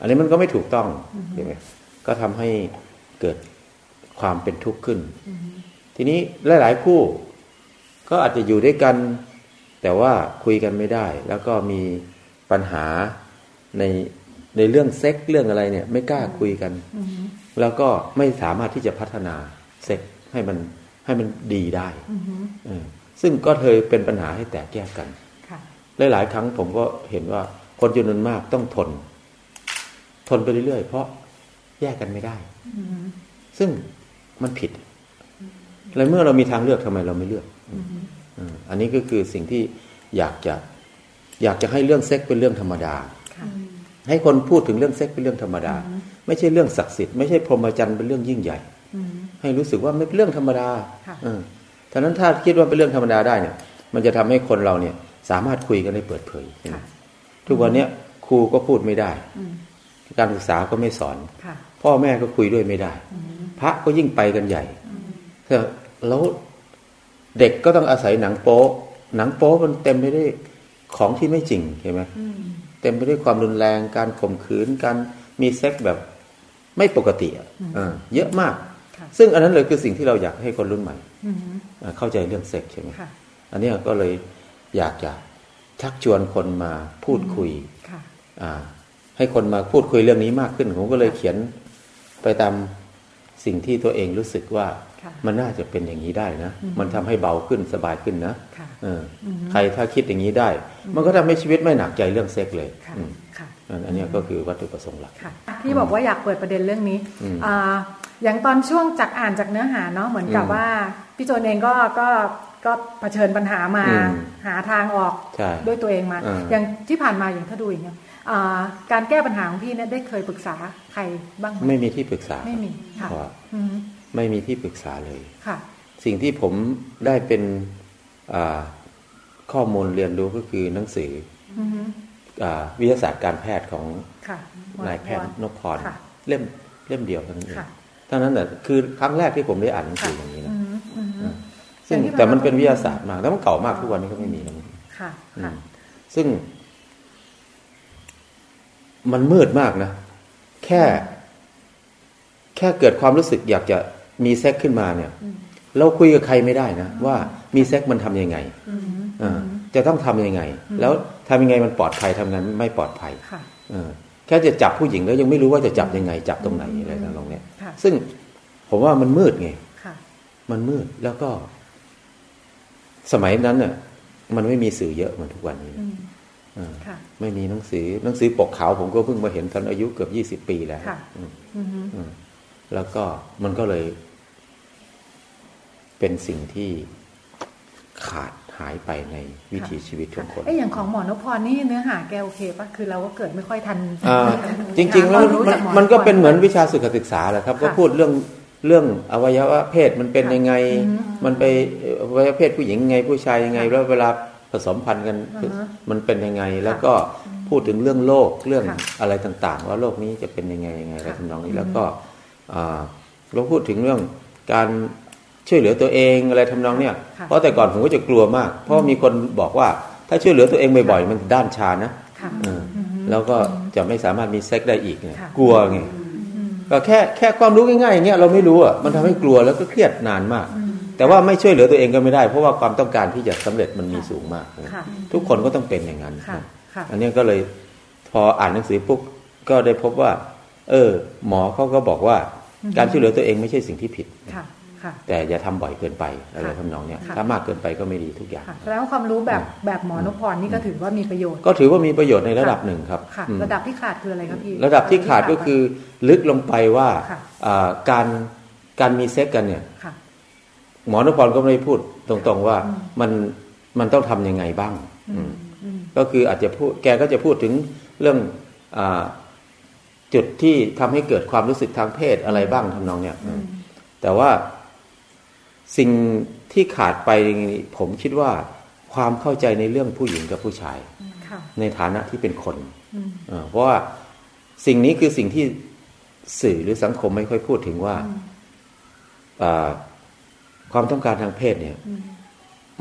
[SPEAKER 7] อันนี้มันก็ไม่ถูกต้องใช่ไหมก็ทำให้เกิดความเป็นทุกข์ขึ้น ทีนี้หลาย ๆ คู่ก็อาจจะอยู่ด้วยกัน แต่ว่าคุยกันไม่ได้ แล้วก็มีปัญหาในในเรื่องเซ็กเรื่องอะไรเนี่ย ไม่กล้าคุยกัน แล้วก็ไม่สามารถที่จะพัฒนาเซ็กให้มัน ให้มันดีได้เออซึ่งก็เคยเป็นปัญหาให้แตกแยกกัน
[SPEAKER 8] ค่ะ
[SPEAKER 7] หลายๆครั้งผมก็เห็นว่าคนจำนวนมากต้องทน ทนไปเรื่อยๆ เพราะแยกกันไม่ได้ ซึ่งมันผิด แล้วเมื่อเรามีทางเลือกทำไมเราไม่เลือกอืมอันนี้ก็คือสิ่งที่อยากจะ อยากจะให้เรื่องเซ็กเป็นเรื่องธรรมดา
[SPEAKER 8] ค่ะ
[SPEAKER 7] ให้คนพูดถึงเรื่องเซ็กเป็นเรื่องธรรมดา ไม่ใช่เรื่องศักดิ์สิทธิ์ไม่ใช่พรหมจรรย์เป็นเรื่องยิ่งใหญ่
[SPEAKER 8] อืม
[SPEAKER 7] ให้รู้สึกว่าไม่เป็นเรื่องธรรมดา
[SPEAKER 8] ค่ะ
[SPEAKER 7] เออฉะนั้นถ้าคิดว่าเป็นเรื่องธรรมดาได้เนี่ย มันจะทำให้คนเราเนี่ย สามารถคุยกันได้เปิดเผยเห็นไหม
[SPEAKER 8] ค่ะ
[SPEAKER 7] ทุกวันเนี้ยครูก็พูดไม่ได้
[SPEAKER 8] อืม
[SPEAKER 7] การศึกษาก็ไม่สอน
[SPEAKER 8] ค่ะ
[SPEAKER 7] พ่อแม่ก็คุยด้วยไม่ได้ พระก็ยิ่งไปกันใหญ่แต่แล้วเด็กก็ต้องอาศัยหนังโป๊ะหนังโป๊ะมันเต็มไปด้วยของที่ไม่จริงเห็นไหมเต็มไปด้วยความรุนแรง การข่มขืน การมีเซ็กแบบไม่ปกติอะเออเยอะมาก
[SPEAKER 8] ค่ะ
[SPEAKER 7] ซึ่งอันนั้นเลยคือสิ่งที่เราอยากให้คนรุ่นใหม่
[SPEAKER 8] อืม
[SPEAKER 7] เอ่อเข้าใจเรื่องเซ็กใช่ไหม
[SPEAKER 8] ค่ะ
[SPEAKER 7] อันเนี้ยก็เลยอยากจะชักชวนคนมาพูดคุย
[SPEAKER 8] ค่ะ
[SPEAKER 7] อ่าให้คนมาพูดคุยเรื่องนี้มากขึ้น ผมก็เลยเขียนไปตามสิ่งที่ตัวเองรู้สึกว่า
[SPEAKER 8] ค่ะ
[SPEAKER 7] มันน่าจะเป็นอย่างนี้ได้นะ มันทำให้เบาขึ้นสบายขึ้นนะ
[SPEAKER 8] ค่ะ
[SPEAKER 7] เอออใครถ้าคิดอย่างนี้ได้ มันก็ทำให้ชีวิตไม่หนักใจเรื่องเซ็กเลย
[SPEAKER 8] ค่ะ
[SPEAKER 7] อืม
[SPEAKER 8] ค่ะ
[SPEAKER 7] อันอันเนี้ยก็คือวัตถุประสงค์หลัก
[SPEAKER 8] ค่ะที่บอกว่าอยากเปิดประเด็นเรื่องนี้
[SPEAKER 7] อืม
[SPEAKER 8] อ่าอย่างตอนช่วงจากอ่านจากเนื้อหาเนาะเหมือนกับ
[SPEAKER 7] อืม
[SPEAKER 8] ว่าพี่โจนเองก็ก็ก็เผชิญปัญหามา
[SPEAKER 7] อืม
[SPEAKER 8] หาทางออก
[SPEAKER 7] ใช่
[SPEAKER 8] ด้วยตัวเองมา
[SPEAKER 7] อ่า
[SPEAKER 8] อย่างที่ผ่านมาอย่างถ้าดูอย่างเงี้ยอ่าการแก้ปัญหาของพี่เนี่ยได้เคยปรึกษาใครบ้างห
[SPEAKER 7] ไม่มีที่ปรึกษา
[SPEAKER 8] ไม่มีค่ะ
[SPEAKER 7] ครับ
[SPEAKER 8] อืม
[SPEAKER 7] ไม่มีที่ปรึกษาเลย
[SPEAKER 8] ค่ะ
[SPEAKER 7] สิ่งที่ผมได้เป็นอ่าข้อมูลเรียนรู้ก็คือหนังสือ
[SPEAKER 8] อืม
[SPEAKER 7] อ่าวิทยาศาสตร์การแพทย์ของ
[SPEAKER 8] ค่ะ
[SPEAKER 7] นายแพทย์นพพร
[SPEAKER 8] ค่ะ
[SPEAKER 7] เล่มเล่มเดียวเท่านั้นเอง
[SPEAKER 8] ค่ะ
[SPEAKER 7] เท่านั้นแหละคือครั้งแรกที่ผมได้อ่านหนังสืออย่างนี้
[SPEAKER 8] อื
[SPEAKER 7] นะ
[SPEAKER 8] มอืม
[SPEAKER 7] ซึ่ง
[SPEAKER 8] อย่างที่
[SPEAKER 7] แต่มันเป็น
[SPEAKER 8] เรา
[SPEAKER 7] วิทยาศาสตร์มากแล้วมันเก่ามากทุกวันนี้ก็ไม่มีแล้ว
[SPEAKER 8] ค่ะ
[SPEAKER 7] อื
[SPEAKER 8] ค่ะ
[SPEAKER 7] มซึ่ง มันมืดมากนะ แค่ แค่เกิดความรู้สึกอยากจะมีเซ็กขึ้นมาเนี่ย เราคุยกับใครไม่ได้นะ ว่ามีเซ็กมันทำยังไง
[SPEAKER 8] อืม
[SPEAKER 7] อ่าจะต้องทำยังไง แล้วทำยังไงมันปลอดภัยทำยังไงไม่ปลอดภัย
[SPEAKER 8] ค่ะ
[SPEAKER 7] เออแค่จะจับผู้หญิงแล้วยังไม่รู้ว่าจะจับยังไง จับตรงไหนอะไรนั่นลงเนี้ย
[SPEAKER 8] ค่ะ
[SPEAKER 7] ซึ่งผมว่ามันมืดไง
[SPEAKER 8] ค่ะ
[SPEAKER 7] มันมืดแล้วก็ สมัยนั้นน่ะ มันไม่มีสื่อเยอะเหมือนทุกวันนี้
[SPEAKER 8] อื
[SPEAKER 7] นะ
[SPEAKER 8] ม
[SPEAKER 7] เออ
[SPEAKER 8] ค่ะ
[SPEAKER 7] ไม่มีหนังสือหนังสือปกขาวผมก็เพิ่งมาเห็นตอนอายุเกือบยี่สิบปีแล้ว
[SPEAKER 8] ค่ะ
[SPEAKER 7] อืม
[SPEAKER 8] อืม
[SPEAKER 7] อืมแล้วก็มันก็เลย เป็นสิ่งที่ขาดหายไปในวิถีชีวิตของคน
[SPEAKER 8] เอ้ยอย่างของหมอนพพรนี่เนื้อหาแกโอเคปะคือเราก็เกิดไม่ค่อยทัน
[SPEAKER 7] อ่าจริง ๆ แล้ว
[SPEAKER 8] หาคาม
[SPEAKER 7] มั
[SPEAKER 8] จาน กหอ
[SPEAKER 7] มันก็เป็น
[SPEAKER 8] พร
[SPEAKER 7] เหมือนวิชาสุขศึกษาแหละครับ ก็
[SPEAKER 8] ค่ะ
[SPEAKER 7] พูดเรื่องเรื่องอวัยวะเพศมันเป็น
[SPEAKER 8] ค่ะ
[SPEAKER 7] ยังไง
[SPEAKER 8] อืม
[SPEAKER 7] มันไปเอ่ออวัยวะเพศผู้หญิงยังไงผู้ชายยังไง แล้วเวลาผสมพันธุ์กัน
[SPEAKER 8] อือฮะ
[SPEAKER 7] มันเป็นยังไง แล้วก็พูดถึงเรื่องโลกเรื่อง
[SPEAKER 8] ค่ะ
[SPEAKER 7] อะไรต่าง ๆ ว่าโลกนี้จะเป็นยังไงยังไงอะไร
[SPEAKER 8] ค่ะ
[SPEAKER 7] ทำนองนี้แล้วก็อ่าเราพูดถึงเรื่องการช่วยเหลือตัวเองอะไรทำนองเนี้ย
[SPEAKER 8] ค่ะ
[SPEAKER 7] เพราะแต่ก่อนผมก็จะกลัวมาก เพราะมีคนบอกว่าถ้าช่วยเหลือตัวเองบ่อยๆมันด้านชานะ
[SPEAKER 8] ค่ะ
[SPEAKER 7] เอออแล้วก็จะไม่สามารถมีเซ็กได้อีกไง
[SPEAKER 8] ค่ะ
[SPEAKER 7] กลัวไงก็แค่แค่ความรู้ง่ายๆอย่างเงี้ยเราไม่รู้อ่ะมันทำให้กลัวแล้วก็เครียดนานมาก แต่ว่าไม่ช่วยเหลือตัวเองก็ไม่ได้ เพราะว่าความต้องการที่จะสำเร็จมันมีสูงมากนะ
[SPEAKER 8] ค่ะ
[SPEAKER 7] ทุกคนก็ต้องเป็นอย่างนั้น
[SPEAKER 8] ค่ะ
[SPEAKER 7] นะ
[SPEAKER 8] ค่ะ
[SPEAKER 7] อันเนี้ยก็เลยพออ่านหนังสือปุ๊บก็ได้พบว่า เออ หมอเขาก็บอกว่า การช่วยเหลือตัวเองไม่ใช่สิ่งที่ผิด
[SPEAKER 8] ค่ะค่ะ
[SPEAKER 7] แต่อย่าทำบ่อยเกินไปอะไร
[SPEAKER 8] ค่ะ
[SPEAKER 7] ทำนองเนี้ย
[SPEAKER 8] ค่ะ
[SPEAKER 7] ถ้ามากเกินไปก็ไม่ดีทุกอย่าง
[SPEAKER 8] ค่ะ แล้วความรู้แบบแบบหมอนพพรนี่ก็ถือว่ามีประโยชน์
[SPEAKER 7] ก็ถือว่ามีประโยชน์ในระดับ
[SPEAKER 8] ค่ะ
[SPEAKER 7] หนึ่งครับ
[SPEAKER 8] ค่ะ
[SPEAKER 7] อืม
[SPEAKER 8] ระดับที่ขาดคืออะไรครับพี่
[SPEAKER 7] ระดับที่ขาดก็คือลึกลงไปว่า
[SPEAKER 8] ค่ะ
[SPEAKER 7] อ่าการการมีเซ็กกันเนี่ย
[SPEAKER 8] ค่ะ
[SPEAKER 7] หมอนพรก็ไม่ได้พูดตรงๆว่ามันมันต้องทำยังไงบ้างอืมก็คืออาจจะพูดแกก็จะพูดถึงเรื่องอาจุดที่ทำให้เกิดความรู้สึกทางเพศอะไรบ้างทำนองเนี่ยอืมแต่ว่าสิ่งที่ขาดไปผมคิดว่าความเข้าใจในเรื่องผู้หญิงกับผู้ชาย
[SPEAKER 8] ค่ะ
[SPEAKER 7] ในฐานะที่เป็นคนเอ่อเพราะว่าสิ่งนี้คือสิ่งที่สื่อหรือสังคมไม่ค่อยพูดถึงว่าอ่าความต้องการทางเพศเนี่ย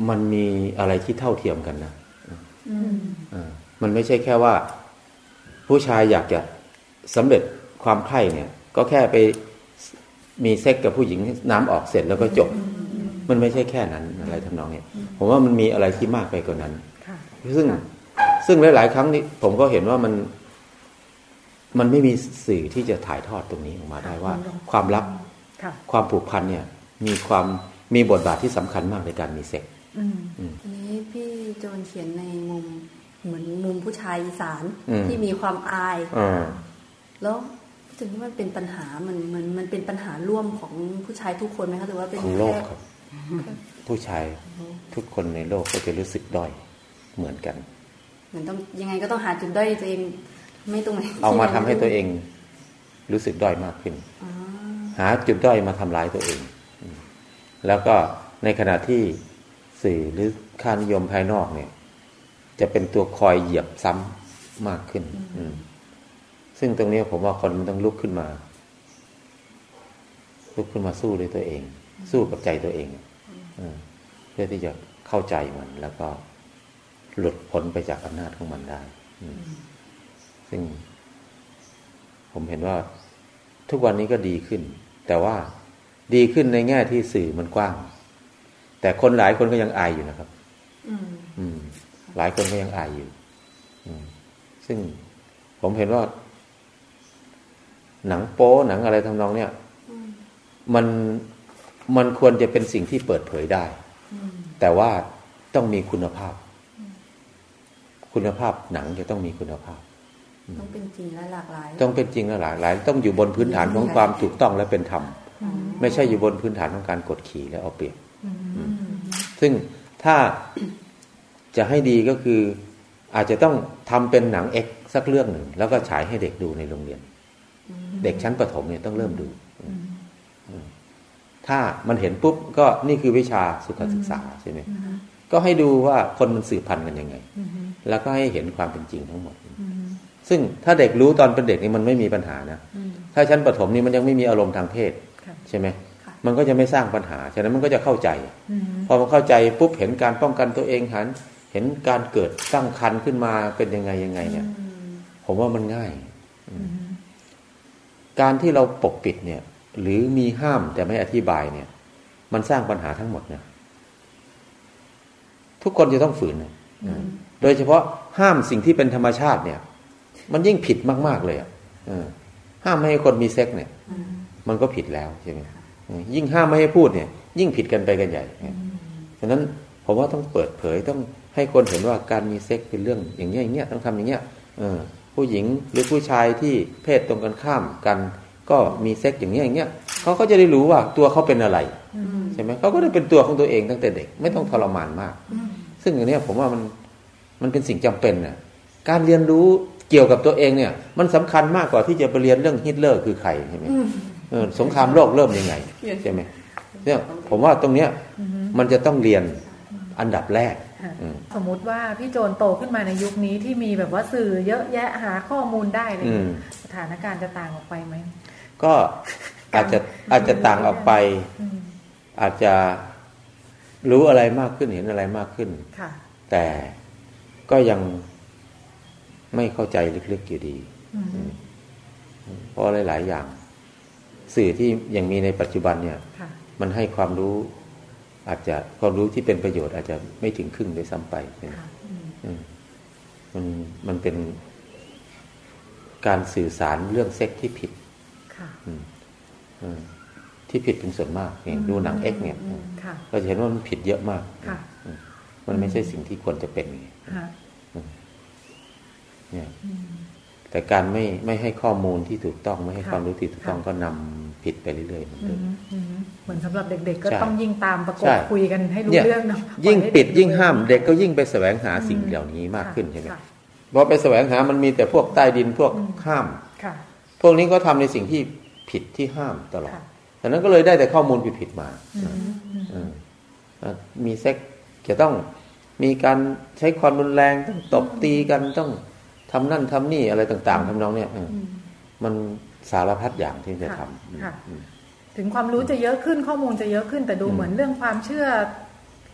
[SPEAKER 7] มันมีอะไรที่เท่าเทียมกันนะ
[SPEAKER 8] อืม
[SPEAKER 7] เออมันไม่ใช่แค่ว่า ผู้ชายอยากจะสำเร็จความใคร่เนี่ย ก็แค่ไปมีเซ็กกับผู้หญิงน้ำออกเสร็จแล้วก็จบ มันไม่ใช่แค่นั้นอะไรทำนองเนี้ยผมว่ามันมีอะไรที่มากไปกว่านั้น
[SPEAKER 8] ค่ะ
[SPEAKER 7] ซึ่ง
[SPEAKER 8] ค่ะ
[SPEAKER 7] ซึ่งหลาย ๆ ครั้งนี้ผมก็เห็นว่ามัน มันไม่มีสื่อที่จะถ่ายทอดตรงนี้ออกมาได้ว่า ความรัก
[SPEAKER 8] ค่ะ
[SPEAKER 7] ความผูกพันเนี่ย มีความ มีบทบาทที่สำคัญมากในการมีเซ็ก
[SPEAKER 8] อืม
[SPEAKER 9] ทีนี้พี่โจนเขียนในมุมเหมือนมุมผู้ชายอีสาน
[SPEAKER 7] อืม
[SPEAKER 9] ที่มีความอาย
[SPEAKER 7] อ่า
[SPEAKER 9] แล้วถึงว่ามันเป็นปัญหามันมันมันเป็นปัญหาร่วมของผู้ชายทุกคนไหมคะหรือว่าเป็น
[SPEAKER 7] ของโลกค
[SPEAKER 9] แค่
[SPEAKER 7] รับ ผู้ชายทุกคนในโลกก็จะรู้สึกด้อยเหมือนกัน
[SPEAKER 9] เหมือนต้องยังไงก็ต้องหาจุดด้อยตัวเอง ไม่ตรงไหน
[SPEAKER 7] เอามาทำให้ตัวเองรู้สึกด้อยมากขึ้น
[SPEAKER 9] อ๋อ
[SPEAKER 7] หาจุดด้อยมาทำร้ายตัวเองอืมแล้วก็ในขณะที่สื่อหรือค่านิยมภายนอกเนี่ย จะเป็นตัวคอยเหยียบซ้ำมากขึ้น อืมซึ่งตรงเนี้ยผมว่าคนมันต้องลุกขึ้นมา ลุกขึ้นมาสู้ด้วยตัวเอง สู้กับใจตัวเองอืมเพื่อที่จะเข้าใจมัน แล้วก็หลุดพ้นไปจากอำนาจของมันได้ อืมซึ่ง ผมเห็นว่า ทุกวันนี้ก็ดีขึ้น แต่ว่าดีขึ้นในแง่ที่สื่อมันกว้าง แต่คนหลายคนก็ยังอายอยู่นะครับ
[SPEAKER 9] อืม
[SPEAKER 7] อืม หลายคนก็ยังอายอยู่ อืม ซึ่งผมเห็นว่า หนังโป๊หนังอะไรทำนองเนี้ย
[SPEAKER 9] อืม
[SPEAKER 7] มันมันควรจะเป็นสิ่งที่เปิดเผยได้
[SPEAKER 9] อืม
[SPEAKER 7] แต่ว่าต้องมีคุณภาพ คุณภาพหนังจะต้องมีคุณภาพ
[SPEAKER 9] ต้องเป็นจริงและหลากหลาย
[SPEAKER 7] ต้องเป็นจริงและหลากหลาย ต้องอยู่บนพื้นฐานของความถูกต้องและเป็นธรรม
[SPEAKER 9] อืม
[SPEAKER 7] ไม่ใช่อยู่บนพื้นฐานของการกดขี่และเอาเปรียบ
[SPEAKER 9] อืม
[SPEAKER 7] ซึ่งถ้า จะให้ดีก็คือ อาจจะต้องทำเป็นหนังเอกสักเรื่องหนึ่ง แล้วก็ฉายให้เด็กดูในโรงเรียน เด็กชั้นประถมเนี่ยต้องเริ่มดูอืมถ้ามันเห็นปุ๊บก็นี่คือวิชาสุขศึกษาใช่ไหมก็ให้ดูว่าคนมันสืบพันธุ์กันยังไง แล้วก็ให้เห็นความเป็นจริงทั้งหมด ซึ่งถ้าเด็กรู้ตอนเป็นเด็กนี่มันไม่มีปัญหานะ
[SPEAKER 9] อืม
[SPEAKER 7] ถ้าชั้นประถมนี่มันยังไม่มีอารมณ์ทางเพศ
[SPEAKER 8] ค่ะ
[SPEAKER 7] ใช่ไหม
[SPEAKER 9] ค่ะ
[SPEAKER 7] มันก็จะไม่สร้างปัญหา ฉะนั้นมันก็จะเข้าใจ
[SPEAKER 8] อืม
[SPEAKER 7] พอมันเข้าใจปุ๊บเห็นการป้องกันตัวเองหัน เห็นการเกิดตั้งครรภ์ขึ้นมาเป็นยังไงยังไงเนี่ย
[SPEAKER 9] อืม
[SPEAKER 7] ผมว่ามันง่าย การที่เราปกปิดเนี่ย หรือมีห้ามแต่ไม่อธิบายเนี่ย มันสร้างปัญหาทั้งหมดนะทุกคนจะต้องฝืนนะโดยเฉพาะห้ามสิ่งที่เป็นธรรมชาติเนี่ย มันยิ่งผิดมาก ๆ เลยอะเออห้ามไม่ให้คนมีเซ็กซ์เนี่ย มันก็ผิดแล้วใช่ไหมเออยิ่งห้ามไม่ให้พูดเนี่ย ยิ่งผิดกันไปกันใหญ่ฉะนั้นผมว่าต้องเปิดเผยต้องให้คนเห็นว่าการมีเซ็กซ์เป็นเรื่องอย่างเงี้ยอย่างเงี้ยต้องทำอย่างเงี้ยเออผู้หญิงหรือผู้ชายที่เพศตรงกันข้ามกัน ก็มีเซ็กซ์อย่างเงี้ยอย่างเงี้ยเขาก็จะได้รู้ว่าตัวเขาเป็นอะไรใช่ไหมเขาก็ได้เป็นตัวของตัวเองตั้งแต่เด็กไม่ต้องทรมานมาก ซึ่งอย่างเนี้ยผมว่ามันมันเป็นสิ่งจำเป็นนะการเรียนรู้เกี่ยวกับตัวเองเนี่ย มันสำคัญมากกว่าที่จะไปเรียนเรื่องฮิตเลอร์คือใครใช่ไหมเออสงครามโลกเริ่มยังไงใช่ไหมเนี่ยผมว่าตรงเนี้ยมันจะต้องเรียนอันดับแรก
[SPEAKER 8] ค่ะ
[SPEAKER 7] อืม
[SPEAKER 8] สมมุติว่าพี่โจนโตขึ้นมาในยุคนี้ที่มีแบบว่าสื่อเยอะแยะหาข้อมูลได้เลย
[SPEAKER 7] อืม
[SPEAKER 8] สถานการณ์จะต่างออกไปไหม
[SPEAKER 7] ก็อาจจะอาจจะต่างออกไป
[SPEAKER 8] อืม
[SPEAKER 7] อาจจะรู้อะไรมากขึ้นเห็นอะไรมากขึ้น
[SPEAKER 8] ค่ะ
[SPEAKER 7] แต่ก็ยังไม่เข้าใจลึกๆอยู่ดี
[SPEAKER 8] อืม
[SPEAKER 7] เพราะหลาย ๆ อย่าง สื่อที่ยังมีในปัจจุบันเนี่ย
[SPEAKER 8] ค่ะ
[SPEAKER 7] มันให้ความรู้ อาจจะความรู้ที่เป็นประโยชน์ อาจจะไม่ถึงครึ่งด้วยซ้ำไปใช่ไหม
[SPEAKER 8] ค่ะ
[SPEAKER 7] อืมมันมันเป็นการสื่อสารเรื่องเซ็กที่ผิด
[SPEAKER 8] ค่ะ
[SPEAKER 7] อืมอืมที่ผิดเป็นส่วนมากอย่างดูหนังเอ็กเนี่ยอืม
[SPEAKER 8] ค่ะ
[SPEAKER 7] เราจะเห็นว่ามันผิดเยอะมาก
[SPEAKER 8] ค่ะ
[SPEAKER 7] อืมมันไม่ใช่สิ่งที่ควรจะเป็นไง
[SPEAKER 8] ฮะ
[SPEAKER 7] เนี่ยแต่การไม่ไม่ให้ข้อมูลที่ถูกต้องไม่ให้ความรู้ที่ถูกต้องก็นำผิดไปเรื่อยๆเหมือน
[SPEAKER 8] อื
[SPEAKER 7] เดิม
[SPEAKER 8] มอืมเหมือนสำหรับเด็ก ๆ ก็
[SPEAKER 7] ใช่
[SPEAKER 8] ต้องยิ่งตามประก
[SPEAKER 7] ใช่
[SPEAKER 8] บคุยกันให้รู้
[SPEAKER 7] เนี่ย
[SPEAKER 8] เรื่องเนอะ
[SPEAKER 7] ยิ่ง
[SPEAKER 8] ปล่อให้
[SPEAKER 7] ปิด
[SPEAKER 8] เ
[SPEAKER 7] ยิ่งห้ามเด็กก็ยิ่งไปแสวงหาสิ่งเหล่านี้มากขึ้นใช่ไหมพอไปแสวงหามันมีแต่พวกใต้ดินพวกห้าม
[SPEAKER 8] ค่ะ
[SPEAKER 7] พวกนี้ก็ทำในสิ่งที่ผิดที่ห้ามตลอด
[SPEAKER 8] ค่ะ
[SPEAKER 7] ดังนั้นก็เลยได้แต่ข้อมูลผิดๆมา
[SPEAKER 8] อืมอืม
[SPEAKER 7] เอออ่ะมีเซ็กจะต้องมีการใช้ความรุนแรงต้องตบตีกันต้องทำนั่นทำนี่อะไรต่าง ๆทำนองเนี้ยเอออมันสารพัดอย่างที่จะท
[SPEAKER 8] ค่ะ
[SPEAKER 7] ำอืม
[SPEAKER 8] ถึงความรู้จะเยอะขึ้นข้อมูลจะเยอะขึ้น แต่ดู
[SPEAKER 7] อืม
[SPEAKER 8] เหมือนเรื่องความเชื่อ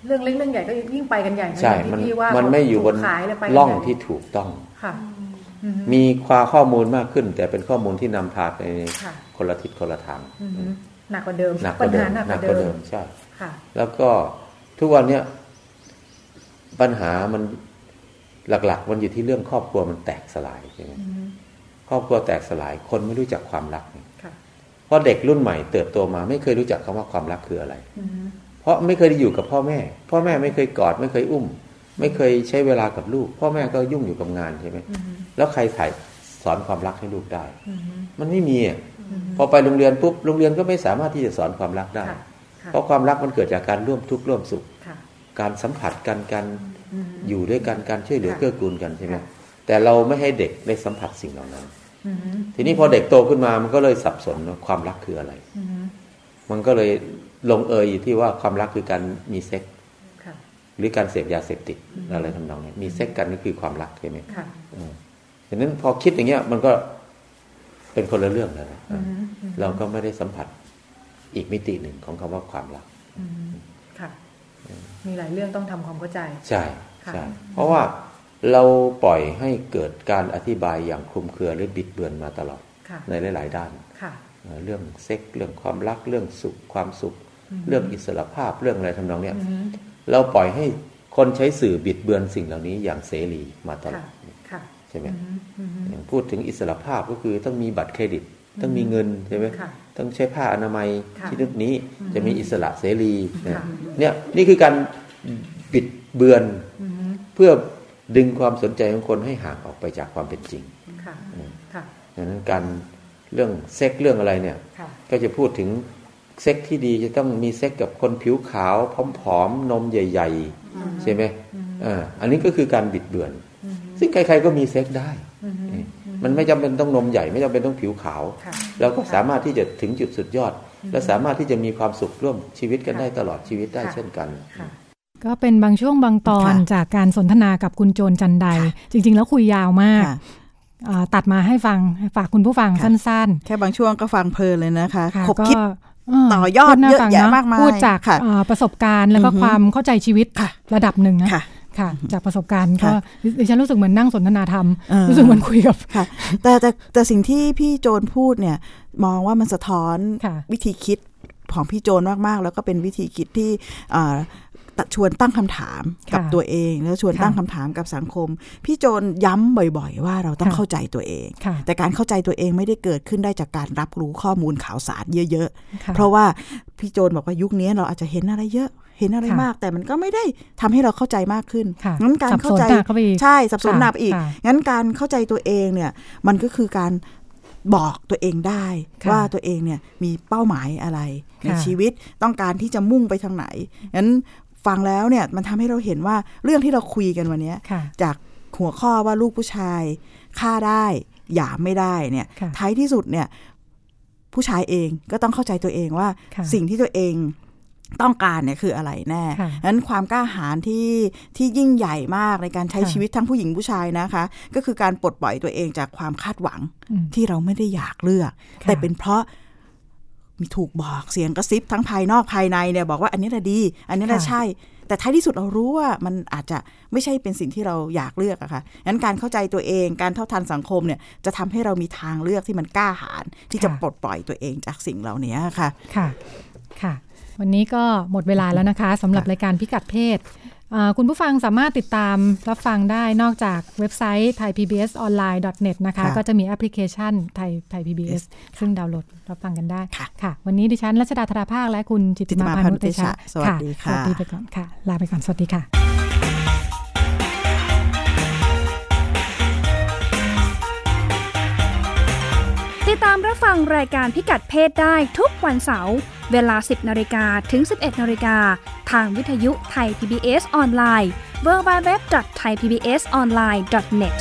[SPEAKER 8] เรื่องเล็กเรื่องใหญ่ก็ยิ่งไปกันใหญ่นะ
[SPEAKER 7] ใช่
[SPEAKER 8] อย่างที่
[SPEAKER 7] มัน
[SPEAKER 8] พี่ว่า
[SPEAKER 7] มันไม่อยู่บน
[SPEAKER 8] ขายเลยไปกัน
[SPEAKER 7] ล่อง
[SPEAKER 8] ใหญ่
[SPEAKER 7] ที่ถูกต้อง
[SPEAKER 8] ค่ะ
[SPEAKER 7] มีความข้อมูลมากขึ้น แต่เป็นข้อมูลที่นำพาไป
[SPEAKER 8] ค่ะ
[SPEAKER 7] คนละทิศคนละทาง
[SPEAKER 8] อืมหนักกว่าเดิม
[SPEAKER 7] หนักก
[SPEAKER 8] ปัญ
[SPEAKER 7] ว่าเดิ
[SPEAKER 8] หาม หนักก
[SPEAKER 7] หนัก
[SPEAKER 8] ว่าก
[SPEAKER 7] ว่า
[SPEAKER 8] เดิ
[SPEAKER 7] เดิ
[SPEAKER 8] ม
[SPEAKER 7] มใช่
[SPEAKER 8] ค่ะ
[SPEAKER 7] แล้วก็ทุกวันเนี้ยปัญหามันหลัก ๆ มันอยู่ที่เรื่องครอบครัวมันแตกสลายใช่ไหมครอบครัวแตกสลาย คนไม่รู้จักความรักเนี่ย
[SPEAKER 8] ค่ะ
[SPEAKER 7] เพราะเด็กรุ่นใหม่เติบโตมาไม่เคยรู้จักคำว่าความรักคืออะไร
[SPEAKER 8] อืม
[SPEAKER 7] เพราะไม่เคยได้อยู่กับพ่อแม่ พ่อแม่ไม่เคยกอดไม่เคยอุ้ม ไม่เคยใช้เวลากับลูก พ่อแม่ก็ยุ่งอยู่กับงานใช่ไหมแล้วใครถ่ายสอนความรักให้ลูกได้ มันไม่มีอะพอไปโรงเรียนปุ๊บโรงเรียนก็ไม่สามารถที่จะสอนความรักได้
[SPEAKER 8] ค่ะค่ะ
[SPEAKER 7] เพราะความรักมันเกิดจากการร่วมทุกข์ร่วมสุข
[SPEAKER 8] ค่ะ
[SPEAKER 7] การสัมผัสกันการ
[SPEAKER 8] อืม
[SPEAKER 7] อยู่ด้วยกันการช่วยเหลือ
[SPEAKER 8] ค่ะ
[SPEAKER 7] เกื้อกูลกันใช่ไหม
[SPEAKER 8] ค่ะ
[SPEAKER 7] แต่เราไม่ให้เด็กได้สัมผัสสิ่งเหล่านั้น
[SPEAKER 8] อืม
[SPEAKER 7] ทีนี้พอเด็กโตขึ้นมามันก็เลยสับสนว่าความรักคืออะไร
[SPEAKER 8] อืม
[SPEAKER 7] มันก็เลยลงเอยอยู่ที่ว่าความรักคือการมีเซ็กซ์
[SPEAKER 8] ค่ะ
[SPEAKER 7] หรือการเสพยาเสพติดอะไรทำนองนี้มีเซ็กซ์กันก็คือความรักใช่ไหม
[SPEAKER 8] ค่ะ
[SPEAKER 7] ฉะนั้นพอคิดอย่างเงี้ยมันก็เป็นคนละเรื่องแล้วนะ
[SPEAKER 8] อืมอืม
[SPEAKER 7] เราก็ไม่ได้สัมผัสอีกมิติหนึ่งของคำว่าความรัก
[SPEAKER 8] อืมค่ะ มีหลายเรื่องต้องทำความเข้าใจ
[SPEAKER 7] ใช่
[SPEAKER 8] ค่ะ
[SPEAKER 7] ใช่ เพราะว่าเราปล่อยให้เกิดการอธิบายอย่างคลุมเครือหรือบิดเบือนมาตลอด
[SPEAKER 8] ค่ะ
[SPEAKER 7] ในหลาย ๆ ด้าน
[SPEAKER 8] ค่ะ
[SPEAKER 7] เอ่อเรื่องเซ็กส์เรื่องความรักเรื่องสุขความสุข เรื่องอิสรภาพเรื่องอะไรทำนองเนี้ย
[SPEAKER 8] อืม
[SPEAKER 7] เราปล่อยให้คนใช้สื่อบิดเบือนสิ่งเหล่านี้อย่างเสรีมาตล
[SPEAKER 8] ค่ะ
[SPEAKER 7] อด
[SPEAKER 8] ค่ะ
[SPEAKER 7] ใช่ไหม
[SPEAKER 8] อืมอืม
[SPEAKER 7] อย่างพูดถึงอิสรภาพก็คือต้องมีบัตรเครดิต ต้องมีเงินใช่ไหม
[SPEAKER 8] ค่ะ
[SPEAKER 7] ต้องใช้ผ้าอนามัย
[SPEAKER 8] ค่ะ
[SPEAKER 7] ชนิดนี้จะมีอิสระเสรีนะ
[SPEAKER 8] ค่ะ
[SPEAKER 7] เนี่ยนี่คือการบิดเบือน
[SPEAKER 8] อืม
[SPEAKER 7] เพื่อดึงความสนใจของคนให้ห่างออกไปจากความเป็นจริง
[SPEAKER 8] ค่ะ ค่ะ
[SPEAKER 7] ดังนั้นการเรื่องเซ็กเรื่องอะไรเนี่ย
[SPEAKER 8] ค่ะ
[SPEAKER 7] ก็จะพูดถึงเซ็กที่ดีจะต้องมีเซ็กกับคนผิวขาวผอมๆนมใหญ่ ๆ ใช่ไหมอ่าอันนี้ก็คือการบิดเบือน ซึ่งใคร ๆ ก็มีเซ็กได้นี่มันไม่จำเป็นต้องนมใหญ่ ไม่จำเป็นต้องผิวขาว
[SPEAKER 8] ค่ะ
[SPEAKER 7] เราก็สามารถที่จะถึงจุดสุดยอด และสามารถที่จะมีความสุขร่วมชีวิตกันได้ตลอดชีวิตได้เช่นกัน
[SPEAKER 8] ค่ะ
[SPEAKER 2] ก็เป็นบางช่วงบางตอน
[SPEAKER 3] ค่ะ
[SPEAKER 2] จากการสนทนากับคุณโจรจันได จริง ๆ แล้วคุยยาวมาก
[SPEAKER 3] ค่ะ
[SPEAKER 2] อ่าตัดมาให้ฟังฝากคุณผู้ฟังสั้นๆ
[SPEAKER 3] แค่บางช่วงก็ฟังเพลินเลยนะคะ
[SPEAKER 2] ค่ะ
[SPEAKER 3] ขบ
[SPEAKER 2] ก็
[SPEAKER 3] คิด
[SPEAKER 2] เ
[SPEAKER 3] ต่อยอด
[SPEAKER 2] พูน่
[SPEAKER 3] เยอะ
[SPEAKER 2] ฟัง
[SPEAKER 3] แยะ
[SPEAKER 2] น
[SPEAKER 3] มากมาย
[SPEAKER 2] พูดจาก
[SPEAKER 3] ค่ะ
[SPEAKER 2] เอ่อประสบการณ์แล้วก็
[SPEAKER 3] อือฮึ
[SPEAKER 2] ความเข้าใจชีวิต
[SPEAKER 3] ค่ะ
[SPEAKER 2] ระดับหนึ่งนะ
[SPEAKER 3] ค่ะ
[SPEAKER 2] ค่ะ จากประสบการณ์ก็
[SPEAKER 3] ค่ะ
[SPEAKER 2] ดิฉันรู้สึกเหมือนนั่งสนทนาธรรม
[SPEAKER 3] เออ
[SPEAKER 2] รู้สึกเหมือนคุยกับ
[SPEAKER 3] ค่ะ แต่แต่แต่สิ่งที่พี่โจนพูดเนี่ย มองว่ามันสะท้อน
[SPEAKER 2] ค่ะ
[SPEAKER 3] วิธีคิดของพี่โจนมาก ๆ แล้วก็เป็นวิธีคิดที่เอ่อตะชวนตั้งคำถามกับ
[SPEAKER 2] ค่ะ
[SPEAKER 3] ตัวเอง แล้วชวน
[SPEAKER 2] ค่ะ
[SPEAKER 3] ตั้งคำถามกับสังคม พี่โจนย้ำบ่อย ๆ ว่าเราต้อง
[SPEAKER 2] ค่ะ
[SPEAKER 3] เข้าใจตัวเอง
[SPEAKER 2] ค่ะ
[SPEAKER 3] แต่การเข้าใจตัวเองไม่ได้เกิดขึ้นได้จากการรับรู้ข้อมูลข่าวสารเยอะ
[SPEAKER 2] ค่
[SPEAKER 3] ๆ เพราะว่าพี่โจนบอกว่ายุคนี้เราอาจจะเห็นอะไรเยอะ เห็นอะไร
[SPEAKER 2] ค่ะ
[SPEAKER 3] มาก แต่มันก็ไม่ได้ทำให้เราเข้าใจมากขึ้น
[SPEAKER 2] ค่ะ
[SPEAKER 3] งั้นการเข้าใจ
[SPEAKER 2] สับสนหนักเข้าไปอีก
[SPEAKER 3] ใช่สับสนหนักอีก
[SPEAKER 2] ค่ะ
[SPEAKER 3] งั้นการเข้าใจตัวเองเนี่ยมันก็คือการบอกตัวเองได้
[SPEAKER 2] ค่ะ
[SPEAKER 3] ว่าตัวเองเนี่ยมีเป้าหมายอะไรใน
[SPEAKER 2] ค่ะ
[SPEAKER 3] ชีวิตต้องการที่จะมุ่งไปทางไหนงั้นฟังแล้วเนี่ยมันทำให้เราเห็นว่าเรื่องที่เราคุยกันวันเนี้ย
[SPEAKER 2] ค่ะ
[SPEAKER 3] จากหัวข้อว่าลูกผู้ชายฆ่าได้หยามไม่ได้เนี่ย
[SPEAKER 2] ค่ะ
[SPEAKER 3] ท้ายที่สุดเนี่ยผู้ชายเองก็ต้องเข้าใจตัวเองว่า
[SPEAKER 2] ค่ะ
[SPEAKER 3] สิ่งที่ตัวเองต้องการเนี่ยคืออะไรแน่
[SPEAKER 2] ค่ะ
[SPEAKER 3] นั้นความกล้าหาญที่ที่ยิ่งใหญ่มากในการใช้
[SPEAKER 2] ค่ะ
[SPEAKER 3] ชีวิตทั้งผู้หญิงผู้ชายนะคะ ก็คือการปลดปล่อยตัวเองจากความคาดหวัง
[SPEAKER 2] อืม
[SPEAKER 3] ที่เราไม่ได้อยากเลือก
[SPEAKER 2] ค่ะ
[SPEAKER 3] แต่เป็นเพราะมีถูกบอกเสียงกระซิบทั้งภายนอกภายในเนี่ยบอกว่าอันนี้แหละดี อันนี้แหละ
[SPEAKER 2] ค่ะ
[SPEAKER 3] ใช่ แต่ท้ายที่สุดเรารู้ว่ามันอาจจะไม่ใช่เป็นสิ่งที่เราอยากเลือกอะค่ะงั้นการเข้าใจตัวเอง การเท่าทันสังคมเนี่ยจะทำให้เรามีทางเลือกที่มันกล้าหาญที่จะ
[SPEAKER 2] ค่ะ
[SPEAKER 3] ปลดปล่อยตัวเองจากสิ่งเหล่านี้ค่ะ
[SPEAKER 2] ค่ะ ค่ะ วันนี้ก็หมดเวลาแล้วนะคะสำหรับรายการพิกัดเพศอ่าคุณผู้ฟังสามารถติดตามรับฟังได้นอกจากเว็บไซต์ thaipbsonline.net นะคะ
[SPEAKER 3] ค่ะ
[SPEAKER 2] ก็จะมีแอปพลิเคชันไทยไทย PBS ซึ่งดาวน์โหลดรับฟังกันได้
[SPEAKER 3] ค่ะ
[SPEAKER 2] วันนี้ดิฉันรัชดาธราภาคและคุณจิตติมา
[SPEAKER 3] จิตติมา
[SPEAKER 2] พานุเตชะ
[SPEAKER 3] สวัสดีค่ะ
[SPEAKER 2] สวัสดีไปก่อนค่ะ ลาไปก่อน สวัสดีค่ะ
[SPEAKER 1] ติดตามรับฟังรายการพิกัดเพศได้ทุกวันเสาร์เวลา 10นาฬิกาถึง 11นาฬิกาทางวิทยุไทย PBS ออนไลน์ www.thaipbsonline.net